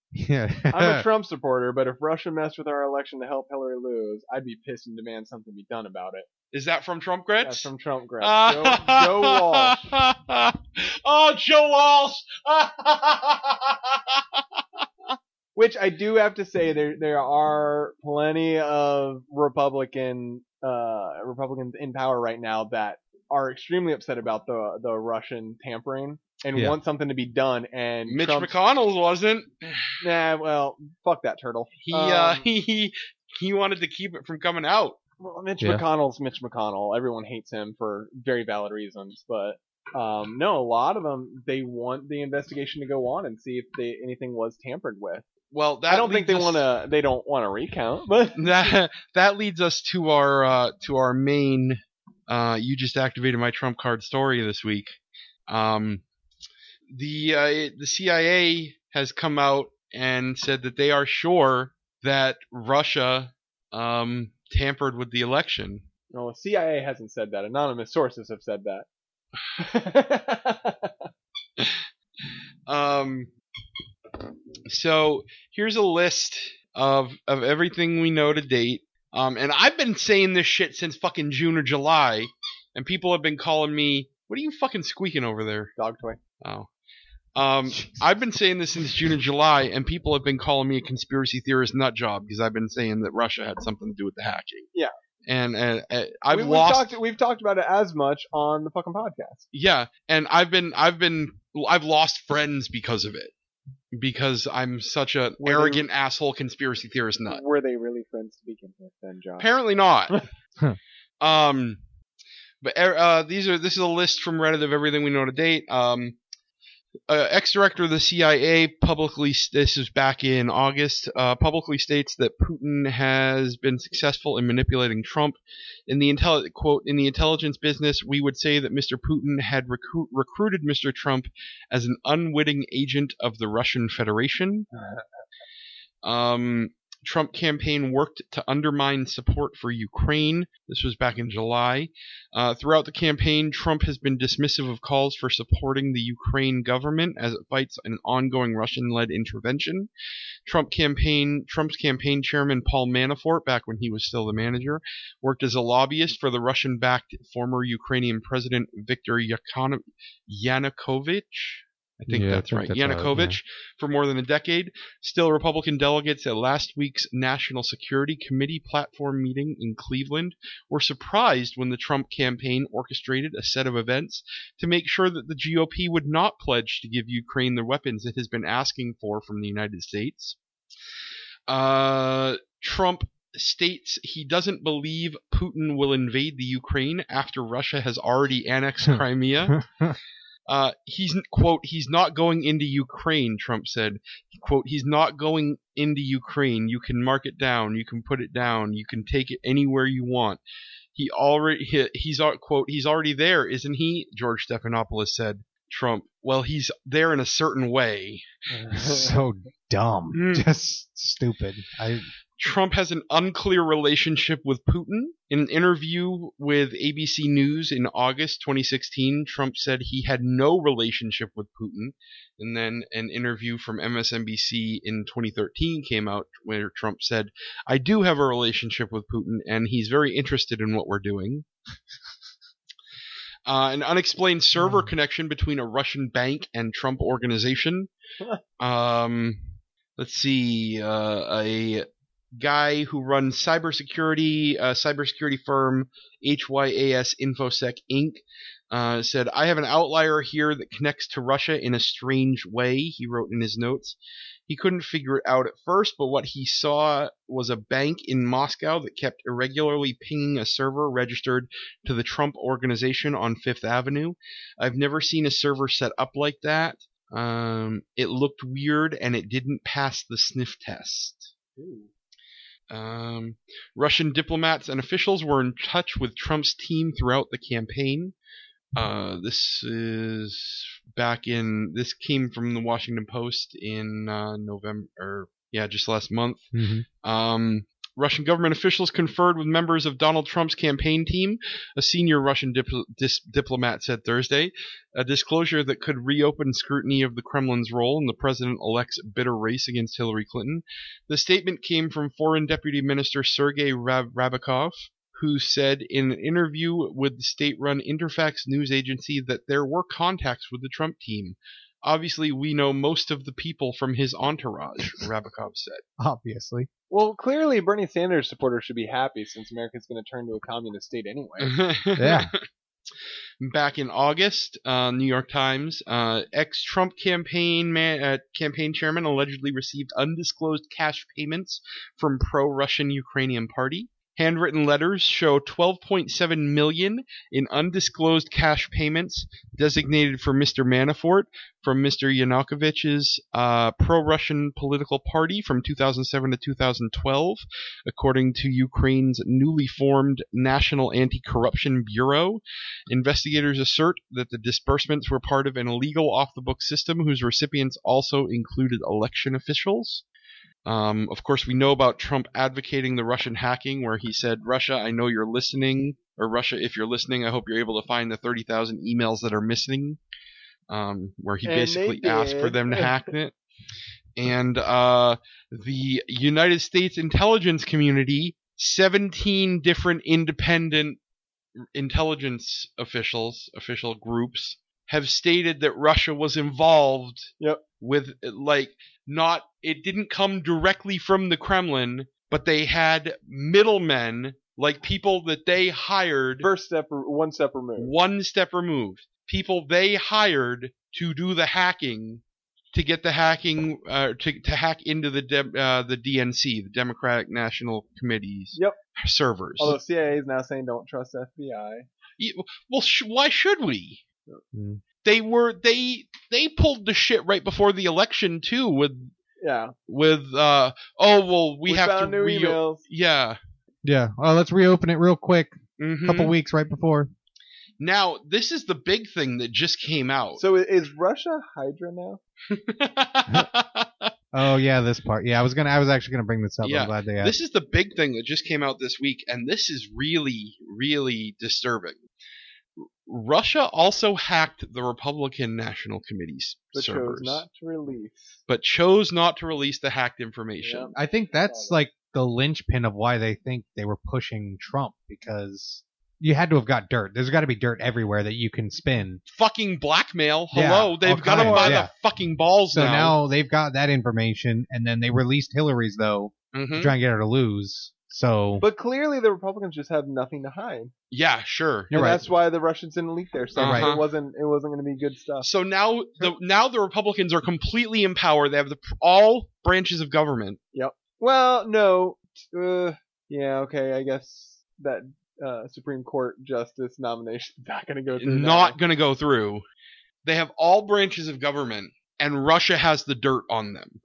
Speaker 10: yeah.
Speaker 9: I'm a Trump supporter, but if Russia messed with our election to help Hillary lose, I'd be pissed and demand something be done about it.
Speaker 8: Is that from Trump Gretz?
Speaker 9: That's from Trump Grab. Joe,
Speaker 8: Ah.
Speaker 9: Joe Walsh.
Speaker 8: oh, Joe Walsh.
Speaker 9: Which I do have to say, there there are plenty of Republican uh, Republicans in power right now that are extremely upset about the the Russian tampering and
Speaker 10: Yeah.
Speaker 9: want something to be done. And
Speaker 8: Mitch
Speaker 9: Trump's-
Speaker 8: McConnell wasn't.
Speaker 9: Nah, well, fuck that turtle.
Speaker 8: He uh,
Speaker 9: Um,
Speaker 8: he he he wanted to keep it from coming out.
Speaker 9: Well, Mitch
Speaker 10: Yeah.
Speaker 9: McConnell's Mitch McConnell. Everyone hates him for very valid reasons, but um, no, a lot of them they want the investigation to go on and see if they, anything was tampered with.
Speaker 8: Well, that
Speaker 9: I don't think they
Speaker 8: leads us-
Speaker 9: want to. They don't want to recount, but
Speaker 8: that that leads us to our uh, to our main. Uh, you just activated my trump card story this week. Um, the uh, the CIA has come out and said that they are sure that Russia um, tampered with the election.
Speaker 9: no, CIA hasn't said that. Anonymous sources have said that.
Speaker 8: Um, so here's a list of of everything we know to date. Um, and I've been saying this shit since fucking June or July, and people have been calling me, "What are you fucking squeaking over there?"
Speaker 9: Dog toy.
Speaker 8: Oh. Um, I've been saying this since June and July, and people have been calling me a conspiracy theorist nut job because I've been saying that Russia had something to do with the hacking.
Speaker 9: Yeah.
Speaker 8: And uh, uh, I've
Speaker 9: we, we've
Speaker 8: lost.
Speaker 9: Talked, we've talked about it as much on the fucking podcast.
Speaker 8: Yeah, and I've been, I've been, I've lost friends because of it, because I'm such an
Speaker 9: Were they-
Speaker 8: arrogant asshole conspiracy theorist nut.
Speaker 9: Were they really friends to begin with, then, John?
Speaker 8: Apparently not.
Speaker 10: Huh.
Speaker 8: um, but er, uh, these are this is a list from Reddit of everything we know to date. Um, uh, ex-director of the CIA publicly s- this is back in August uh, publicly states that Putin has been successful in manipulating Trump. In the intelli- quote in the intelligence business, we would say that Mr. Putin had recru- recruited Mr. Trump as an unwitting agent of the Russian Federation. Um, Trump campaign worked to undermine support for Ukraine. This was back in July. Uh, throughout the campaign, Trump has been dismissive of calls for supporting the Ukraine government as it fights an ongoing Russian-led intervention. Trump campaign Trump's campaign chairman Paul Manafort, back when he was still the manager, worked as a lobbyist for the Russian-backed former Ukrainian president Viktor Yakono- Yanukovych. I think
Speaker 10: Yeah, I
Speaker 8: that's
Speaker 10: think
Speaker 8: right.
Speaker 10: that's how it-
Speaker 8: Yanukovych
Speaker 10: yeah.
Speaker 8: for more than a decade. Still, Republican delegates at last week's National Security Committee platform meeting in Cleveland were surprised when the Trump campaign orchestrated a set of events to make sure that the GOP would not pledge to give Ukraine the weapons it has been asking for from the United States. Uh, Trump states he doesn't believe Putin will invade the Ukraine after Russia has already annexed Crimea. Uh, he's quote he's not going into Ukraine. Trump said quote he's not going into Ukraine. You can mark it down. You can put it down. You can take it anywhere you want. He already he, he's al- quote he's already there, isn't he? George Stephanopoulos said. Trump. Well, he's there in a certain way.
Speaker 10: so dumb,
Speaker 9: Hmm.
Speaker 8: Mm.
Speaker 10: just stupid. I
Speaker 8: Trump has an unclear relationship with Putin. In an interview with ABC News in August 2016, Trump said he had no relationship with Putin. And then an interview from MSNBC in 2013 came out where Trump said, I do have a relationship with Putin, and he's very interested in what we're doing. Uh, an unexplained server connection between a Russian bank and Trump organization. um, let's see, uh, a guy who runs cybersecurity, a cybersecurity firm HYAS InfoSec Inc. Uh, said, I have an outlier here that connects to Russia in a strange way, he wrote in his notes. He couldn't figure it out at first, but what he saw was a bank in Moscow that kept irregularly pinging a server registered to the Trump organization on Fifth Avenue. I've never seen a server set up like that. Um, it looked weird and it didn't pass the sniff test. Um, Russian diplomats and officials were in touch with Trump's team throughout the campaign. Uh, this is back in. This came from the Washington Post in uh, November. Or, yeah, just last month.
Speaker 10: Mhm.
Speaker 8: Um, Russian government officials conferred with members of Donald Trump's campaign team, a senior Russian dip- dis- diplomat said Thursday, a disclosure that could reopen scrutiny of the Kremlin's role in the president elect's bitter race against Hillary Clinton. The statement came from Foreign Deputy Minister Sergei Rab- Rabakov, who said in an interview with the state run Interfax news agency that there were contacts with the Trump team. Obviously, we know most of the people from his entourage, Rabakov said.
Speaker 10: Obviously.
Speaker 9: Well, clearly Bernie Sanders supporters should be happy since America's going to turn to a communist state anyway.
Speaker 10: Yeah.
Speaker 8: Back in August, uh, New York Times, uh, ex-Trump campaign man, uh, campaign chairman allegedly received undisclosed cash payments from pro-Russian Ukrainian party. Handwritten letters show 12.7 million in undisclosed cash payments designated for Mr. Manafort from Mr. Yanukovych's uh, pro-Russian political party from 2007 to 2012, according to Ukraine's newly formed National Anti-Corruption Bureau. Investigators assert that the disbursements were part of an illegal off the book system whose recipients also included election officials. Um, of course, we know about Trump advocating the Russian hacking, where he said, Russia, I know you're listening, or Russia, if you're listening, I hope you're able to find the 30,000 emails that are missing, um, where he
Speaker 9: And they
Speaker 8: basically asked for
Speaker 9: did.
Speaker 8: them to hack it. And uh, the United States intelligence community, 17 different independent intelligence officials, official groups, have stated that Russia was involved
Speaker 9: Yep.
Speaker 8: with like not it didn't come directly from the Kremlin, but they had middlemen, like people that they hired
Speaker 9: First step, one step removed.
Speaker 8: one step removed. People they hired to do the hacking, to get the hacking, uh, to, to hack into the dem uh, the DNC, the Democratic National Committee's
Speaker 9: Yep.
Speaker 8: servers.
Speaker 9: Although CIA is now saying don't trust FBI.
Speaker 8: You- well, sh- why should we?
Speaker 9: Hmm.
Speaker 10: Mm.
Speaker 8: They were they they pulled the shit right before the election too with
Speaker 9: Yeah,
Speaker 8: with uh oh well we, have
Speaker 9: found
Speaker 8: to
Speaker 9: new
Speaker 8: re-
Speaker 9: emails.
Speaker 8: yeah
Speaker 10: Yeah. Oh, let's reopen it real quick.
Speaker 9: Mm-hmm.
Speaker 8: Mhm.
Speaker 10: couple weeks right before.
Speaker 8: now this is the big thing that just came out
Speaker 9: So i- is Russia Hydra now?
Speaker 10: Oh yeah, this part. Yeah, I was gonna. I was actually gonna bring this up.
Speaker 8: Yeah.
Speaker 10: I'm glad they asked.
Speaker 8: This is the big thing that just came out this week, and this is really, really disturbing. R- Russia also hacked the Republican National Committee's
Speaker 9: But chose
Speaker 8: servers,
Speaker 9: not to release.
Speaker 8: but chose not to release the hacked information.
Speaker 9: Yeah.
Speaker 10: I think that's like the linchpin of why they think they were pushing Trump because you had to have got dirt. There's got to be dirt everywhere that you can spin.
Speaker 8: Fucking blackmail!
Speaker 10: Yeah,
Speaker 8: Hello,
Speaker 10: all
Speaker 8: they've got him
Speaker 10: kinds,
Speaker 8: by
Speaker 10: yeah.
Speaker 8: the fucking balls
Speaker 10: So now, they've got that information, and then they released Hillary's though
Speaker 8: Mhm.
Speaker 10: to try and get her to lose. So
Speaker 9: But clearly the Republicans just have nothing to hide.
Speaker 8: Yeah, sure.
Speaker 10: You're
Speaker 9: and
Speaker 10: right.
Speaker 9: that's why the Russians didn't leak their stuff.
Speaker 8: Uh-huh.
Speaker 9: It wasn't it wasn't going to be good stuff.
Speaker 8: So now the now the Republicans are completely in power. They have the pr- all branches of government.
Speaker 9: Well, no. Uh, yeah, okay, I guess that uh, Supreme Court justice nomination is not going to go through. now.
Speaker 8: not going to go through. They have all branches of government, and Russia has the dirt on them.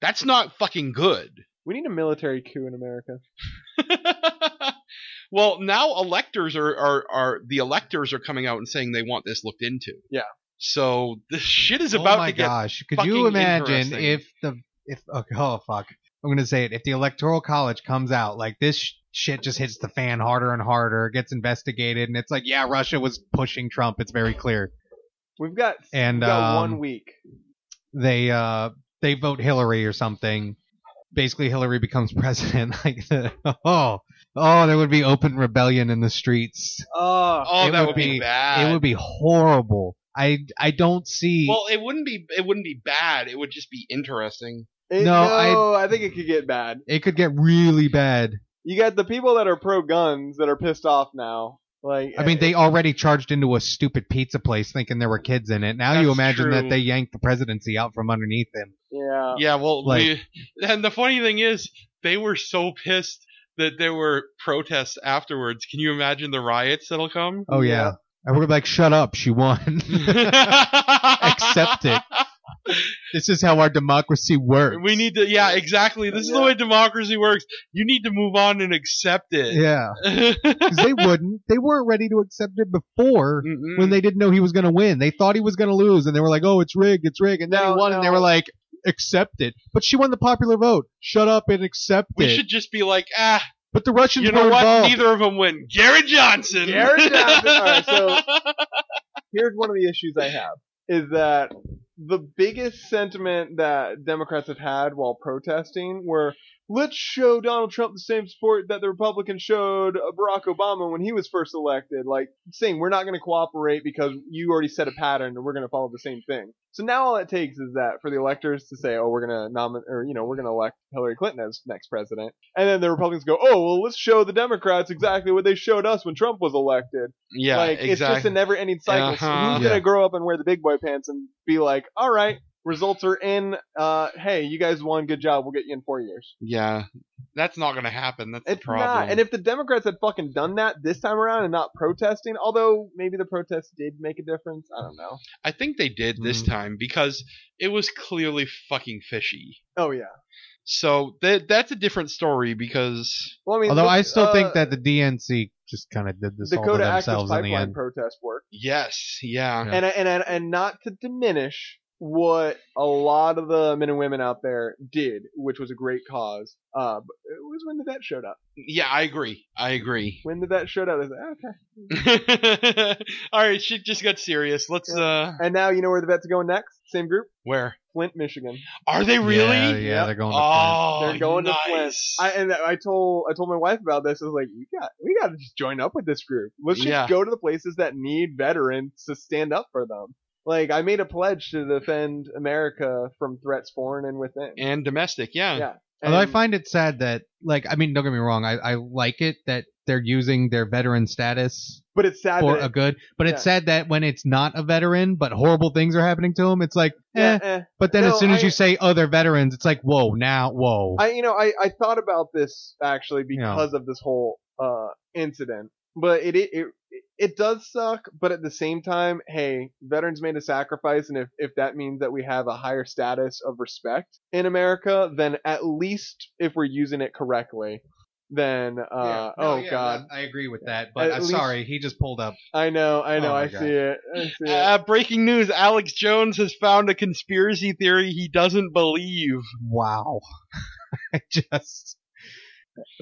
Speaker 8: That's not fucking good.
Speaker 9: We need a military coup in America.
Speaker 8: well, now electors are, are are the electors are coming out and saying they want this looked into.
Speaker 9: Yeah.
Speaker 8: So this shit is
Speaker 10: oh
Speaker 8: about
Speaker 10: my
Speaker 8: to get
Speaker 10: gosh, could you
Speaker 8: fucking
Speaker 10: imagine
Speaker 8: interesting.
Speaker 10: if the if okay, oh fuck I'm gonna say it. If the electoral college comes out like this sh- shit just hits the fan harder and harder, it gets investigated, and it's like, yeah, Russia was pushing Trump. It's very clear.
Speaker 9: We've got
Speaker 10: And,
Speaker 9: we've got
Speaker 10: um,
Speaker 9: one week.
Speaker 10: They uh they vote Hillary or something. Basically, Hillary becomes president. Like, the, oh, oh, there would be open rebellion in the streets.
Speaker 9: Oh,
Speaker 8: Oh,
Speaker 10: it
Speaker 8: that
Speaker 10: would
Speaker 8: would be,
Speaker 10: be-
Speaker 8: bad.
Speaker 10: It would be horrible. I I don't see.
Speaker 8: Uh, well, it wouldn't be. It wouldn't be bad. It would just be interesting.
Speaker 9: It-
Speaker 10: No, I-
Speaker 9: no, I think it could get bad.
Speaker 10: it could get really bad.
Speaker 9: You got the people that are pro guns that are pissed off now. Like eh,
Speaker 10: I mean, they
Speaker 8: uh,
Speaker 10: already charged into a stupid pizza place thinking there were kids in it. Now you
Speaker 8: That's
Speaker 10: imagine
Speaker 8: true.
Speaker 10: that they yanked the presidency out from underneath them.
Speaker 9: yeah.
Speaker 8: yeah. Well,
Speaker 10: like-
Speaker 8: we, and the funny thing is, they were so pissed that there were protests afterwards. Can you imagine the riots that'll come?
Speaker 10: Oh yeah,
Speaker 9: Yeah.
Speaker 10: and we're like, shut up, she won.
Speaker 8: Accept
Speaker 10: it. this is how our democracy works.
Speaker 8: We need to. Yeah, exactly. This is the
Speaker 9: Yeah.
Speaker 8: way democracy works. You need to move on and accept it.
Speaker 10: yeah, 'Cause they wouldn't. They weren't ready to accept it before
Speaker 8: Mm-mm.
Speaker 10: when they didn't know he was going to win. They thought he was going to lose, and they were like, oh, it's rigged, it's rigged, and then
Speaker 9: No,
Speaker 10: he won, and they
Speaker 9: no.
Speaker 10: were like, accept it. But she won the popular vote. Shut up and accept
Speaker 8: we
Speaker 10: it.
Speaker 8: should just be like, ah,
Speaker 10: but the Russians
Speaker 8: you know
Speaker 10: were
Speaker 8: what?
Speaker 10: involved.
Speaker 8: Neither of them win. Garrett Johnson.
Speaker 9: Garrett Johnson. All right, so here's one of the issues I have is that the biggest sentiment that Democrats have had while protesting were let's show Donald Trump the same support that the Republicans showed Barack Obama when he was first elected, like saying we're not going to cooperate because you already set a pattern and we're going to follow the same thing. So now all it takes is that for the electors to say, oh, we're going to nominate or you know we're going to elect Hillary Clinton as next president. And then the Republicans go, oh, well, let's show the Democrats exactly what they showed us when Trump was elected.
Speaker 8: yeah,
Speaker 9: like, it's just a never ending cycle. So
Speaker 8: Uh-huh.
Speaker 9: who's
Speaker 10: Yeah.
Speaker 9: going to grow up and wear the big boy pants and be like, all right, results are in. Uh, hey, you guys won. Good job. We'll get you in four years.
Speaker 8: yeah, that's not gonna happen. That's
Speaker 9: It's
Speaker 8: the problem.
Speaker 9: not. And if the Democrats had fucking done that this time around and not protesting, although maybe the protests did make a difference, I don't know.
Speaker 8: I think they did this
Speaker 10: Mhm.
Speaker 8: time because it was clearly fucking fishy.
Speaker 9: Oh, yeah.
Speaker 8: So that that's a different story because
Speaker 9: Well, I mean,
Speaker 10: Although
Speaker 9: look,
Speaker 10: I still
Speaker 9: uh,
Speaker 10: think that the DNC just kind of did this all to
Speaker 9: Dakota Access
Speaker 10: themselves in the
Speaker 9: Pipeline
Speaker 10: end.
Speaker 9: protest worked.
Speaker 8: yes, yeah,
Speaker 10: Yeah.
Speaker 9: and and and and not to diminish what a lot of the men and women out there did, which was a great cause. Uh, but it was when the vet showed up.
Speaker 8: yeah, I agree. I agree.
Speaker 9: When the vet showed up, they said, okay.
Speaker 8: All right, shit just got serious. Let's uh,
Speaker 9: And now you know where the vets are going next. Same group,
Speaker 8: where
Speaker 9: Flint, Michigan.
Speaker 8: are they really?
Speaker 10: Yeah, yeah, they're going. To Flint.
Speaker 8: Oh,
Speaker 9: They're going to Flint.
Speaker 8: nice.
Speaker 9: I and I told I told my wife about this. I was like, we got we got to just join up with this group. Let's just
Speaker 8: Yeah.
Speaker 9: go to the places that need veterans to stand up for them. Like I made a pledge to defend America from threats foreign and within.
Speaker 8: and domestic, yeah.
Speaker 9: Yeah.
Speaker 10: Although I
Speaker 9: And-
Speaker 10: find it sad that, like, I mean, don't get me wrong, I, I like it that they're using their veteran status
Speaker 9: but it's sad
Speaker 10: for
Speaker 9: that
Speaker 10: a eh, good, but it's
Speaker 9: yeah.
Speaker 10: sad that when it's not a veteran, but horrible things are happening to them, it's like, eh.
Speaker 9: yeah, eh.
Speaker 10: But then
Speaker 9: No,
Speaker 10: as soon as
Speaker 9: I-
Speaker 10: you say, oh, they're veterans, it's like, whoa, now, whoa.
Speaker 9: I you know I, I thought about this actually
Speaker 10: Yeah.
Speaker 9: because of this whole uh incident, but it, it it it does suck. But at the same time, hey, veterans made a sacrifice, and if if that means that we have a higher status of respect in America, then at least if we're using it correctly, then uh oh god,
Speaker 10: I agree with that,
Speaker 9: but
Speaker 10: but
Speaker 9: At I'm
Speaker 10: I'm
Speaker 9: least- sorry,
Speaker 10: sorry, he just pulled up.
Speaker 9: I know I know
Speaker 10: Oh my
Speaker 9: I
Speaker 10: God.
Speaker 9: see it I see it.
Speaker 8: Uh, breaking news: Alex Jones has found a conspiracy theory he doesn't believe.
Speaker 10: Wow. I just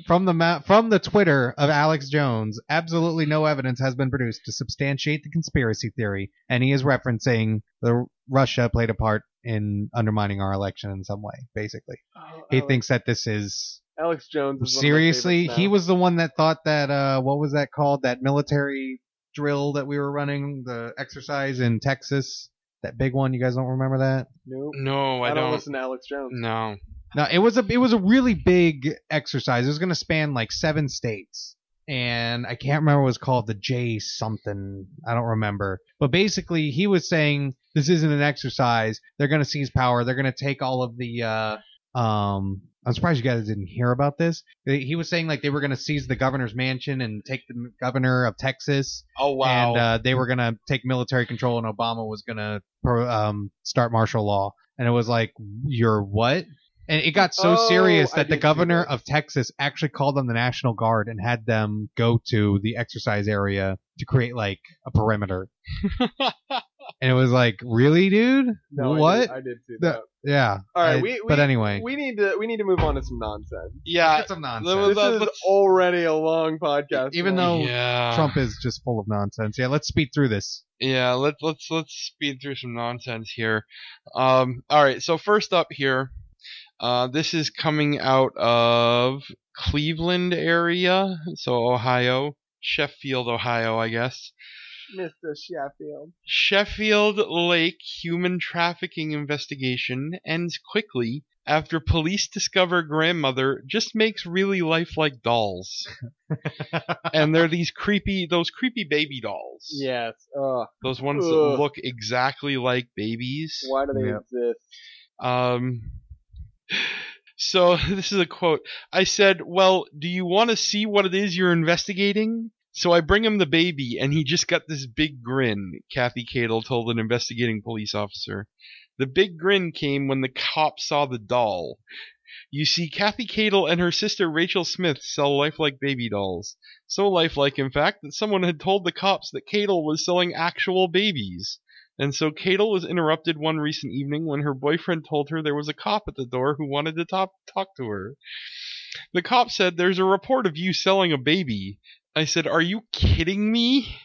Speaker 10: from the ma- from the Twitter of Alex Jones, absolutely no evidence has been produced to substantiate the conspiracy theory, and he is referencing the Russia played a part in undermining our election in some way. Basically,
Speaker 9: Oh,
Speaker 10: he
Speaker 9: Alex-
Speaker 10: thinks that this is
Speaker 9: Alex Jones is one of my
Speaker 10: seriously.
Speaker 9: favorites
Speaker 10: He
Speaker 9: now.
Speaker 10: was the one that thought that uh, what was that called? That military drill that we were running, the exercise in Texas, that big one. You guys don't remember that?
Speaker 9: Nope.
Speaker 8: No,
Speaker 9: I,
Speaker 8: I,
Speaker 9: don't,
Speaker 8: don't.
Speaker 9: listen to Alex Jones.
Speaker 8: No.
Speaker 10: No, it was a it was a really big exercise. It was going to span like seven states, and I can't remember what it was called the J something. I don't remember. But basically, he was saying this isn't an exercise. They're going to seize power. They're going to take all of the. Uh, um, I'm surprised you guys didn't hear about this. He he was saying like they were going to seize the governor's mansion and take the governor of Texas,
Speaker 8: Oh wow.
Speaker 10: and uh, they were going to take military control, and Obama was going to um, start martial law. And it was like, you're what? And it got so
Speaker 9: Oh,
Speaker 10: serious
Speaker 9: I
Speaker 10: that the
Speaker 9: did see
Speaker 10: governor
Speaker 9: that.
Speaker 10: of Texas actually called on the National Guard and had them go to the exercise area to create like a perimeter. and it was like, really, dude?
Speaker 9: No, I
Speaker 10: what?
Speaker 9: did, I did see
Speaker 10: The-
Speaker 9: that.
Speaker 10: yeah.
Speaker 9: All right,
Speaker 10: I-
Speaker 9: we-
Speaker 10: but anyway,
Speaker 9: We need to we need to move on to some nonsense.
Speaker 8: Yeah.
Speaker 10: some
Speaker 8: nonsense.
Speaker 9: This
Speaker 8: Well,
Speaker 9: is
Speaker 8: let's-
Speaker 9: already a long podcast.
Speaker 10: Even
Speaker 9: man.
Speaker 10: though
Speaker 8: yeah.
Speaker 10: Trump is just full of nonsense. Yeah, let's speed through this.
Speaker 8: Yeah, let's let's let's speed through some nonsense here. Um, all right, so first up here, uh, this is coming out of Cleveland area, so Ohio, Sheffield, Ohio, I guess.
Speaker 9: Mr. Sheffield,
Speaker 8: Sheffield Lake human trafficking investigation ends quickly after police discover grandmother just makes really lifelike dolls, and they're these creepy those creepy baby dolls.
Speaker 9: yes. Ugh,
Speaker 8: Those ones
Speaker 9: Ugh.
Speaker 8: that look exactly like babies.
Speaker 9: why do they
Speaker 10: Yeah.
Speaker 9: exist?
Speaker 8: Um, so this is a quote. I said, "Well, do you want to see what it is you're investigating?" So I bring him the baby, and he just got this big grin. Kathy Cadle told an investigating police officer. The big grin came when the cop saw the doll. You see, Kathy Cadle and her sister Rachel Smith sell lifelike baby dolls. So lifelike, in fact, that someone had told the cops that Cadle was selling actual babies. And so Cadel was interrupted one recent evening when her boyfriend told her there was a cop at the door who wanted to talk, talk to her. The cop said, There's a report of you selling a baby. I said, Are you kidding me?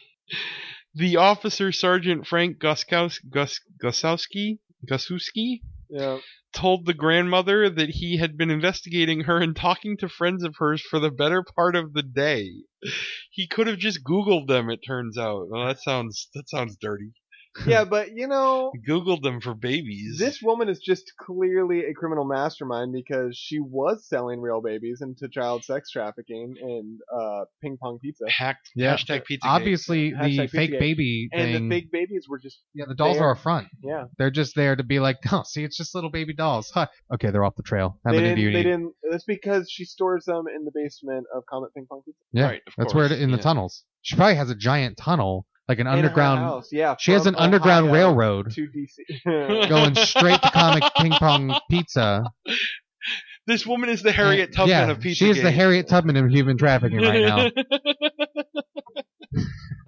Speaker 8: The officer, Sergeant Frank Guskows- Gus- Gusowski, Gusowski
Speaker 9: Yeah.
Speaker 8: told the grandmother that he had been investigating her and talking to friends of hers for the better part of the day. He could have just Googled them, it turns out. Well, that sounds that sounds dirty.
Speaker 9: yeah, but you know,
Speaker 8: Googled them for babies.
Speaker 9: this woman is just clearly a criminal mastermind because she was selling real babies into child sex trafficking and uh, ping pong pizza.
Speaker 8: hacked
Speaker 10: Yeah.
Speaker 8: hashtag pizza.
Speaker 10: Obviously, the
Speaker 9: Hashtag
Speaker 10: fake
Speaker 9: PTA.
Speaker 10: baby
Speaker 9: And
Speaker 10: thing.
Speaker 9: the big babies were just
Speaker 10: yeah, the dolls
Speaker 9: there.
Speaker 10: are a front.
Speaker 9: yeah.
Speaker 10: They're just there to be like, no, see, it's just little baby dolls. Huh. Okay, they're off the trail. How
Speaker 9: they
Speaker 10: many
Speaker 9: didn't,
Speaker 10: do you
Speaker 9: they
Speaker 10: need?
Speaker 9: didn't. It's because she stores them in the basement of Comet Ping Pong Pizza.
Speaker 10: Yeah,
Speaker 8: Right, of
Speaker 10: that's where it,
Speaker 8: course,
Speaker 10: in the
Speaker 8: yeah.
Speaker 10: tunnels. She probably has a giant tunnel, like an
Speaker 9: In her
Speaker 10: underground.
Speaker 9: house, yeah.
Speaker 10: She has
Speaker 9: from
Speaker 10: an underground
Speaker 9: Ohio
Speaker 10: railroad
Speaker 9: to DC.
Speaker 10: going straight to comic ping pong pizza.
Speaker 8: This woman is the Harriet Tubman
Speaker 10: yeah,
Speaker 8: of pizza.
Speaker 10: She is the Harriet Tubman of human trafficking right now.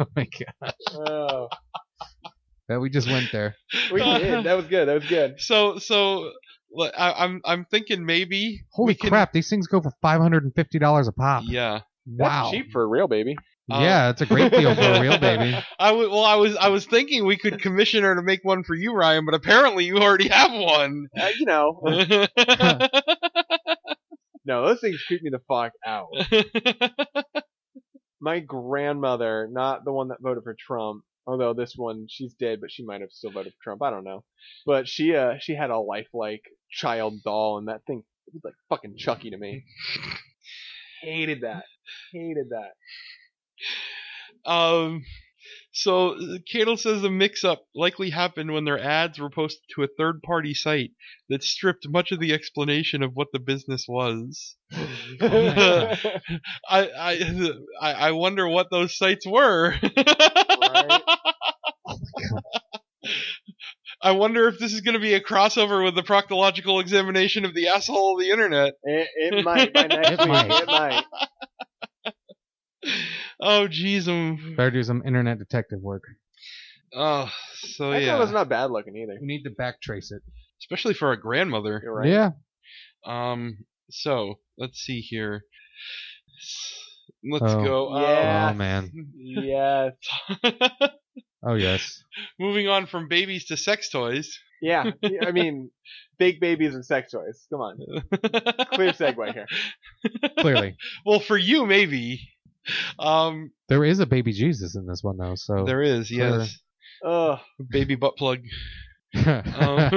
Speaker 10: oh my god,
Speaker 9: oh,
Speaker 10: that we just went there.
Speaker 9: we did. That was good. That was good.
Speaker 8: so so look, I, I'm I'm thinking maybe
Speaker 10: Holy
Speaker 8: we can-
Speaker 10: crap, these things go for five hundred and fifty dollars a pop.
Speaker 8: Yeah,
Speaker 9: That's
Speaker 10: wow.
Speaker 9: cheap for a real baby.
Speaker 8: Uh,
Speaker 10: yeah, it's a great deal for a real baby.
Speaker 8: Um, I w- well I was I was thinking we could commission her to make one for you, Ryan, but apparently you already have one.
Speaker 9: Uh, you know,
Speaker 8: yeah,
Speaker 9: no, those things creep me the fuck out. my grandmother, not the one that voted for Trump, although this one she's dead, but she might have still voted for Trump. I don't know. But she uh she had a lifelike child doll, and that thing it was like fucking Chucky to me. Hated that. Hated that.
Speaker 8: Um, so Cadle says the mix-up likely happened when their ads were posted to a third-party site that stripped much of the explanation of what the business was. I, I I I wonder what those sites were.
Speaker 9: Right?
Speaker 8: I wonder if this is going to be a crossover with the proctological examination of the asshole of the internet.
Speaker 9: It, it might by next
Speaker 10: It
Speaker 9: week.
Speaker 10: might.
Speaker 9: It might.
Speaker 8: Oh, jeez, um,
Speaker 10: Better do some internet detective work.
Speaker 8: oh, so
Speaker 9: That
Speaker 8: yeah,
Speaker 9: was not bad looking either.
Speaker 10: We need to backtrace it.
Speaker 8: especially for a grandmother.
Speaker 9: You're right.
Speaker 10: Yeah.
Speaker 8: Um. So let's see here. Let's
Speaker 10: Oh.
Speaker 8: go. uh,
Speaker 9: Yeah.
Speaker 10: Oh man.
Speaker 9: Yes.
Speaker 10: Oh yes.
Speaker 8: moving on from babies to sex toys.
Speaker 9: Yeah. I mean, big babies and sex toys. Come on. Clear segue here.
Speaker 10: Clearly,
Speaker 8: well, for you maybe. Um.
Speaker 10: there is a baby Jesus in this one though. So.
Speaker 8: There is yes.
Speaker 9: Ugh.
Speaker 8: Baby butt plug. Um,
Speaker 9: Oh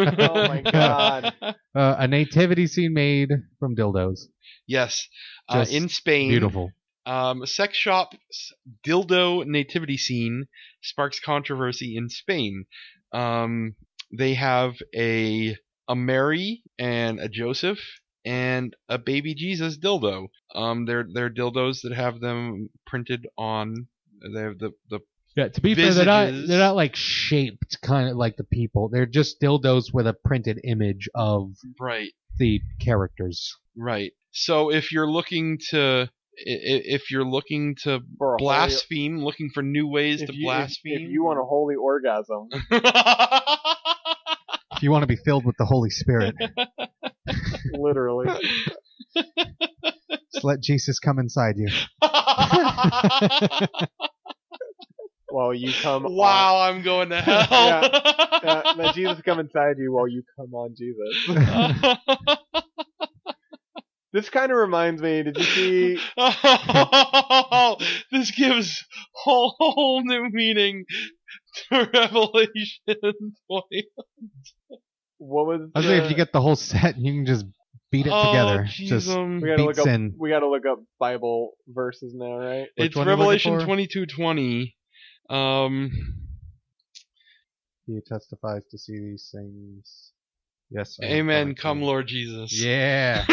Speaker 9: my god.
Speaker 10: uh, a nativity scene made from dildos.
Speaker 8: Yes. Uh,
Speaker 10: Just
Speaker 8: in Spain.
Speaker 10: Beautiful.
Speaker 8: Um, sex shop s- dildo nativity scene sparks controversy in Spain. Um, they have a a Mary and a Joseph and a baby Jesus dildo. Um, they're they're dildos that have them printed on. They have the the
Speaker 10: Yeah. To be fair, they're not
Speaker 8: Visages.
Speaker 10: they're not like shaped kind of like the people. They're just dildos with a printed image of
Speaker 8: right
Speaker 10: the characters.
Speaker 8: right. So if you're looking to i- i- if you're looking to
Speaker 9: For a holy-
Speaker 8: blaspheme, looking for new ways
Speaker 9: if
Speaker 8: to
Speaker 9: you- if-
Speaker 8: blaspheme.
Speaker 9: If you want a holy orgasm,
Speaker 10: If you want to be filled with the Holy Spirit,
Speaker 9: literally.
Speaker 10: just let Jesus come inside you.
Speaker 9: while you come on.
Speaker 8: wow, I'm going to hell.
Speaker 9: Uh, let Jesus come inside you while you come on Jesus. This kind of reminds me, did you see
Speaker 8: this gives whole, whole new meaning to Revelation 20.
Speaker 9: what was
Speaker 10: I was
Speaker 9: the-
Speaker 10: like, if you get the whole set, you can just beat it
Speaker 8: oh,
Speaker 10: together.
Speaker 8: jeez,
Speaker 10: Just
Speaker 8: um,
Speaker 9: we gotta
Speaker 10: beats
Speaker 9: look up
Speaker 10: in.
Speaker 9: we gotta look up Bible verses now, right?
Speaker 10: Which
Speaker 8: it's
Speaker 10: one are you looking
Speaker 8: Revelation
Speaker 10: for?
Speaker 8: 22:20. Um,
Speaker 10: He testifies to see these things. Yes. I am
Speaker 8: Amen.
Speaker 10: going to.
Speaker 8: Come, Lord Jesus.
Speaker 10: Yeah.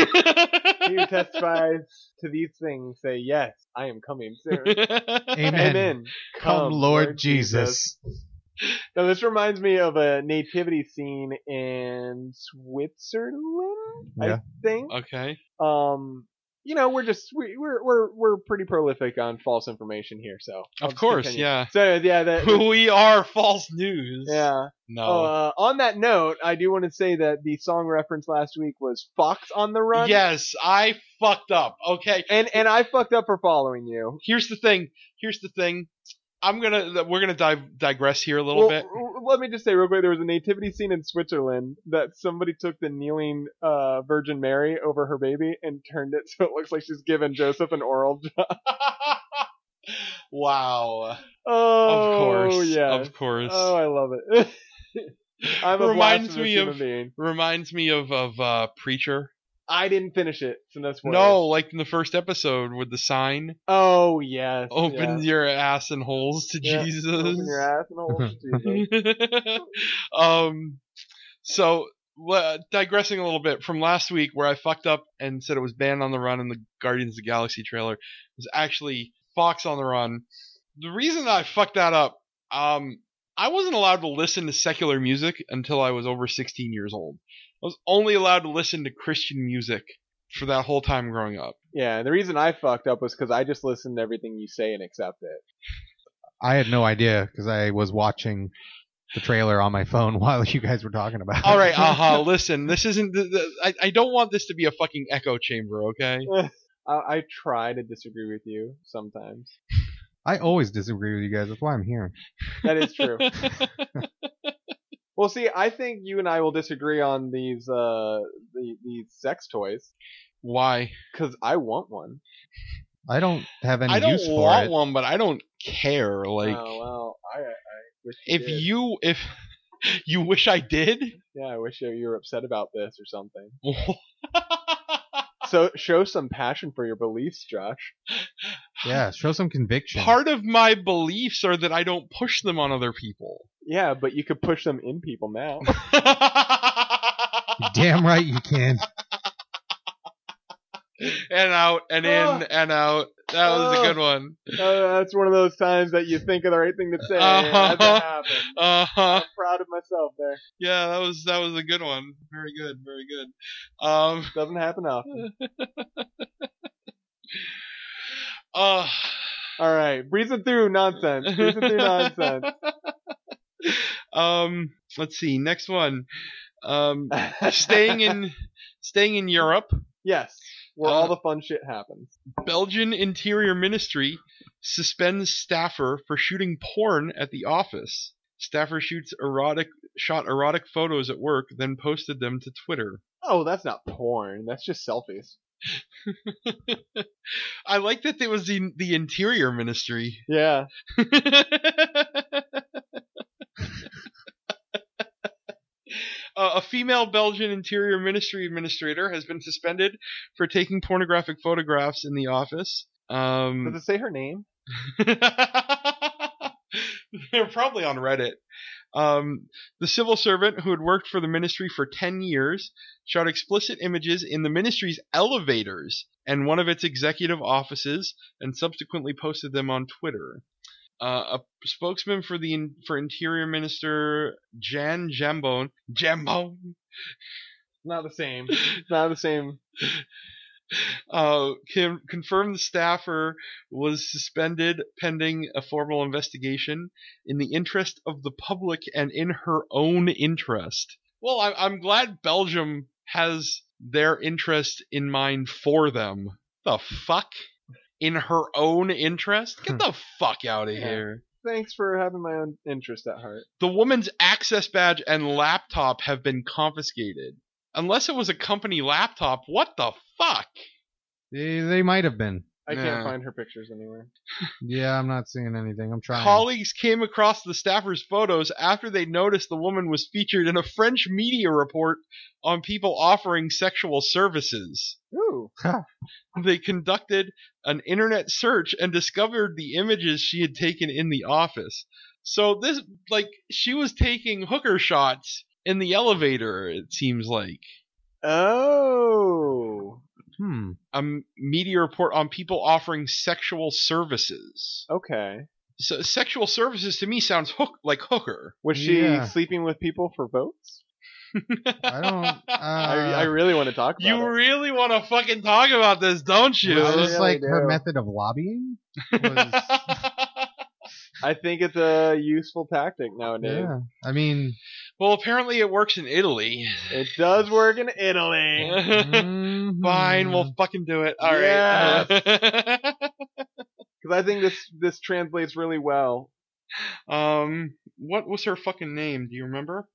Speaker 9: He who testifies to these things say, Yes, I am coming soon.
Speaker 10: Amen.
Speaker 9: Amen.
Speaker 10: Come, Lord, Jesus.
Speaker 9: Now this reminds me of a nativity scene in Switzerland,
Speaker 10: Yeah.
Speaker 9: I think.
Speaker 8: okay.
Speaker 9: um you know we're just we, we're we're we're pretty prolific on false information here so I'll
Speaker 8: Of
Speaker 9: just
Speaker 8: course,
Speaker 9: continue.
Speaker 8: yeah.
Speaker 9: so yeah that
Speaker 8: we are false news.
Speaker 9: yeah
Speaker 8: No.
Speaker 9: uh, on that note i do want to say that the song reference last week was fox on the run
Speaker 8: yes, I fucked up. Okay.
Speaker 9: and and i fucked up for following you
Speaker 8: Here's the thing. Here's the thing. I'm gonna. We're gonna dive, digress here a little
Speaker 9: Well,
Speaker 8: bit.
Speaker 9: r- let me just say real quick there was a nativity scene in switzerland that somebody took the kneeling uh, virgin mary over her baby and turned it so it looks like she's giving joseph an oral job
Speaker 8: wow.
Speaker 9: oh
Speaker 8: of course.
Speaker 9: yeah
Speaker 8: Of course.
Speaker 9: Oh, I love it. I'm a
Speaker 8: Reminds
Speaker 9: reminds
Speaker 8: me
Speaker 9: human
Speaker 8: of-
Speaker 9: being.
Speaker 8: Reminds me of of uh, preacher.
Speaker 9: I didn't finish it, so that's why.
Speaker 8: No, like in the first episode with the sign,
Speaker 9: Oh yes.
Speaker 8: open
Speaker 9: yes.
Speaker 8: your ass and holes to
Speaker 9: Yeah,
Speaker 8: Jesus.
Speaker 9: Open your ass and hold Jesus.
Speaker 8: um, so le- digressing a little bit from last week, where I fucked up and said it was Band on the Run in the Guardians of the Galaxy trailer, it was actually Fox on the Run. The reason I fucked that up, um, I wasn't allowed to listen to secular music until I was over 16 years old. I was only allowed to listen to Christian music for that whole time growing up.
Speaker 9: Yeah, the reason I fucked up was because I just listened to everything you say and accept it.
Speaker 10: I had no idea because I was watching the trailer on my phone while you guys were talking about. it.
Speaker 8: All right, uh-huh. aha, listen, this isn't. The, the, I, I don't want this to be a fucking echo chamber, okay?
Speaker 9: I, I try to disagree with you sometimes.
Speaker 10: I always disagree with you guys. That's why I'm here.
Speaker 9: That is true. well, see, I think you and I will disagree on these uh the, these sex toys
Speaker 8: Why?
Speaker 9: because I want one.
Speaker 10: I don't have any
Speaker 8: I don't
Speaker 10: use for
Speaker 8: want
Speaker 10: it.
Speaker 8: one, but I don't care. Like,
Speaker 9: oh well, I, I wish you
Speaker 8: if
Speaker 9: did.
Speaker 8: you if you wish I did,
Speaker 9: Yeah, I wish you you were upset about this or something.
Speaker 8: part
Speaker 9: So show some passion for your beliefs, Josh.
Speaker 10: Yeah, show some conviction.
Speaker 8: of my beliefs are that I don't push them on other people.
Speaker 9: Yeah, but you could push them in people now.
Speaker 10: You're Damn right you can.
Speaker 8: and out and in
Speaker 9: Ah.
Speaker 8: and out. That was a good one.
Speaker 9: Uh, that's one of those times that you think of the right thing to say. and it hasn't
Speaker 8: Uh-huh.
Speaker 9: happened.
Speaker 8: Uh huh.
Speaker 9: I'm proud of myself there.
Speaker 8: Yeah, that was that was a good one. Very good. Very good. Um.
Speaker 9: Doesn't happen often.
Speaker 8: Uh.
Speaker 9: All right, breezing through nonsense. Breezing through nonsense.
Speaker 8: Um. Let's see. Next one. Um. staying in staying in Europe,
Speaker 9: yes, where
Speaker 8: Uh,
Speaker 9: all the fun shit happens.
Speaker 8: Belgian Interior Ministry suspends staffer for shooting porn at the office. Staffer shoots erotic shot erotic photos at work, then posted them to Twitter.
Speaker 9: Oh, that's not porn. That's just selfies.
Speaker 8: I like that it was the the Interior Ministry.
Speaker 9: Yeah.
Speaker 8: Uh, a female Belgian Interior Ministry administrator has been suspended for taking pornographic photographs in the office. Um,
Speaker 9: Does it say her name?
Speaker 8: They're probably on Reddit. Um, the civil servant who had worked for the ministry for 10 years shot explicit images in the ministry's elevators and one of its executive offices and subsequently posted them on Twitter. Uh, a spokesman for the in- for Interior Minister Jan Jambon Jambon
Speaker 9: Not the same. It's not the same.
Speaker 8: Uh, con- confirmed the staffer was suspended pending a formal investigation in the interest of the public and in her own interest. Well, I- I'm glad Belgium has their interest in mind for them. The fuck? In her own interest? Get the fuck out of
Speaker 9: Yeah.
Speaker 8: here.
Speaker 9: Thanks for having my own interest at heart.
Speaker 8: The woman's access badge and laptop have been confiscated. Unless it was a company laptop, what the fuck?
Speaker 10: They, they might have been.
Speaker 9: I
Speaker 8: Nah.
Speaker 9: can't find her pictures anywhere.
Speaker 10: Yeah, I'm not seeing anything. I'm trying.
Speaker 8: Colleagues came across the staffer's photos after they noticed the woman was featured in a French media report on people offering sexual services.
Speaker 9: Ooh.
Speaker 8: They conducted an internet search and discovered the images she had taken in the office. So this like she was taking hooker shots in the elevator it seems like.
Speaker 9: Oh.
Speaker 10: Hmm.
Speaker 8: A m- media report on people offering sexual services.
Speaker 9: Okay.
Speaker 8: So sexual services to me sounds hook like hooker.
Speaker 9: Was she
Speaker 10: Yeah.
Speaker 9: sleeping with people for votes?
Speaker 10: I don't. Uh,
Speaker 9: I, I really want to talk about
Speaker 8: You
Speaker 9: it.
Speaker 8: really want to fucking talk about this, don't you?
Speaker 10: was this
Speaker 9: really
Speaker 10: like her
Speaker 9: do.
Speaker 10: method of lobbying? Was-
Speaker 9: I think it's a useful tactic nowadays.
Speaker 10: yeah. I mean,
Speaker 8: well, apparently it works in Italy.
Speaker 9: It does work in Italy.
Speaker 8: Fine,
Speaker 10: fine.
Speaker 8: we'll fucking do it. All right.
Speaker 9: Because I think
Speaker 10: Mm-hmm.
Speaker 9: this this translates really well.
Speaker 8: um, what was her fucking name? Do you remember?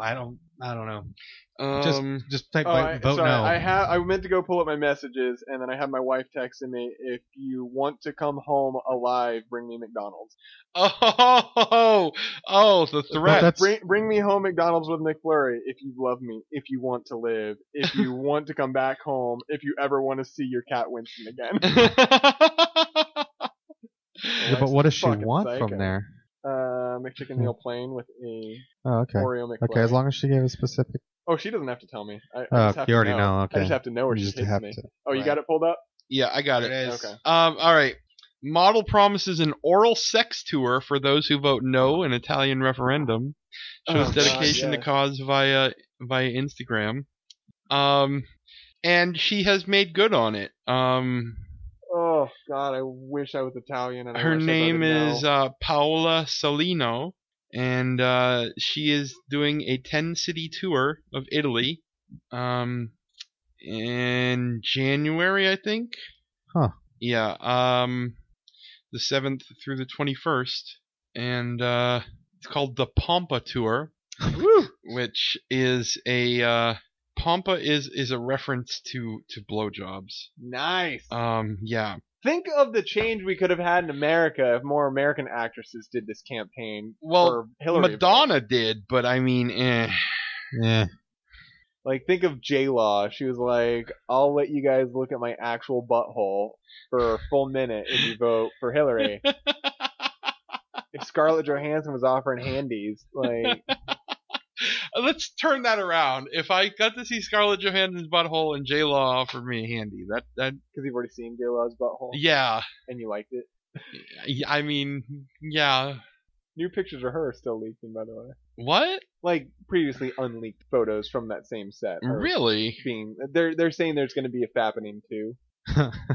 Speaker 10: I don't. I don't know. Just
Speaker 8: Um,
Speaker 10: just type
Speaker 9: Oh,
Speaker 10: vote,
Speaker 9: I,
Speaker 10: vote
Speaker 9: sorry,
Speaker 10: no.
Speaker 9: I have I meant to go pull up my messages, and then I had my wife texting me, "If you want to come home alive, bring me McDonald's.
Speaker 8: oh, oh, the
Speaker 10: But
Speaker 8: threat.
Speaker 10: that's
Speaker 9: Bring bring me home McDonald's with McFlurry if you love me, if you want to live, if you want to come back home, if you ever want to see your cat Winston again."
Speaker 10: yeah, but what does she
Speaker 9: Fucking
Speaker 10: want from
Speaker 9: psycho.
Speaker 10: there?
Speaker 9: Uh, McChicken meal plain with a
Speaker 10: Oh, okay.
Speaker 9: Oreo McFlurry.
Speaker 10: Okay, as long as she gave a specific.
Speaker 9: oh, she doesn't have to tell me. I, I
Speaker 10: Oh,
Speaker 9: just have
Speaker 10: you
Speaker 9: to
Speaker 10: already know, okay.
Speaker 9: I just have to know where
Speaker 10: you
Speaker 9: she
Speaker 10: just
Speaker 9: hits
Speaker 10: have
Speaker 9: me.
Speaker 10: to.
Speaker 9: Oh, you
Speaker 10: Right.
Speaker 9: got it pulled up?
Speaker 8: yeah, I got it.
Speaker 9: Okay.
Speaker 8: Um, all right. Model promises an oral sex tour for those who vote no in Italian referendum. Shows
Speaker 9: Oh, God,
Speaker 8: dedication to
Speaker 9: yes.
Speaker 8: cause via via Instagram. Um, and she has made good on it. Um,
Speaker 9: Oh God, I wish I was Italian. And I
Speaker 8: her
Speaker 9: wish I
Speaker 8: name
Speaker 9: voted
Speaker 8: is
Speaker 9: no.
Speaker 8: uh, Paola Salino, and uh, she is doing a ten-city tour of Italy. Um, in January, I think.
Speaker 10: Huh.
Speaker 8: Yeah. Um, the seventh through the twenty-first, and uh, it's called the Pompa Tour, which is a uh, Pompa is is a reference to to blowjobs.
Speaker 9: nice.
Speaker 8: Um, yeah.
Speaker 9: Think of the change we could have had in America if more American actresses did this campaign
Speaker 8: Well,
Speaker 9: for Hillary.
Speaker 8: Madonna did, but I mean, eh.
Speaker 10: Yeah.
Speaker 9: Like, think of J Law. She was like, "I'll let you guys look at my actual butthole for a full minute if you vote for Hillary." if Scarlett Johansson was offering handies, like,
Speaker 8: Let's turn that around. If I got to see Scarlett Johansson's butthole and J Law offered me a handy, that that
Speaker 9: because you've already seen J Law's butthole
Speaker 8: yeah,
Speaker 9: and you liked it.
Speaker 8: I mean, yeah.
Speaker 9: New pictures of her are still leaking, by the way.
Speaker 8: What
Speaker 9: Like previously unleaked photos from that same set. are
Speaker 8: really
Speaker 9: being they're they're saying there's going to be a fappening too.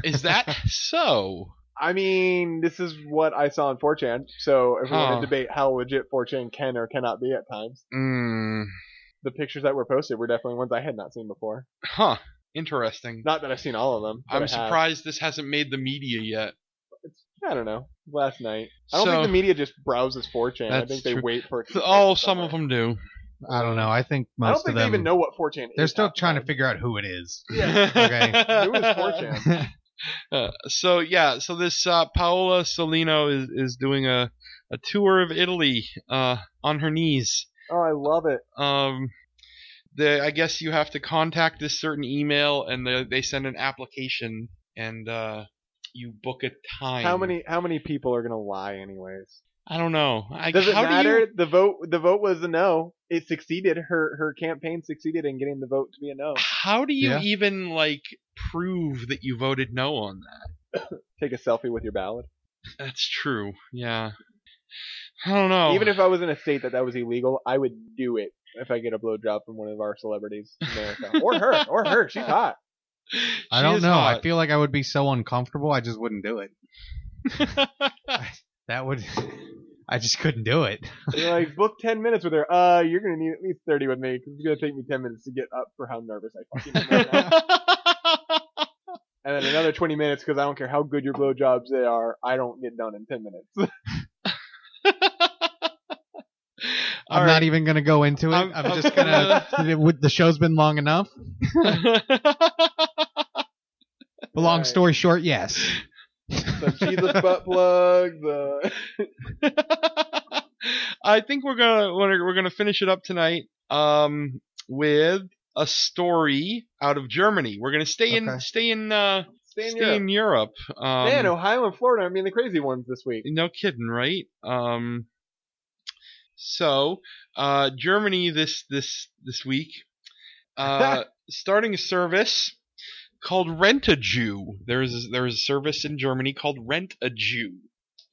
Speaker 8: is that so?
Speaker 9: I mean, this is what I saw on 4chan. So if we
Speaker 8: Huh.
Speaker 9: want to debate how legit 4chan can or cannot be at times,
Speaker 8: Mm,
Speaker 9: the pictures that were posted were definitely ones I had not seen before.
Speaker 8: huh? Interesting.
Speaker 9: Not that I've seen all of them. but I
Speaker 8: I'm
Speaker 9: have.
Speaker 8: surprised this hasn't made the media yet.
Speaker 9: It's- I don't know. Last night, I don't
Speaker 8: So-
Speaker 9: think the media just browses 4chan. I
Speaker 8: That's
Speaker 9: think they
Speaker 8: true.
Speaker 9: wait for it. to
Speaker 8: Oh,
Speaker 9: post
Speaker 8: some of
Speaker 9: somewhere.
Speaker 8: them do.
Speaker 10: I don't know. I think most
Speaker 9: I don't think
Speaker 10: of
Speaker 9: they
Speaker 10: them.
Speaker 9: even know what 4chan is.
Speaker 10: they're still
Speaker 9: half the
Speaker 10: trying to
Speaker 9: time.
Speaker 10: figure out who it is.
Speaker 9: Who is 4chan?
Speaker 8: Uh, so yeah, so this uh, Paola Solino is, is doing a, a tour of Italy uh, on her knees.
Speaker 9: Oh, I love it.
Speaker 8: Um, the I guess you have to contact this certain email, and they they send an application, and uh, you book a time.
Speaker 9: How many how many people are gonna lie anyways?
Speaker 8: I don't know. I,
Speaker 9: Does it
Speaker 8: how
Speaker 9: matter?
Speaker 8: Do you,
Speaker 9: The vote the vote was a no. It succeeded. Her her campaign succeeded in getting the vote to be a no.
Speaker 8: how do you
Speaker 10: Yeah.
Speaker 8: even like prove that you voted no on that?
Speaker 9: Take a selfie with your ballot.
Speaker 8: That's true. Yeah. I don't know.
Speaker 9: Even if I was in a state that that was illegal, I would do it if I get a blowjob from one of our celebrities in America. or her. Or her. She's hot.
Speaker 10: I don't know. I feel like I would be so uncomfortable. I just wouldn't do it.
Speaker 8: feel
Speaker 10: That would. I just couldn't do it.
Speaker 9: You're like, book 10 minutes with her. Uh, you're going to need at least 30 with me because it's going to take me 10 minutes to get up for how nervous I fucking am. right now. and then another 20 minutes because I don't care how good your blowjobs they are, I don't get done in 10 minutes.
Speaker 10: I'm
Speaker 8: All
Speaker 10: not
Speaker 8: right.
Speaker 10: even gonna go into it. I'm,
Speaker 8: I'm-
Speaker 10: just gonna. would- the show's been long enough. But long
Speaker 9: Right.
Speaker 10: story short, yes.
Speaker 9: so Jesus butt plug. The...
Speaker 8: I think we're gonna we're, we're gonna finish it up tonight um, with a story out of Germany. We're gonna stay
Speaker 10: Okay.
Speaker 8: in stay in uh,
Speaker 9: Stay in
Speaker 8: stay
Speaker 9: Europe.
Speaker 8: in Europe. Um,
Speaker 9: Man, Ohio and Florida are being the crazy ones this week.
Speaker 8: No kidding, right? Um, so, uh, Germany this this this week, uh, starting a service called Rent a Jew. There is there is a service in Germany called Rent a Jew.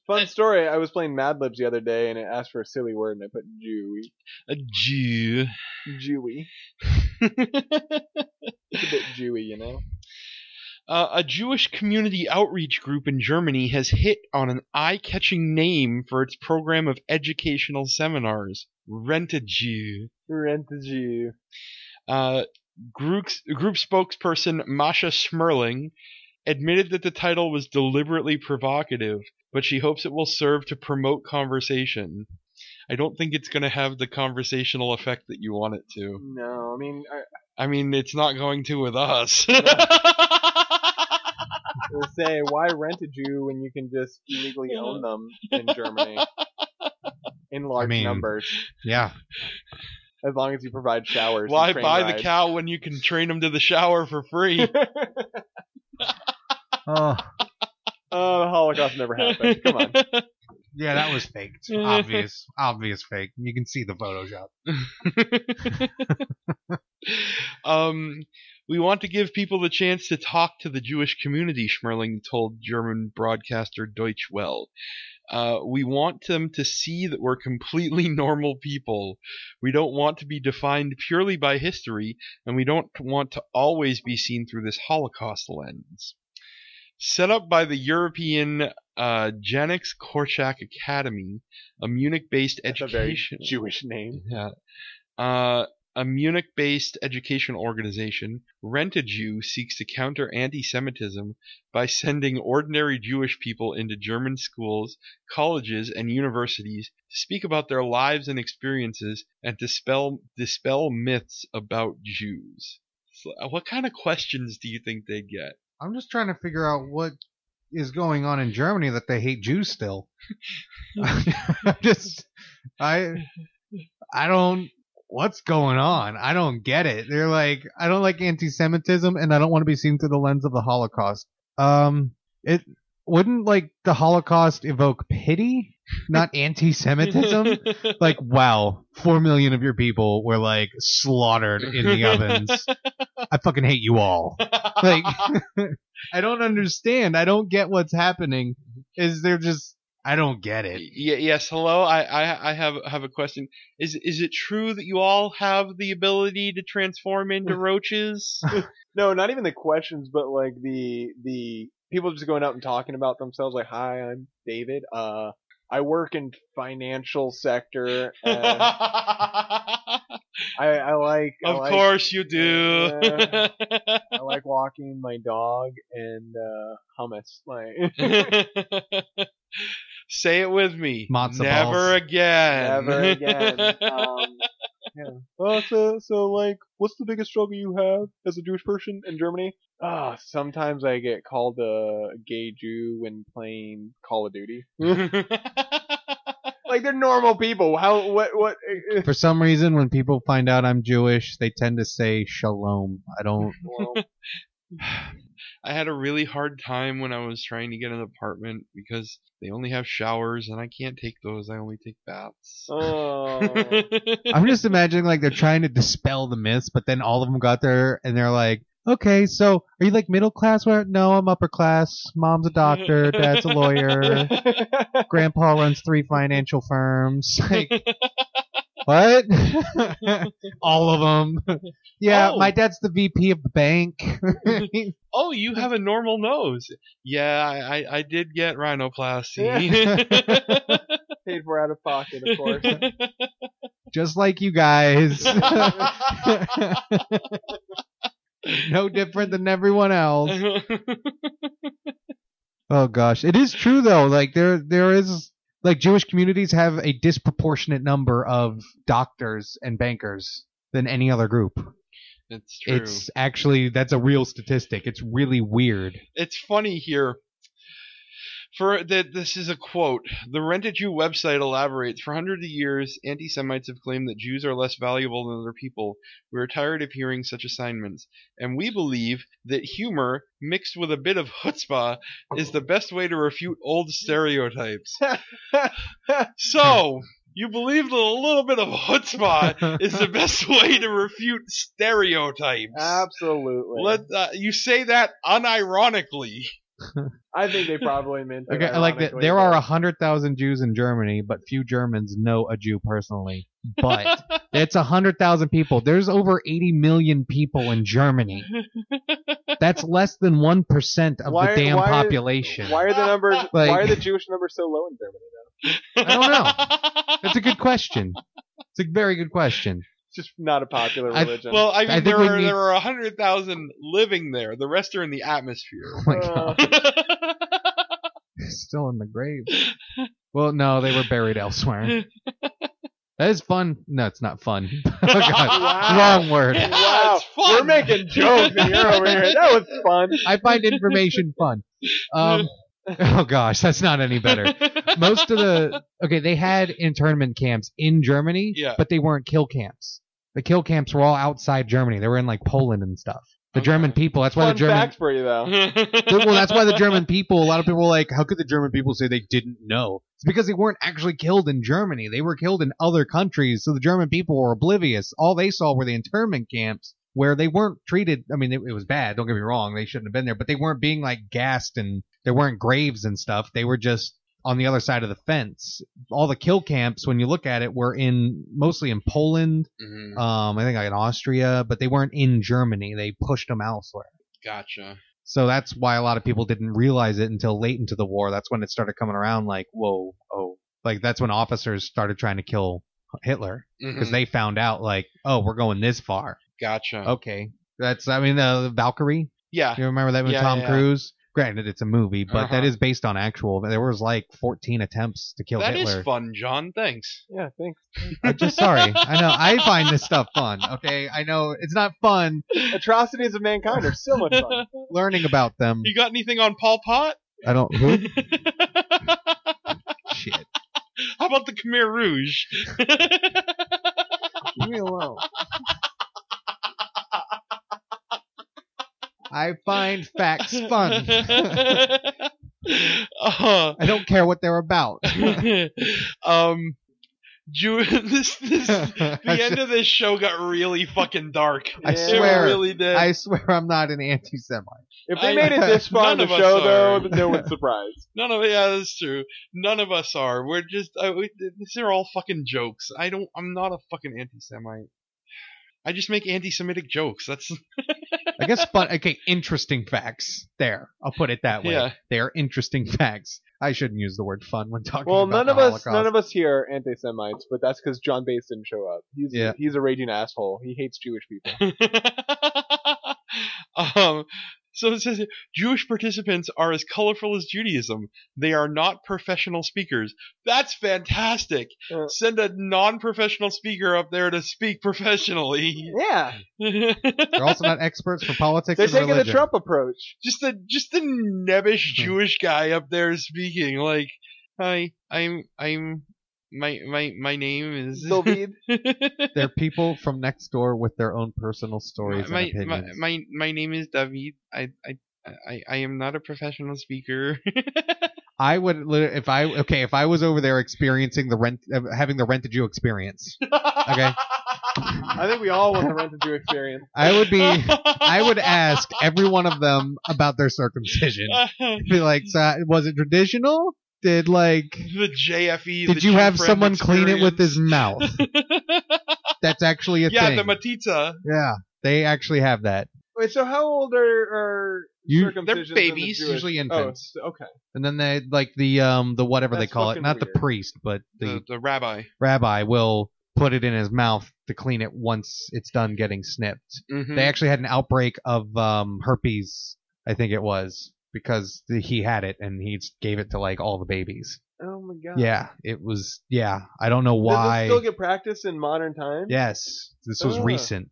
Speaker 9: Fun story. I was playing Mad Libs the other day and it asked for a silly word and I put Jewy.
Speaker 8: A Jew.
Speaker 9: Jewy. It's a bit Jewy, you know?
Speaker 8: Uh, a Jewish community outreach group in Germany has hit on an eye-catching name for its program of educational seminars, Rent a Jew.
Speaker 9: Rent a Jew.
Speaker 8: Uh, group, group spokesperson Masha Schmerling admitted that the title was deliberately provocative, but she hopes it will serve to promote conversation. I don't think it's going to have the conversational effect that you want it to.
Speaker 9: No, I mean, I,
Speaker 8: I mean, it's not going to with us.
Speaker 9: will say, why rent a Jew when you can just illegally own them in Germany in large
Speaker 10: mean-
Speaker 9: numbers,
Speaker 10: Yeah.
Speaker 9: as long as you provide showers? and
Speaker 8: Why
Speaker 9: train
Speaker 8: buy the
Speaker 9: rides.
Speaker 8: cow when you can train him to the shower for free?
Speaker 10: Oh,
Speaker 9: Oh, the Holocaust never happened. Come on.
Speaker 10: yeah. That was faked. Obvious. Obvious fake. You can see the Photoshop.
Speaker 8: um, we want to give people the chance to talk to the Jewish community, Schmerling told German broadcaster Deutsche Welle. Uh, we want them to see that we're completely normal people. We don't want to be defined purely by history, and we don't want to always be seen through this Holocaust lens. Set up by the European uh, Janix Korczak Academy, a Munich based
Speaker 9: That's a very
Speaker 8: education.
Speaker 9: Jewish name.
Speaker 8: Yeah. Uh, a Munich based educational organization, Rent a Jew seeks to counter anti Semitism by sending ordinary Jewish people into German schools, colleges, and universities to speak about their lives and experiences and dispel, dispel myths about Jews. So, uh, what kind of questions do you think they'd get?
Speaker 10: I'm just trying to figure out what is going on in Germany that they hate Jews still. I'm just I I don't what's going on? I don't get it. They're like I don't like anti-Semitism and I don't want to be seen through the lens of the Holocaust. Um it wouldn't like the Holocaust evoke pity, not anti-Semitism? like wow, 4 million of your people were like slaughtered in the ovens. I fucking hate you all like I don't understand. I don't get what's happening. Is they're just I don't get it.
Speaker 8: Y- yes, hello. I, I I have have a question. Is is it true that you all have the ability to transform into roaches?
Speaker 9: No, not even the questions, but like the the people just going out and talking about themselves. Like, hi, I'm David. Uh, I work in financial sector. Uh, I, I like. I
Speaker 8: of
Speaker 9: like-
Speaker 8: course you do.
Speaker 9: Yeah. I like walking my dog and uh, hummus. Like
Speaker 8: Say it with me.
Speaker 10: Matzo
Speaker 8: Never
Speaker 10: balls.
Speaker 8: again.
Speaker 9: never again. Um, yeah. Well, so so like, what's the biggest struggle you have as a Jewish person in Germany? Ah, sometimes I get called a gay Jew when playing Call of Duty. Like they're normal people. How? What? What? eh,
Speaker 10: For some reason, when people find out I'm Jewish, they tend to say shalom. I don't.
Speaker 9: Well,
Speaker 8: I had a really hard time when I was trying to get an apartment because they only have showers and I can't take those. I only take baths.
Speaker 9: oh.
Speaker 10: I'm just imagining like they're trying to dispel the myths, but then all of them got there and they're like, okay, so are you like middle class? Where no, I'm upper class. Mom's a doctor, dad's a lawyer, grandpa runs three financial firms. Like, What? All of them. Yeah,
Speaker 8: Oh.
Speaker 10: my dad's the VP of the bank.
Speaker 8: Oh, you have a normal nose. Yeah, I, I, I did get rhinoplasty.
Speaker 9: Paid for out of pocket, of course.
Speaker 10: Just like you guys. no different than everyone else. Oh gosh, it is true though. Like there, there is like Jewish communities have a disproportionate number of doctors and bankers than any other group.
Speaker 8: it's true. It's,
Speaker 10: It's actually that's a real statistic. It's really weird.
Speaker 8: funny here. For that, this is a quote. The Rent-A-Jew website elaborates. For hundreds of years, anti-Semites have claimed that Jews are less valuable than other people. We are tired of hearing such assignments, and we believe that humor mixed with a bit of chutzpah is the best way to refute old stereotypes. so, you believe that a little bit of chutzpah is the best way to refute stereotypes.
Speaker 9: Ah, Absolutely.
Speaker 8: Let uh, you say that unironically.
Speaker 9: I think they probably meant that.
Speaker 10: Okay, I like that.
Speaker 9: ironically,
Speaker 10: There are
Speaker 9: but-
Speaker 10: a hundred thousand Jews in Germany, but few Germans know a Jew personally. But it's a hundred thousand people. There's over eighty million people in Germany. That's less than one percent of
Speaker 9: Why-
Speaker 10: the damn
Speaker 9: why-
Speaker 10: population.
Speaker 9: Why are the numbers?
Speaker 10: Like-
Speaker 9: why are the Jewish numbers so low in Germany?
Speaker 10: I don't know. That's a good question. It's a very good question.
Speaker 9: It's just not a popular
Speaker 10: I-
Speaker 9: religion.
Speaker 8: Well, I mean,
Speaker 10: think
Speaker 8: there
Speaker 10: we
Speaker 8: are
Speaker 10: need-
Speaker 8: there are hundred thousand living there. The rest are in the atmosphere.
Speaker 10: Oh my god,
Speaker 9: Uh,
Speaker 10: still in the grave. Well, no, they were buried elsewhere. That is fun. No, it's not fun. Oh god, wrong word.
Speaker 9: wow,
Speaker 8: It's fun.
Speaker 9: we're making jokes, and you're over here. That was fun.
Speaker 10: I find information fun. Um, oh gosh, that's not any better. Most of the okay, they had internment camps in Germany,
Speaker 8: Yeah.
Speaker 10: but they weren't kill camps. The kill camps were all outside Germany. They were in like Poland and stuff. The
Speaker 8: Okay.
Speaker 10: German people. That's why
Speaker 9: fun
Speaker 10: the German.
Speaker 9: fact for you, though.
Speaker 10: well, that's why the German people. A lot of people are like, how could the German people say they didn't know? It's because they weren't actually killed in Germany. They were killed in other countries. So the German people were oblivious. All they saw were the internment camps where they weren't treated. I mean, it, it was bad. Don't get me wrong. They shouldn't have been there, but they weren't being like gassed and there weren't graves and stuff. They were just on the other side of the fence. All the kill camps, when you look at it, were in mostly in Poland.
Speaker 8: Mhm,
Speaker 10: Um, I think like in Austria, but they weren't in Germany. They pushed them elsewhere.
Speaker 8: gotcha.
Speaker 10: So that's why a lot of people didn't realize it until late into the war. That's when it started coming around like, whoa, oh. Like that's when officers started trying to kill Hitler because
Speaker 8: Mhm,
Speaker 10: they found out like, oh, we're going this far.
Speaker 8: gotcha.
Speaker 10: Okay. That's I mean uh, Valkyrie.
Speaker 8: Yeah.
Speaker 10: Oh, You remember that with
Speaker 8: Yeah,
Speaker 10: Tom
Speaker 8: yeah, yeah.
Speaker 10: Cruise? Granted, it's a movie, but that
Speaker 8: Uh-huh.
Speaker 10: is based on actual. There was like 14 attempts to kill
Speaker 8: that is
Speaker 10: Hitler.
Speaker 8: fun, John. Thanks.
Speaker 9: Yeah, thanks.
Speaker 10: I'm just sorry. I know. I find this stuff fun. Okay. I know it's not fun
Speaker 9: Atrocities of mankind are so much fun.
Speaker 10: learning about them.
Speaker 8: You got anything on Paul Pot?
Speaker 10: I don't. Who? Shit.
Speaker 8: How about the Khmer Rouge?
Speaker 10: Leave me alone. I find facts fun.
Speaker 8: Uh,
Speaker 10: I don't care what they're about.
Speaker 8: um, Jew- this, this, the end
Speaker 10: I
Speaker 8: of this show got really fucking dark.
Speaker 10: I
Speaker 8: it
Speaker 10: swear,
Speaker 8: really did.
Speaker 10: swear I'm not an anti-Semite.
Speaker 9: If they
Speaker 8: I-
Speaker 9: made it this far in
Speaker 8: None
Speaker 9: the
Speaker 8: of us
Speaker 9: show,
Speaker 8: are.
Speaker 9: though, then no one's surprised.
Speaker 8: None of yeah, that's true. None of us are. We're just uh, we, these are all fucking jokes. I don't. I'm not a fucking anti-Semite. I just make anti-Semitic jokes. That's
Speaker 10: I guess fun. Okay, interesting facts. There, I'll put it that way.
Speaker 8: Yeah.
Speaker 10: They are interesting facts. I shouldn't use the word fun when talking
Speaker 9: Well,
Speaker 10: about
Speaker 9: none
Speaker 10: the
Speaker 9: of us,
Speaker 10: Holocaust.
Speaker 9: none of us here are anti-Semites, but that's because John Bates didn't show up. He's
Speaker 10: Yeah.
Speaker 9: he's a raging asshole. He hates Jewish people.
Speaker 8: um. So it says Jewish participants are as colorful as Judaism. They are not professional speakers. That's fantastic.
Speaker 9: Uh.
Speaker 8: Send a non-professional speaker up there to speak professionally.
Speaker 9: Yeah,
Speaker 10: They're also not experts for politics
Speaker 9: they're
Speaker 10: and
Speaker 9: taking
Speaker 10: religion.
Speaker 9: the Trump approach.
Speaker 8: just the just the nebbish
Speaker 10: Mm-hmm.
Speaker 8: Jewish guy up there speaking like, "Hi, I'm I'm my my my name is
Speaker 9: Sylvie,
Speaker 10: They're people from next door with their own personal stories and
Speaker 8: my,
Speaker 10: opinions.
Speaker 8: my my my name is David. I I I, I am not a professional speaker.
Speaker 10: I would lit- if I okay if I was over there experiencing the rent uh, having the rent a Jew experience. Okay,
Speaker 9: I think we all want to rent a Jew experience.
Speaker 10: I would be I would ask every one of them about their circumcision. Be like, so, was it traditional? Did like
Speaker 8: the
Speaker 10: did
Speaker 8: JFE. the
Speaker 10: you
Speaker 8: Jew
Speaker 10: have
Speaker 8: friend
Speaker 10: someone clean it with
Speaker 8: experience.
Speaker 10: his mouth? That's actually a
Speaker 8: yeah,
Speaker 10: thing.
Speaker 8: the Matita.
Speaker 10: yeah, they actually have that.
Speaker 9: Wait, so how old are, are
Speaker 10: You-
Speaker 9: circumcisions?
Speaker 8: they're
Speaker 9: in the
Speaker 8: babies,
Speaker 9: Jewish-
Speaker 10: usually
Speaker 9: oh,
Speaker 10: infants.
Speaker 9: s- okay.
Speaker 10: And then they like the um the whatever
Speaker 9: That's
Speaker 10: they call it,
Speaker 9: fucking
Speaker 10: not
Speaker 9: weird.
Speaker 10: the priest, but the,
Speaker 8: the, the rabbi.
Speaker 10: rabbi will put it in his mouth to clean it once it's done getting snipped.
Speaker 8: Mhm.
Speaker 10: They actually had an outbreak of um herpes, I think it was, because the, he had it and he just gave it to like all the babies.
Speaker 9: Oh my god.
Speaker 10: Yeah, it was. Yeah, I don't know
Speaker 9: Does
Speaker 10: why.
Speaker 9: it still get practiced in modern times?
Speaker 10: yes, this was
Speaker 9: Ah.
Speaker 10: recent.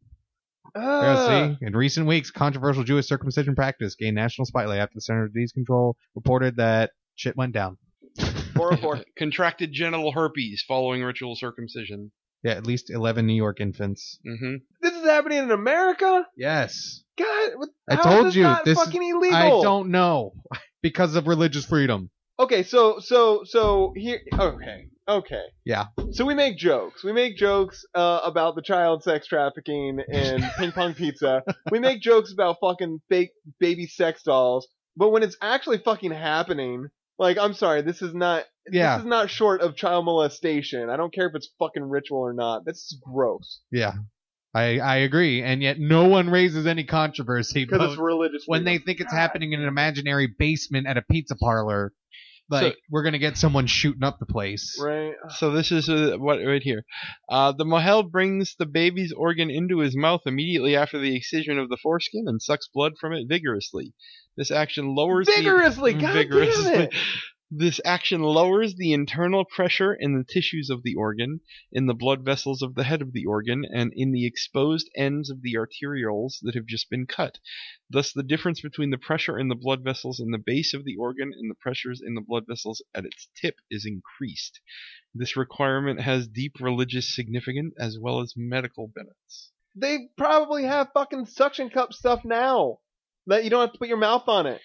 Speaker 9: Ah,
Speaker 10: Yeah, see, in recent weeks, controversial Jewish circumcision practice gained national spotlight after the Center for Disease Control reported that shit went down.
Speaker 9: 404.
Speaker 8: Contracted genital herpes following ritual circumcision.
Speaker 10: Yeah, at least 11 New York infants.
Speaker 8: hmm
Speaker 9: this is happening in America?
Speaker 10: Yes.
Speaker 9: God, what,
Speaker 10: I
Speaker 9: how
Speaker 10: told
Speaker 9: is this
Speaker 10: you,
Speaker 9: not
Speaker 10: this is-
Speaker 9: fucking illegal.
Speaker 10: I don't know. because of religious freedom.
Speaker 9: Okay, so so so here. Okay, okay.
Speaker 10: Yeah.
Speaker 9: So we make jokes. We make jokes uh, about the child sex trafficking and ping pong pizza. We make jokes about fucking fake baby sex dolls. But when it's actually fucking happening, like I'm sorry, this is not.
Speaker 10: Yeah.
Speaker 9: This is not short of child molestation. I don't care if it's fucking ritual or not. That's gross.
Speaker 10: Yeah. I, I agree. And yet no one raises any controversy
Speaker 9: Because
Speaker 10: about
Speaker 9: it's religious.
Speaker 10: when they
Speaker 9: freedom.
Speaker 10: think it's happening in an imaginary basement at a pizza parlor. Like, we're going to get someone shooting up the place.
Speaker 9: right.
Speaker 8: So this is uh, what right here. Uh, the mohel brings the baby's organ into his mouth immediately after the excision of the foreskin and sucks blood from it vigorously. This action lowers
Speaker 9: Vigorously,
Speaker 8: the
Speaker 9: God
Speaker 8: vigorously.
Speaker 9: damn it.
Speaker 8: This action lowers the internal pressure in the tissues of the organ, in the blood vessels of the head of the organ, and in the exposed ends of the arterioles that have just been cut. Thus, the difference between the pressure in the blood vessels in the base of the organ and the pressures in the blood vessels at its tip is increased. This requirement has deep religious significance as well as medical benefits.
Speaker 9: They probably have fucking suction cup stuff now. That you don't have to put your mouth on it.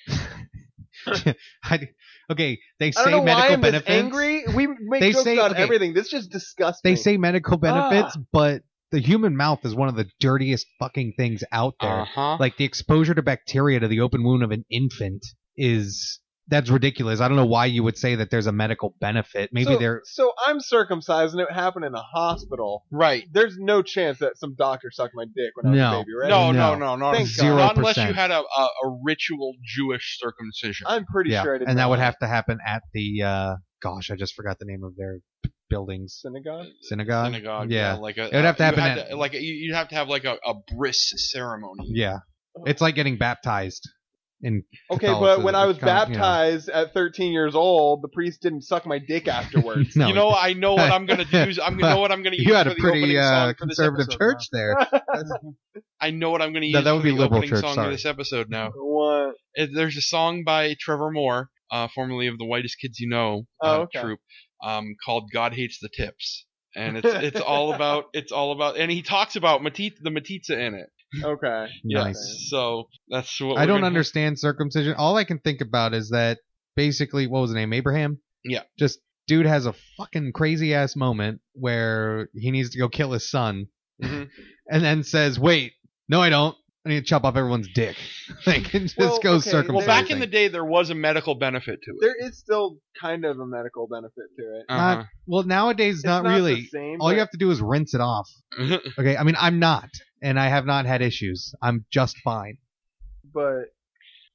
Speaker 10: I, okay, they
Speaker 9: I
Speaker 10: say
Speaker 9: don't know why
Speaker 10: medical
Speaker 9: I'm
Speaker 10: benefits.
Speaker 9: just angry. We make
Speaker 10: They
Speaker 9: jokes
Speaker 10: say-
Speaker 9: about
Speaker 10: okay.
Speaker 9: everything. This is just disgusting. Ah,
Speaker 10: They say medical benefits, but the human mouth is one of the dirtiest fucking things out there.
Speaker 9: Uh-huh.
Speaker 8: huh.
Speaker 10: like the exposure to bacteria to the open wound of an infant is that's ridiculous. I don't know why you would say that there's a medical benefit. Maybe
Speaker 9: so,
Speaker 10: there
Speaker 9: So I'm circumcised and it happened in a hospital.
Speaker 8: Right.
Speaker 9: There's no chance that some doctor sucked my dick when I was
Speaker 10: No.
Speaker 9: a baby, right?
Speaker 8: No, no,
Speaker 10: No.
Speaker 8: no, no.
Speaker 9: Thank
Speaker 10: God.
Speaker 8: Not unless you
Speaker 10: 0%.
Speaker 8: had a, a, a ritual Jewish circumcision.
Speaker 9: I'm pretty
Speaker 10: yeah,
Speaker 9: sure I did.
Speaker 10: and that
Speaker 9: not.
Speaker 10: would have to happen at the uh, gosh, I just forgot the name of their buildings,
Speaker 9: synagogue.
Speaker 10: synagogue,
Speaker 8: synagogue.
Speaker 10: yeah,
Speaker 8: like a,
Speaker 10: It would have to
Speaker 8: you
Speaker 10: happen
Speaker 8: had
Speaker 10: at-
Speaker 8: to- like you- you'd have to have like a, a bris ceremony.
Speaker 10: yeah. It's like getting baptized. In
Speaker 9: Okay, but
Speaker 10: Catholicism,
Speaker 9: when I was
Speaker 10: kind of, you know.
Speaker 9: baptized at 13 years old, the priest didn't suck my dick afterwards.
Speaker 10: no,
Speaker 8: you know, I know what I'm gonna use. I'm gonna know what I'm gonna use.
Speaker 10: you had
Speaker 8: for
Speaker 10: a
Speaker 8: the opening
Speaker 10: pretty
Speaker 8: song
Speaker 10: uh,
Speaker 8: for this
Speaker 10: conservative
Speaker 8: episode
Speaker 10: church there.
Speaker 8: Now. I know what I'm gonna use.
Speaker 10: No, that would
Speaker 8: for
Speaker 10: be
Speaker 8: the
Speaker 10: liberal
Speaker 8: opening
Speaker 10: church,
Speaker 8: song for
Speaker 10: sorry.
Speaker 8: this episode now.
Speaker 9: What?
Speaker 8: Uh, There's a song by Trevor Moore, uh, formerly of the Whitest Kids You Know
Speaker 9: Oh,
Speaker 8: uh,
Speaker 9: okay.
Speaker 8: troupe, um, called "God Hates the Tips," and it's it's all about it's all about, and he talks about Matita, the Matitza in it.
Speaker 9: Okay.
Speaker 10: nice.
Speaker 8: So that's
Speaker 10: I
Speaker 8: what we're
Speaker 10: don't
Speaker 8: gonna-
Speaker 10: understand circumcision. All I can think about is that basically, what was the name? Abraham?
Speaker 8: Yeah.
Speaker 10: Just dude has a fucking crazy ass moment where he needs to go kill his son
Speaker 8: Mhm.
Speaker 10: and then says, wait, no, I don't. I need to chop off everyone's dick. Like, it just
Speaker 9: Well,
Speaker 10: goes
Speaker 9: okay,
Speaker 10: circumcised.
Speaker 8: Well, back in the day, there was a medical benefit to it.
Speaker 9: There is still kind of a medical benefit to it.
Speaker 10: Not-
Speaker 8: Uh-huh.
Speaker 10: well, nowadays,
Speaker 9: It's
Speaker 10: not,
Speaker 9: the
Speaker 10: really.
Speaker 9: same,
Speaker 10: All you
Speaker 9: but-
Speaker 10: have to do is rinse it off. Okay. I mean, I'm not, and I have not had issues. I'm just fine.
Speaker 9: but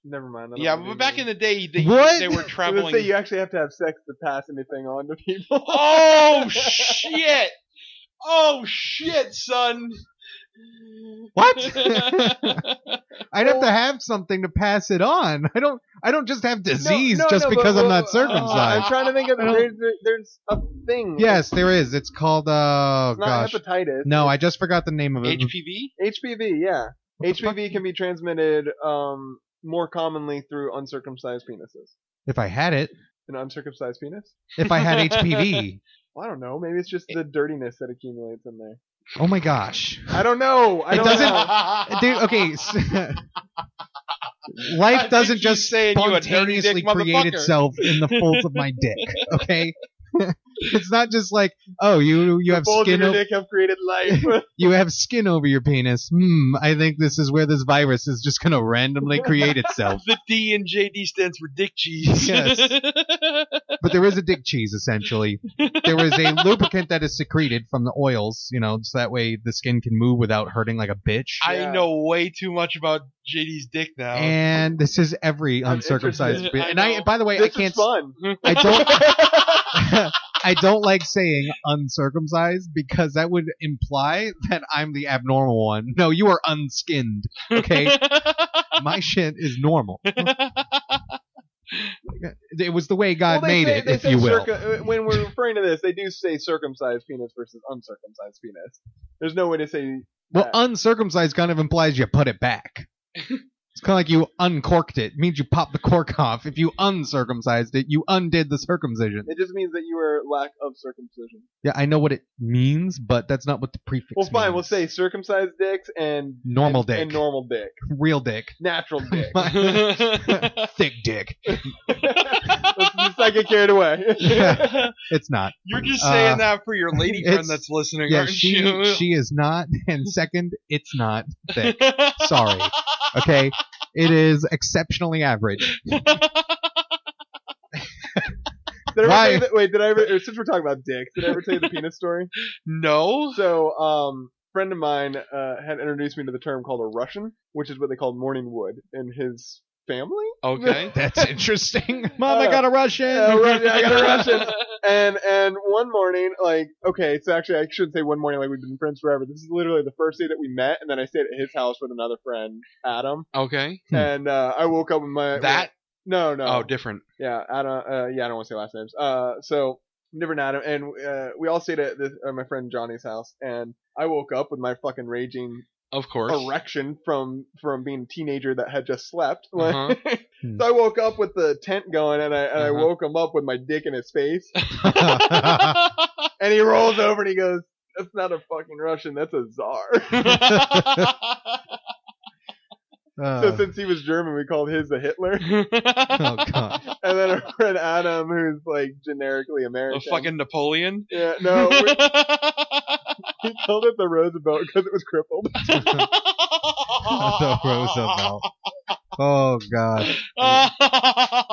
Speaker 9: never mind. I don't
Speaker 8: Yeah,
Speaker 9: know
Speaker 8: but
Speaker 9: what
Speaker 8: back
Speaker 9: you
Speaker 8: in the day, they,
Speaker 10: What?
Speaker 8: they were
Speaker 9: mean. It would
Speaker 8: traveling.
Speaker 9: say you actually have to have sex to pass anything on to people.
Speaker 8: oh shit! Oh shit, son!
Speaker 10: What? I'd have to have something to pass it on. I don't. I don't just have disease
Speaker 9: No, no,
Speaker 10: just
Speaker 9: no, but-
Speaker 10: because I'm
Speaker 9: well, uh,
Speaker 10: not circumcised.
Speaker 9: I'm trying to think of
Speaker 10: I don't-
Speaker 9: there's, there's a thing.
Speaker 10: yes, there is. It's called. Oh
Speaker 9: it's not
Speaker 10: gosh.
Speaker 9: hepatitis.
Speaker 10: No, I just forgot the name of it.
Speaker 8: HPV?
Speaker 9: HPV. Yeah,
Speaker 10: What the fuck?
Speaker 9: HPV can be transmitted um more commonly through uncircumcised penises.
Speaker 10: If I had it,
Speaker 9: An uncircumcised penis?
Speaker 10: if I had HPV,
Speaker 9: Well, I don't know. Maybe it's just the dirtiness that accumulates in there.
Speaker 10: oh my gosh.
Speaker 9: I don't know. I
Speaker 10: It
Speaker 9: don't
Speaker 10: doesn't-
Speaker 9: know.
Speaker 10: Dude, okay. s-
Speaker 8: I
Speaker 10: Life
Speaker 8: think
Speaker 10: doesn't
Speaker 8: you
Speaker 10: just
Speaker 8: saying you a dirty dick
Speaker 10: spontaneously create
Speaker 8: motherfucker.
Speaker 10: itself in the folds of my dick. Okay. it's not just like, oh, you you have
Speaker 9: Bulge in
Speaker 10: skin
Speaker 9: your
Speaker 10: o-
Speaker 9: dick have created life.
Speaker 10: you have skin over your penis. Hmm, I think this is where this virus is just going to randomly create itself.
Speaker 8: The D in JD stands for dick cheese.
Speaker 10: Yes. but there is a dick cheese essentially. There is a lubricant that is secreted from the oils, you know, so that way the skin can move without hurting like a bitch.
Speaker 8: I
Speaker 9: Yeah.
Speaker 8: know way too much about JD's dick now.
Speaker 10: and this is every
Speaker 9: I'm
Speaker 10: uncircumcised.
Speaker 8: interested.
Speaker 10: bit.
Speaker 8: I
Speaker 10: and I,
Speaker 8: know.
Speaker 10: by the way,
Speaker 9: This
Speaker 10: I can't.
Speaker 9: is fun.
Speaker 10: I don't. I don't like saying uncircumcised because that would imply that I'm the abnormal one. No, you are unskinned. Okay, my shit is normal. It was the way God
Speaker 9: Well, they
Speaker 10: made
Speaker 9: say-
Speaker 10: it,
Speaker 9: they
Speaker 10: if
Speaker 9: say
Speaker 10: you will.
Speaker 9: circum- when we're referring to this, they do say circumcised penis versus uncircumcised penis. There's no way to say
Speaker 10: well,
Speaker 9: that.
Speaker 10: uncircumcised kind of implies you put it back. It's kind of like you uncorked it. It means you popped the cork off. If you uncircumcised it, you undid the circumcision.
Speaker 9: It just means that you were lack of circumcision.
Speaker 10: Yeah, I know what it means, but that's not what the prefix.
Speaker 9: Well, fine. We'll
Speaker 10: means.
Speaker 9: say circumcised dicks and
Speaker 10: Normal
Speaker 9: and, and
Speaker 10: dick.
Speaker 9: normal dick,
Speaker 10: real dick,
Speaker 9: natural dick.
Speaker 10: thick dick.
Speaker 9: Let's just not get carried away.
Speaker 10: It's not.
Speaker 8: You're just
Speaker 10: Uh,
Speaker 8: saying that for your lady friend
Speaker 10: it's-
Speaker 8: that's listening,
Speaker 10: Yeah,
Speaker 8: aren't
Speaker 10: she
Speaker 8: you?
Speaker 10: she is not. And second, it's not thick. Sorry. Okay, it is exceptionally average.
Speaker 9: Did I ever
Speaker 10: Why?
Speaker 9: tell you that- wait, did I ever? or Since we're talking about dicks, did I ever tell you the penis story?
Speaker 8: no.
Speaker 9: So, um, friend of mine uh, had introduced me to the term called a Russian, which is what they called morning wood in his family. Uh,
Speaker 8: Okay.
Speaker 10: That's interesting. Mom, I got a Russian.
Speaker 9: Yeah, right, yeah, I got a Russian. And and one morning, like, okay, so actually I shouldn't say one morning, like we've been friends forever. This is literally the first day that we met, and then I stayed at his house with another friend, Adam.
Speaker 8: Okay.
Speaker 10: Hmm.
Speaker 9: And uh, I woke up with my
Speaker 8: That.
Speaker 9: No, no.
Speaker 8: Oh, different.
Speaker 9: Yeah, Adam. Uh, yeah, I don't want to say last names. Uh, so different Adam, and uh, we all stayed at this, uh, my friend Johnny's house, and I woke up with my fucking raging
Speaker 8: Of course.
Speaker 9: erection from from being a teenager that had just slept.
Speaker 8: Uh-huh.
Speaker 9: so I woke up with the tent going, and I and I
Speaker 8: Uh-huh.
Speaker 9: woke him up with my dick in his face, and he rolls over and he goes. That's not a fucking Russian. That's a czar. so
Speaker 10: Uh,
Speaker 9: since he was German, we called his a Hitler.
Speaker 10: oh god.
Speaker 9: And then our friend Adam, who's like generically
Speaker 8: a
Speaker 9: American,
Speaker 8: fucking Napoleon.
Speaker 9: yeah, no, we- He called it the Roosevelt because it was crippled.
Speaker 10: the Roosevelt. Oh god.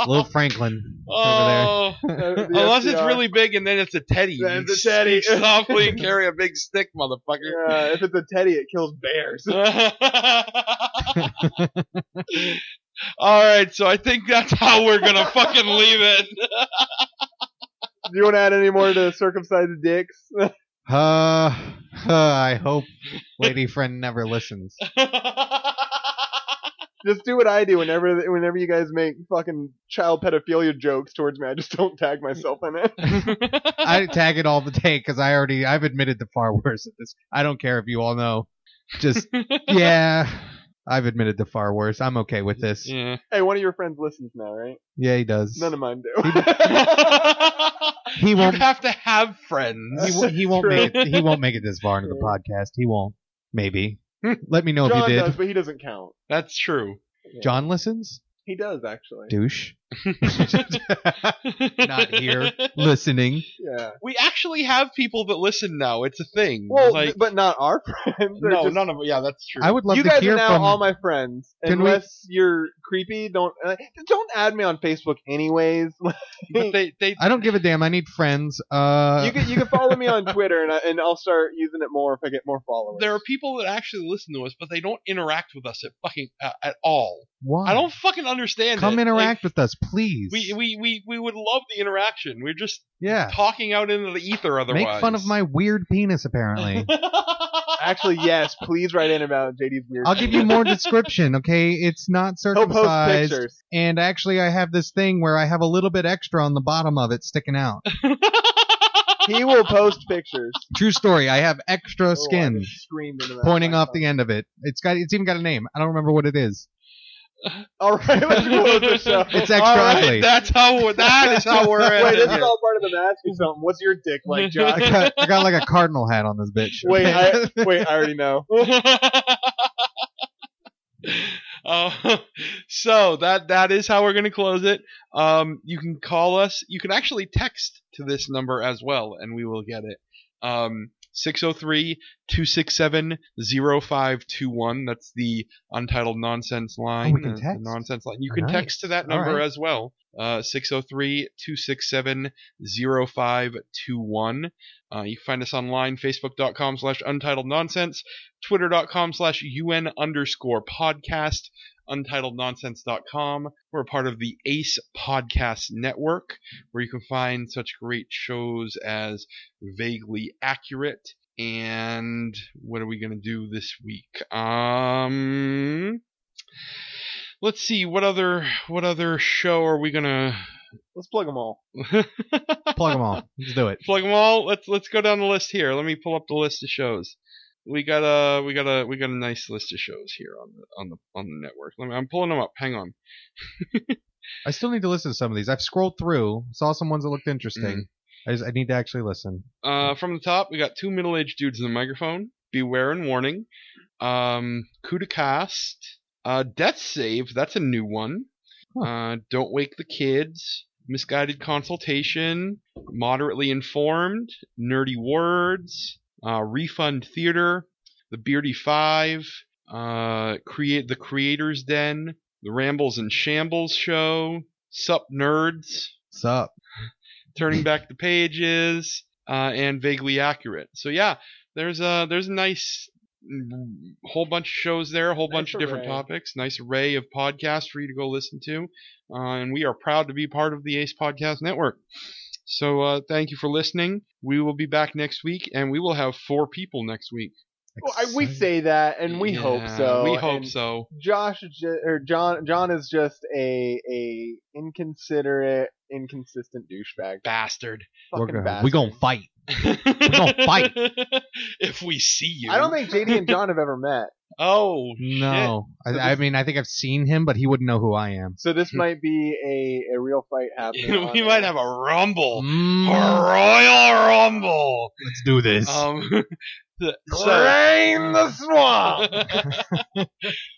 Speaker 10: Little Franklin over there.
Speaker 8: Oh,
Speaker 9: Uh, the
Speaker 8: unless it's
Speaker 9: FDR.
Speaker 8: really big and then it's a teddy.
Speaker 9: Then
Speaker 8: You
Speaker 9: it's a teddy.
Speaker 8: speak Softly and carry a big stick, motherfucker.
Speaker 9: Yeah, if it's a teddy, it kills bears.
Speaker 8: All right, so I think that's how we're gonna fucking leave it.
Speaker 9: Do you want to add any more to circumcised dicks?
Speaker 10: Uh, uh, I hope lady friend never listens.
Speaker 9: just do what I do whenever whenever you guys make fucking child pedophilia jokes towards me. I just don't tag myself in it.
Speaker 10: I tag it all the day because I already I've admitted to far worse at this. I don't care if you all know. Just yeah, I've admitted to far worse. I'm okay with this. Yeah,
Speaker 8: yeah.
Speaker 9: Hey, one of your friends listens now, right?
Speaker 10: he does.
Speaker 9: None of mine do.
Speaker 10: he
Speaker 8: you
Speaker 10: won't.
Speaker 8: have to have friends.
Speaker 10: He, won't- he won't
Speaker 9: True.
Speaker 10: make it. He won't make it this far into the
Speaker 9: True. Hmm.
Speaker 10: podcast. He won't. Maybe. Let me know if
Speaker 9: John
Speaker 10: you did.
Speaker 9: does, but he doesn't count.
Speaker 8: That's true.
Speaker 10: John listens.
Speaker 9: He does actually.
Speaker 10: Douche. Not here. Listening.
Speaker 9: Yeah.
Speaker 8: We actually have people that listen now. It's a thing.
Speaker 9: Well,
Speaker 8: like
Speaker 9: but not our friends. They're
Speaker 8: no,
Speaker 9: just-
Speaker 8: none of yeah, that's true.
Speaker 10: I would love
Speaker 9: you
Speaker 10: to
Speaker 9: guys
Speaker 10: hear
Speaker 9: are now
Speaker 10: from
Speaker 9: all my friends.
Speaker 10: Can we-
Speaker 9: Unless you're creepy, don't uh, don't add me on Facebook, anyways.
Speaker 8: but they they
Speaker 10: I don't give a damn. I need friends. Uh,
Speaker 9: you can you can follow me on Twitter, and I, and I'll start using it more if I get more followers.
Speaker 8: there are people that actually listen to us, but they don't interact with us at fucking uh, at all.
Speaker 10: why?
Speaker 8: I don't fucking understand.
Speaker 10: come
Speaker 8: it.
Speaker 10: interact with us, please.
Speaker 8: Like, we, we we we would love the interaction. We're just
Speaker 10: yeah.
Speaker 8: talking out into the ether. Otherwise,
Speaker 10: Make fun of my weird penis. Apparently,
Speaker 9: Actually, yes. Please write in about JD's weird.
Speaker 10: I'll give you more description. Okay, it's not
Speaker 9: He'll post
Speaker 10: circumcised,
Speaker 9: pictures.
Speaker 10: and actually, I have this thing where I have a little bit extra on the bottom of it sticking out.
Speaker 9: He will post pictures.
Speaker 10: True story. I have
Speaker 9: Oh, I
Speaker 10: extra
Speaker 9: just
Speaker 10: skin
Speaker 9: screamed into that
Speaker 10: pointing off
Speaker 9: microphone.
Speaker 10: the end of it. It's got. It's even got a name. I don't remember what it is.
Speaker 9: All right, let's close the show.
Speaker 10: It's extra
Speaker 8: All right,
Speaker 10: ugly.
Speaker 8: that's how that is how we're
Speaker 9: Wait,
Speaker 8: ending
Speaker 9: this is
Speaker 8: here.
Speaker 9: all part of the mask or something. What's your dick like,
Speaker 10: I
Speaker 9: Josh?
Speaker 10: got, I got like a cardinal hat on this bitch.
Speaker 9: wait, I, wait, I already know.
Speaker 8: Uh, so that that is how we're going to close it. Um, you can call us. You can actually text to this number as well, and we will get it. Um, 603 267 0521. That's the Untitled Nonsense line.
Speaker 10: Oh, can
Speaker 8: uh, the
Speaker 10: text.
Speaker 8: nonsense line. You can
Speaker 10: Nice.
Speaker 8: text to that
Speaker 10: All
Speaker 8: number
Speaker 10: right.
Speaker 8: as well. uh, 603 267 0521. Uh, you can find us online, facebook.com slash untitled nonsense, twitter.com slash un underscore podcast, untitlednonsense.com. We're a part of the ACE Podcast Network, where you can find such great shows as Vaguely Accurate and what are we going to do this week? Um. Let's see what other what other show are we gonna
Speaker 9: Let's plug them all.
Speaker 10: Plug them all. Let's do it.
Speaker 8: plug them all. Let's let's go down the list here. Let me pull up the list of shows. We got a we got a we got a nice list of shows here on the on the on the network. Let me, I'm pulling them up. Hang on.
Speaker 10: I still need to listen to some of these. I've scrolled through, saw some ones that looked interesting. I just I need to actually listen.
Speaker 8: Uh, from the top, we got two middle-aged dudes in the microphone. Beware and warning. Um, coup de cast. Uh, death save. That's a new one. Uh, don't wake the kids. Misguided consultation. Moderately informed. Nerdy words. Uh, refund theater. The beardy five. Uh, create the creators den. The rambles and shambles show. Sup nerds
Speaker 10: Sup?
Speaker 8: turning back the pages, uh, and vaguely accurate. So yeah, there's a there's a nice mm, whole bunch of shows there, a whole bunch
Speaker 9: Nice
Speaker 8: of different
Speaker 9: array.
Speaker 8: topics, nice array of podcasts for you to go listen to, uh, and we are proud to be part of the Ace Podcast Network. So uh, thank you for listening. We will be back next week, and we will have four people next week.
Speaker 9: Well, I, we say that, and we hope
Speaker 8: Yeah,
Speaker 9: so.
Speaker 8: We hope
Speaker 9: and
Speaker 8: so.
Speaker 9: Josh is ju- or John John is just a a inconsiderate, inconsistent douchebag.
Speaker 8: Bastard.
Speaker 10: We're
Speaker 9: Fucking
Speaker 10: gonna,
Speaker 9: bastard.
Speaker 10: we gonna fight. gonna fight.
Speaker 8: if we see you.
Speaker 9: I don't think JD and John have ever met,
Speaker 8: Oh shit.
Speaker 10: No,
Speaker 8: So
Speaker 10: I, I mean I think I've seen him, but he wouldn't know who I am.
Speaker 9: so this might be a, a real fight happening.
Speaker 8: we
Speaker 9: on
Speaker 8: might
Speaker 9: it.
Speaker 8: have a rumble. A
Speaker 10: Mm,
Speaker 8: Royal Rumble.
Speaker 10: let's do this.
Speaker 8: Um, the-
Speaker 9: Drain the swamp.
Speaker 8: so,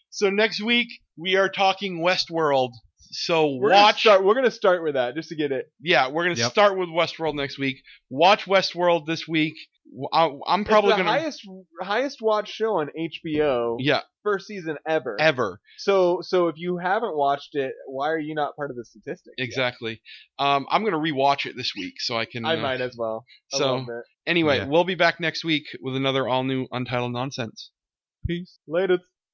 Speaker 8: so next week we are talking Westworld. So
Speaker 9: We're gonna
Speaker 8: watch.
Speaker 9: start- we're gonna start with that just to get it.
Speaker 8: yeah, we're gonna
Speaker 10: Yep.
Speaker 8: start with Westworld next week. Watch Westworld this week. W- I, am probably
Speaker 9: it's the
Speaker 8: gonna
Speaker 9: highest highest watched show on HBO.
Speaker 8: yeah
Speaker 9: First season ever.
Speaker 8: ever
Speaker 9: So so if you haven't watched it, why are you not part of the statistics? yet?
Speaker 8: exactly. Um, I'm gonna rewatch it this week so I can.
Speaker 9: I
Speaker 8: uh,
Speaker 9: might as well. I
Speaker 8: So-
Speaker 9: love it.
Speaker 8: Anyway,
Speaker 10: Yeah.
Speaker 8: we'll be back next week with another all new Untitled Nonsense.
Speaker 9: peace later.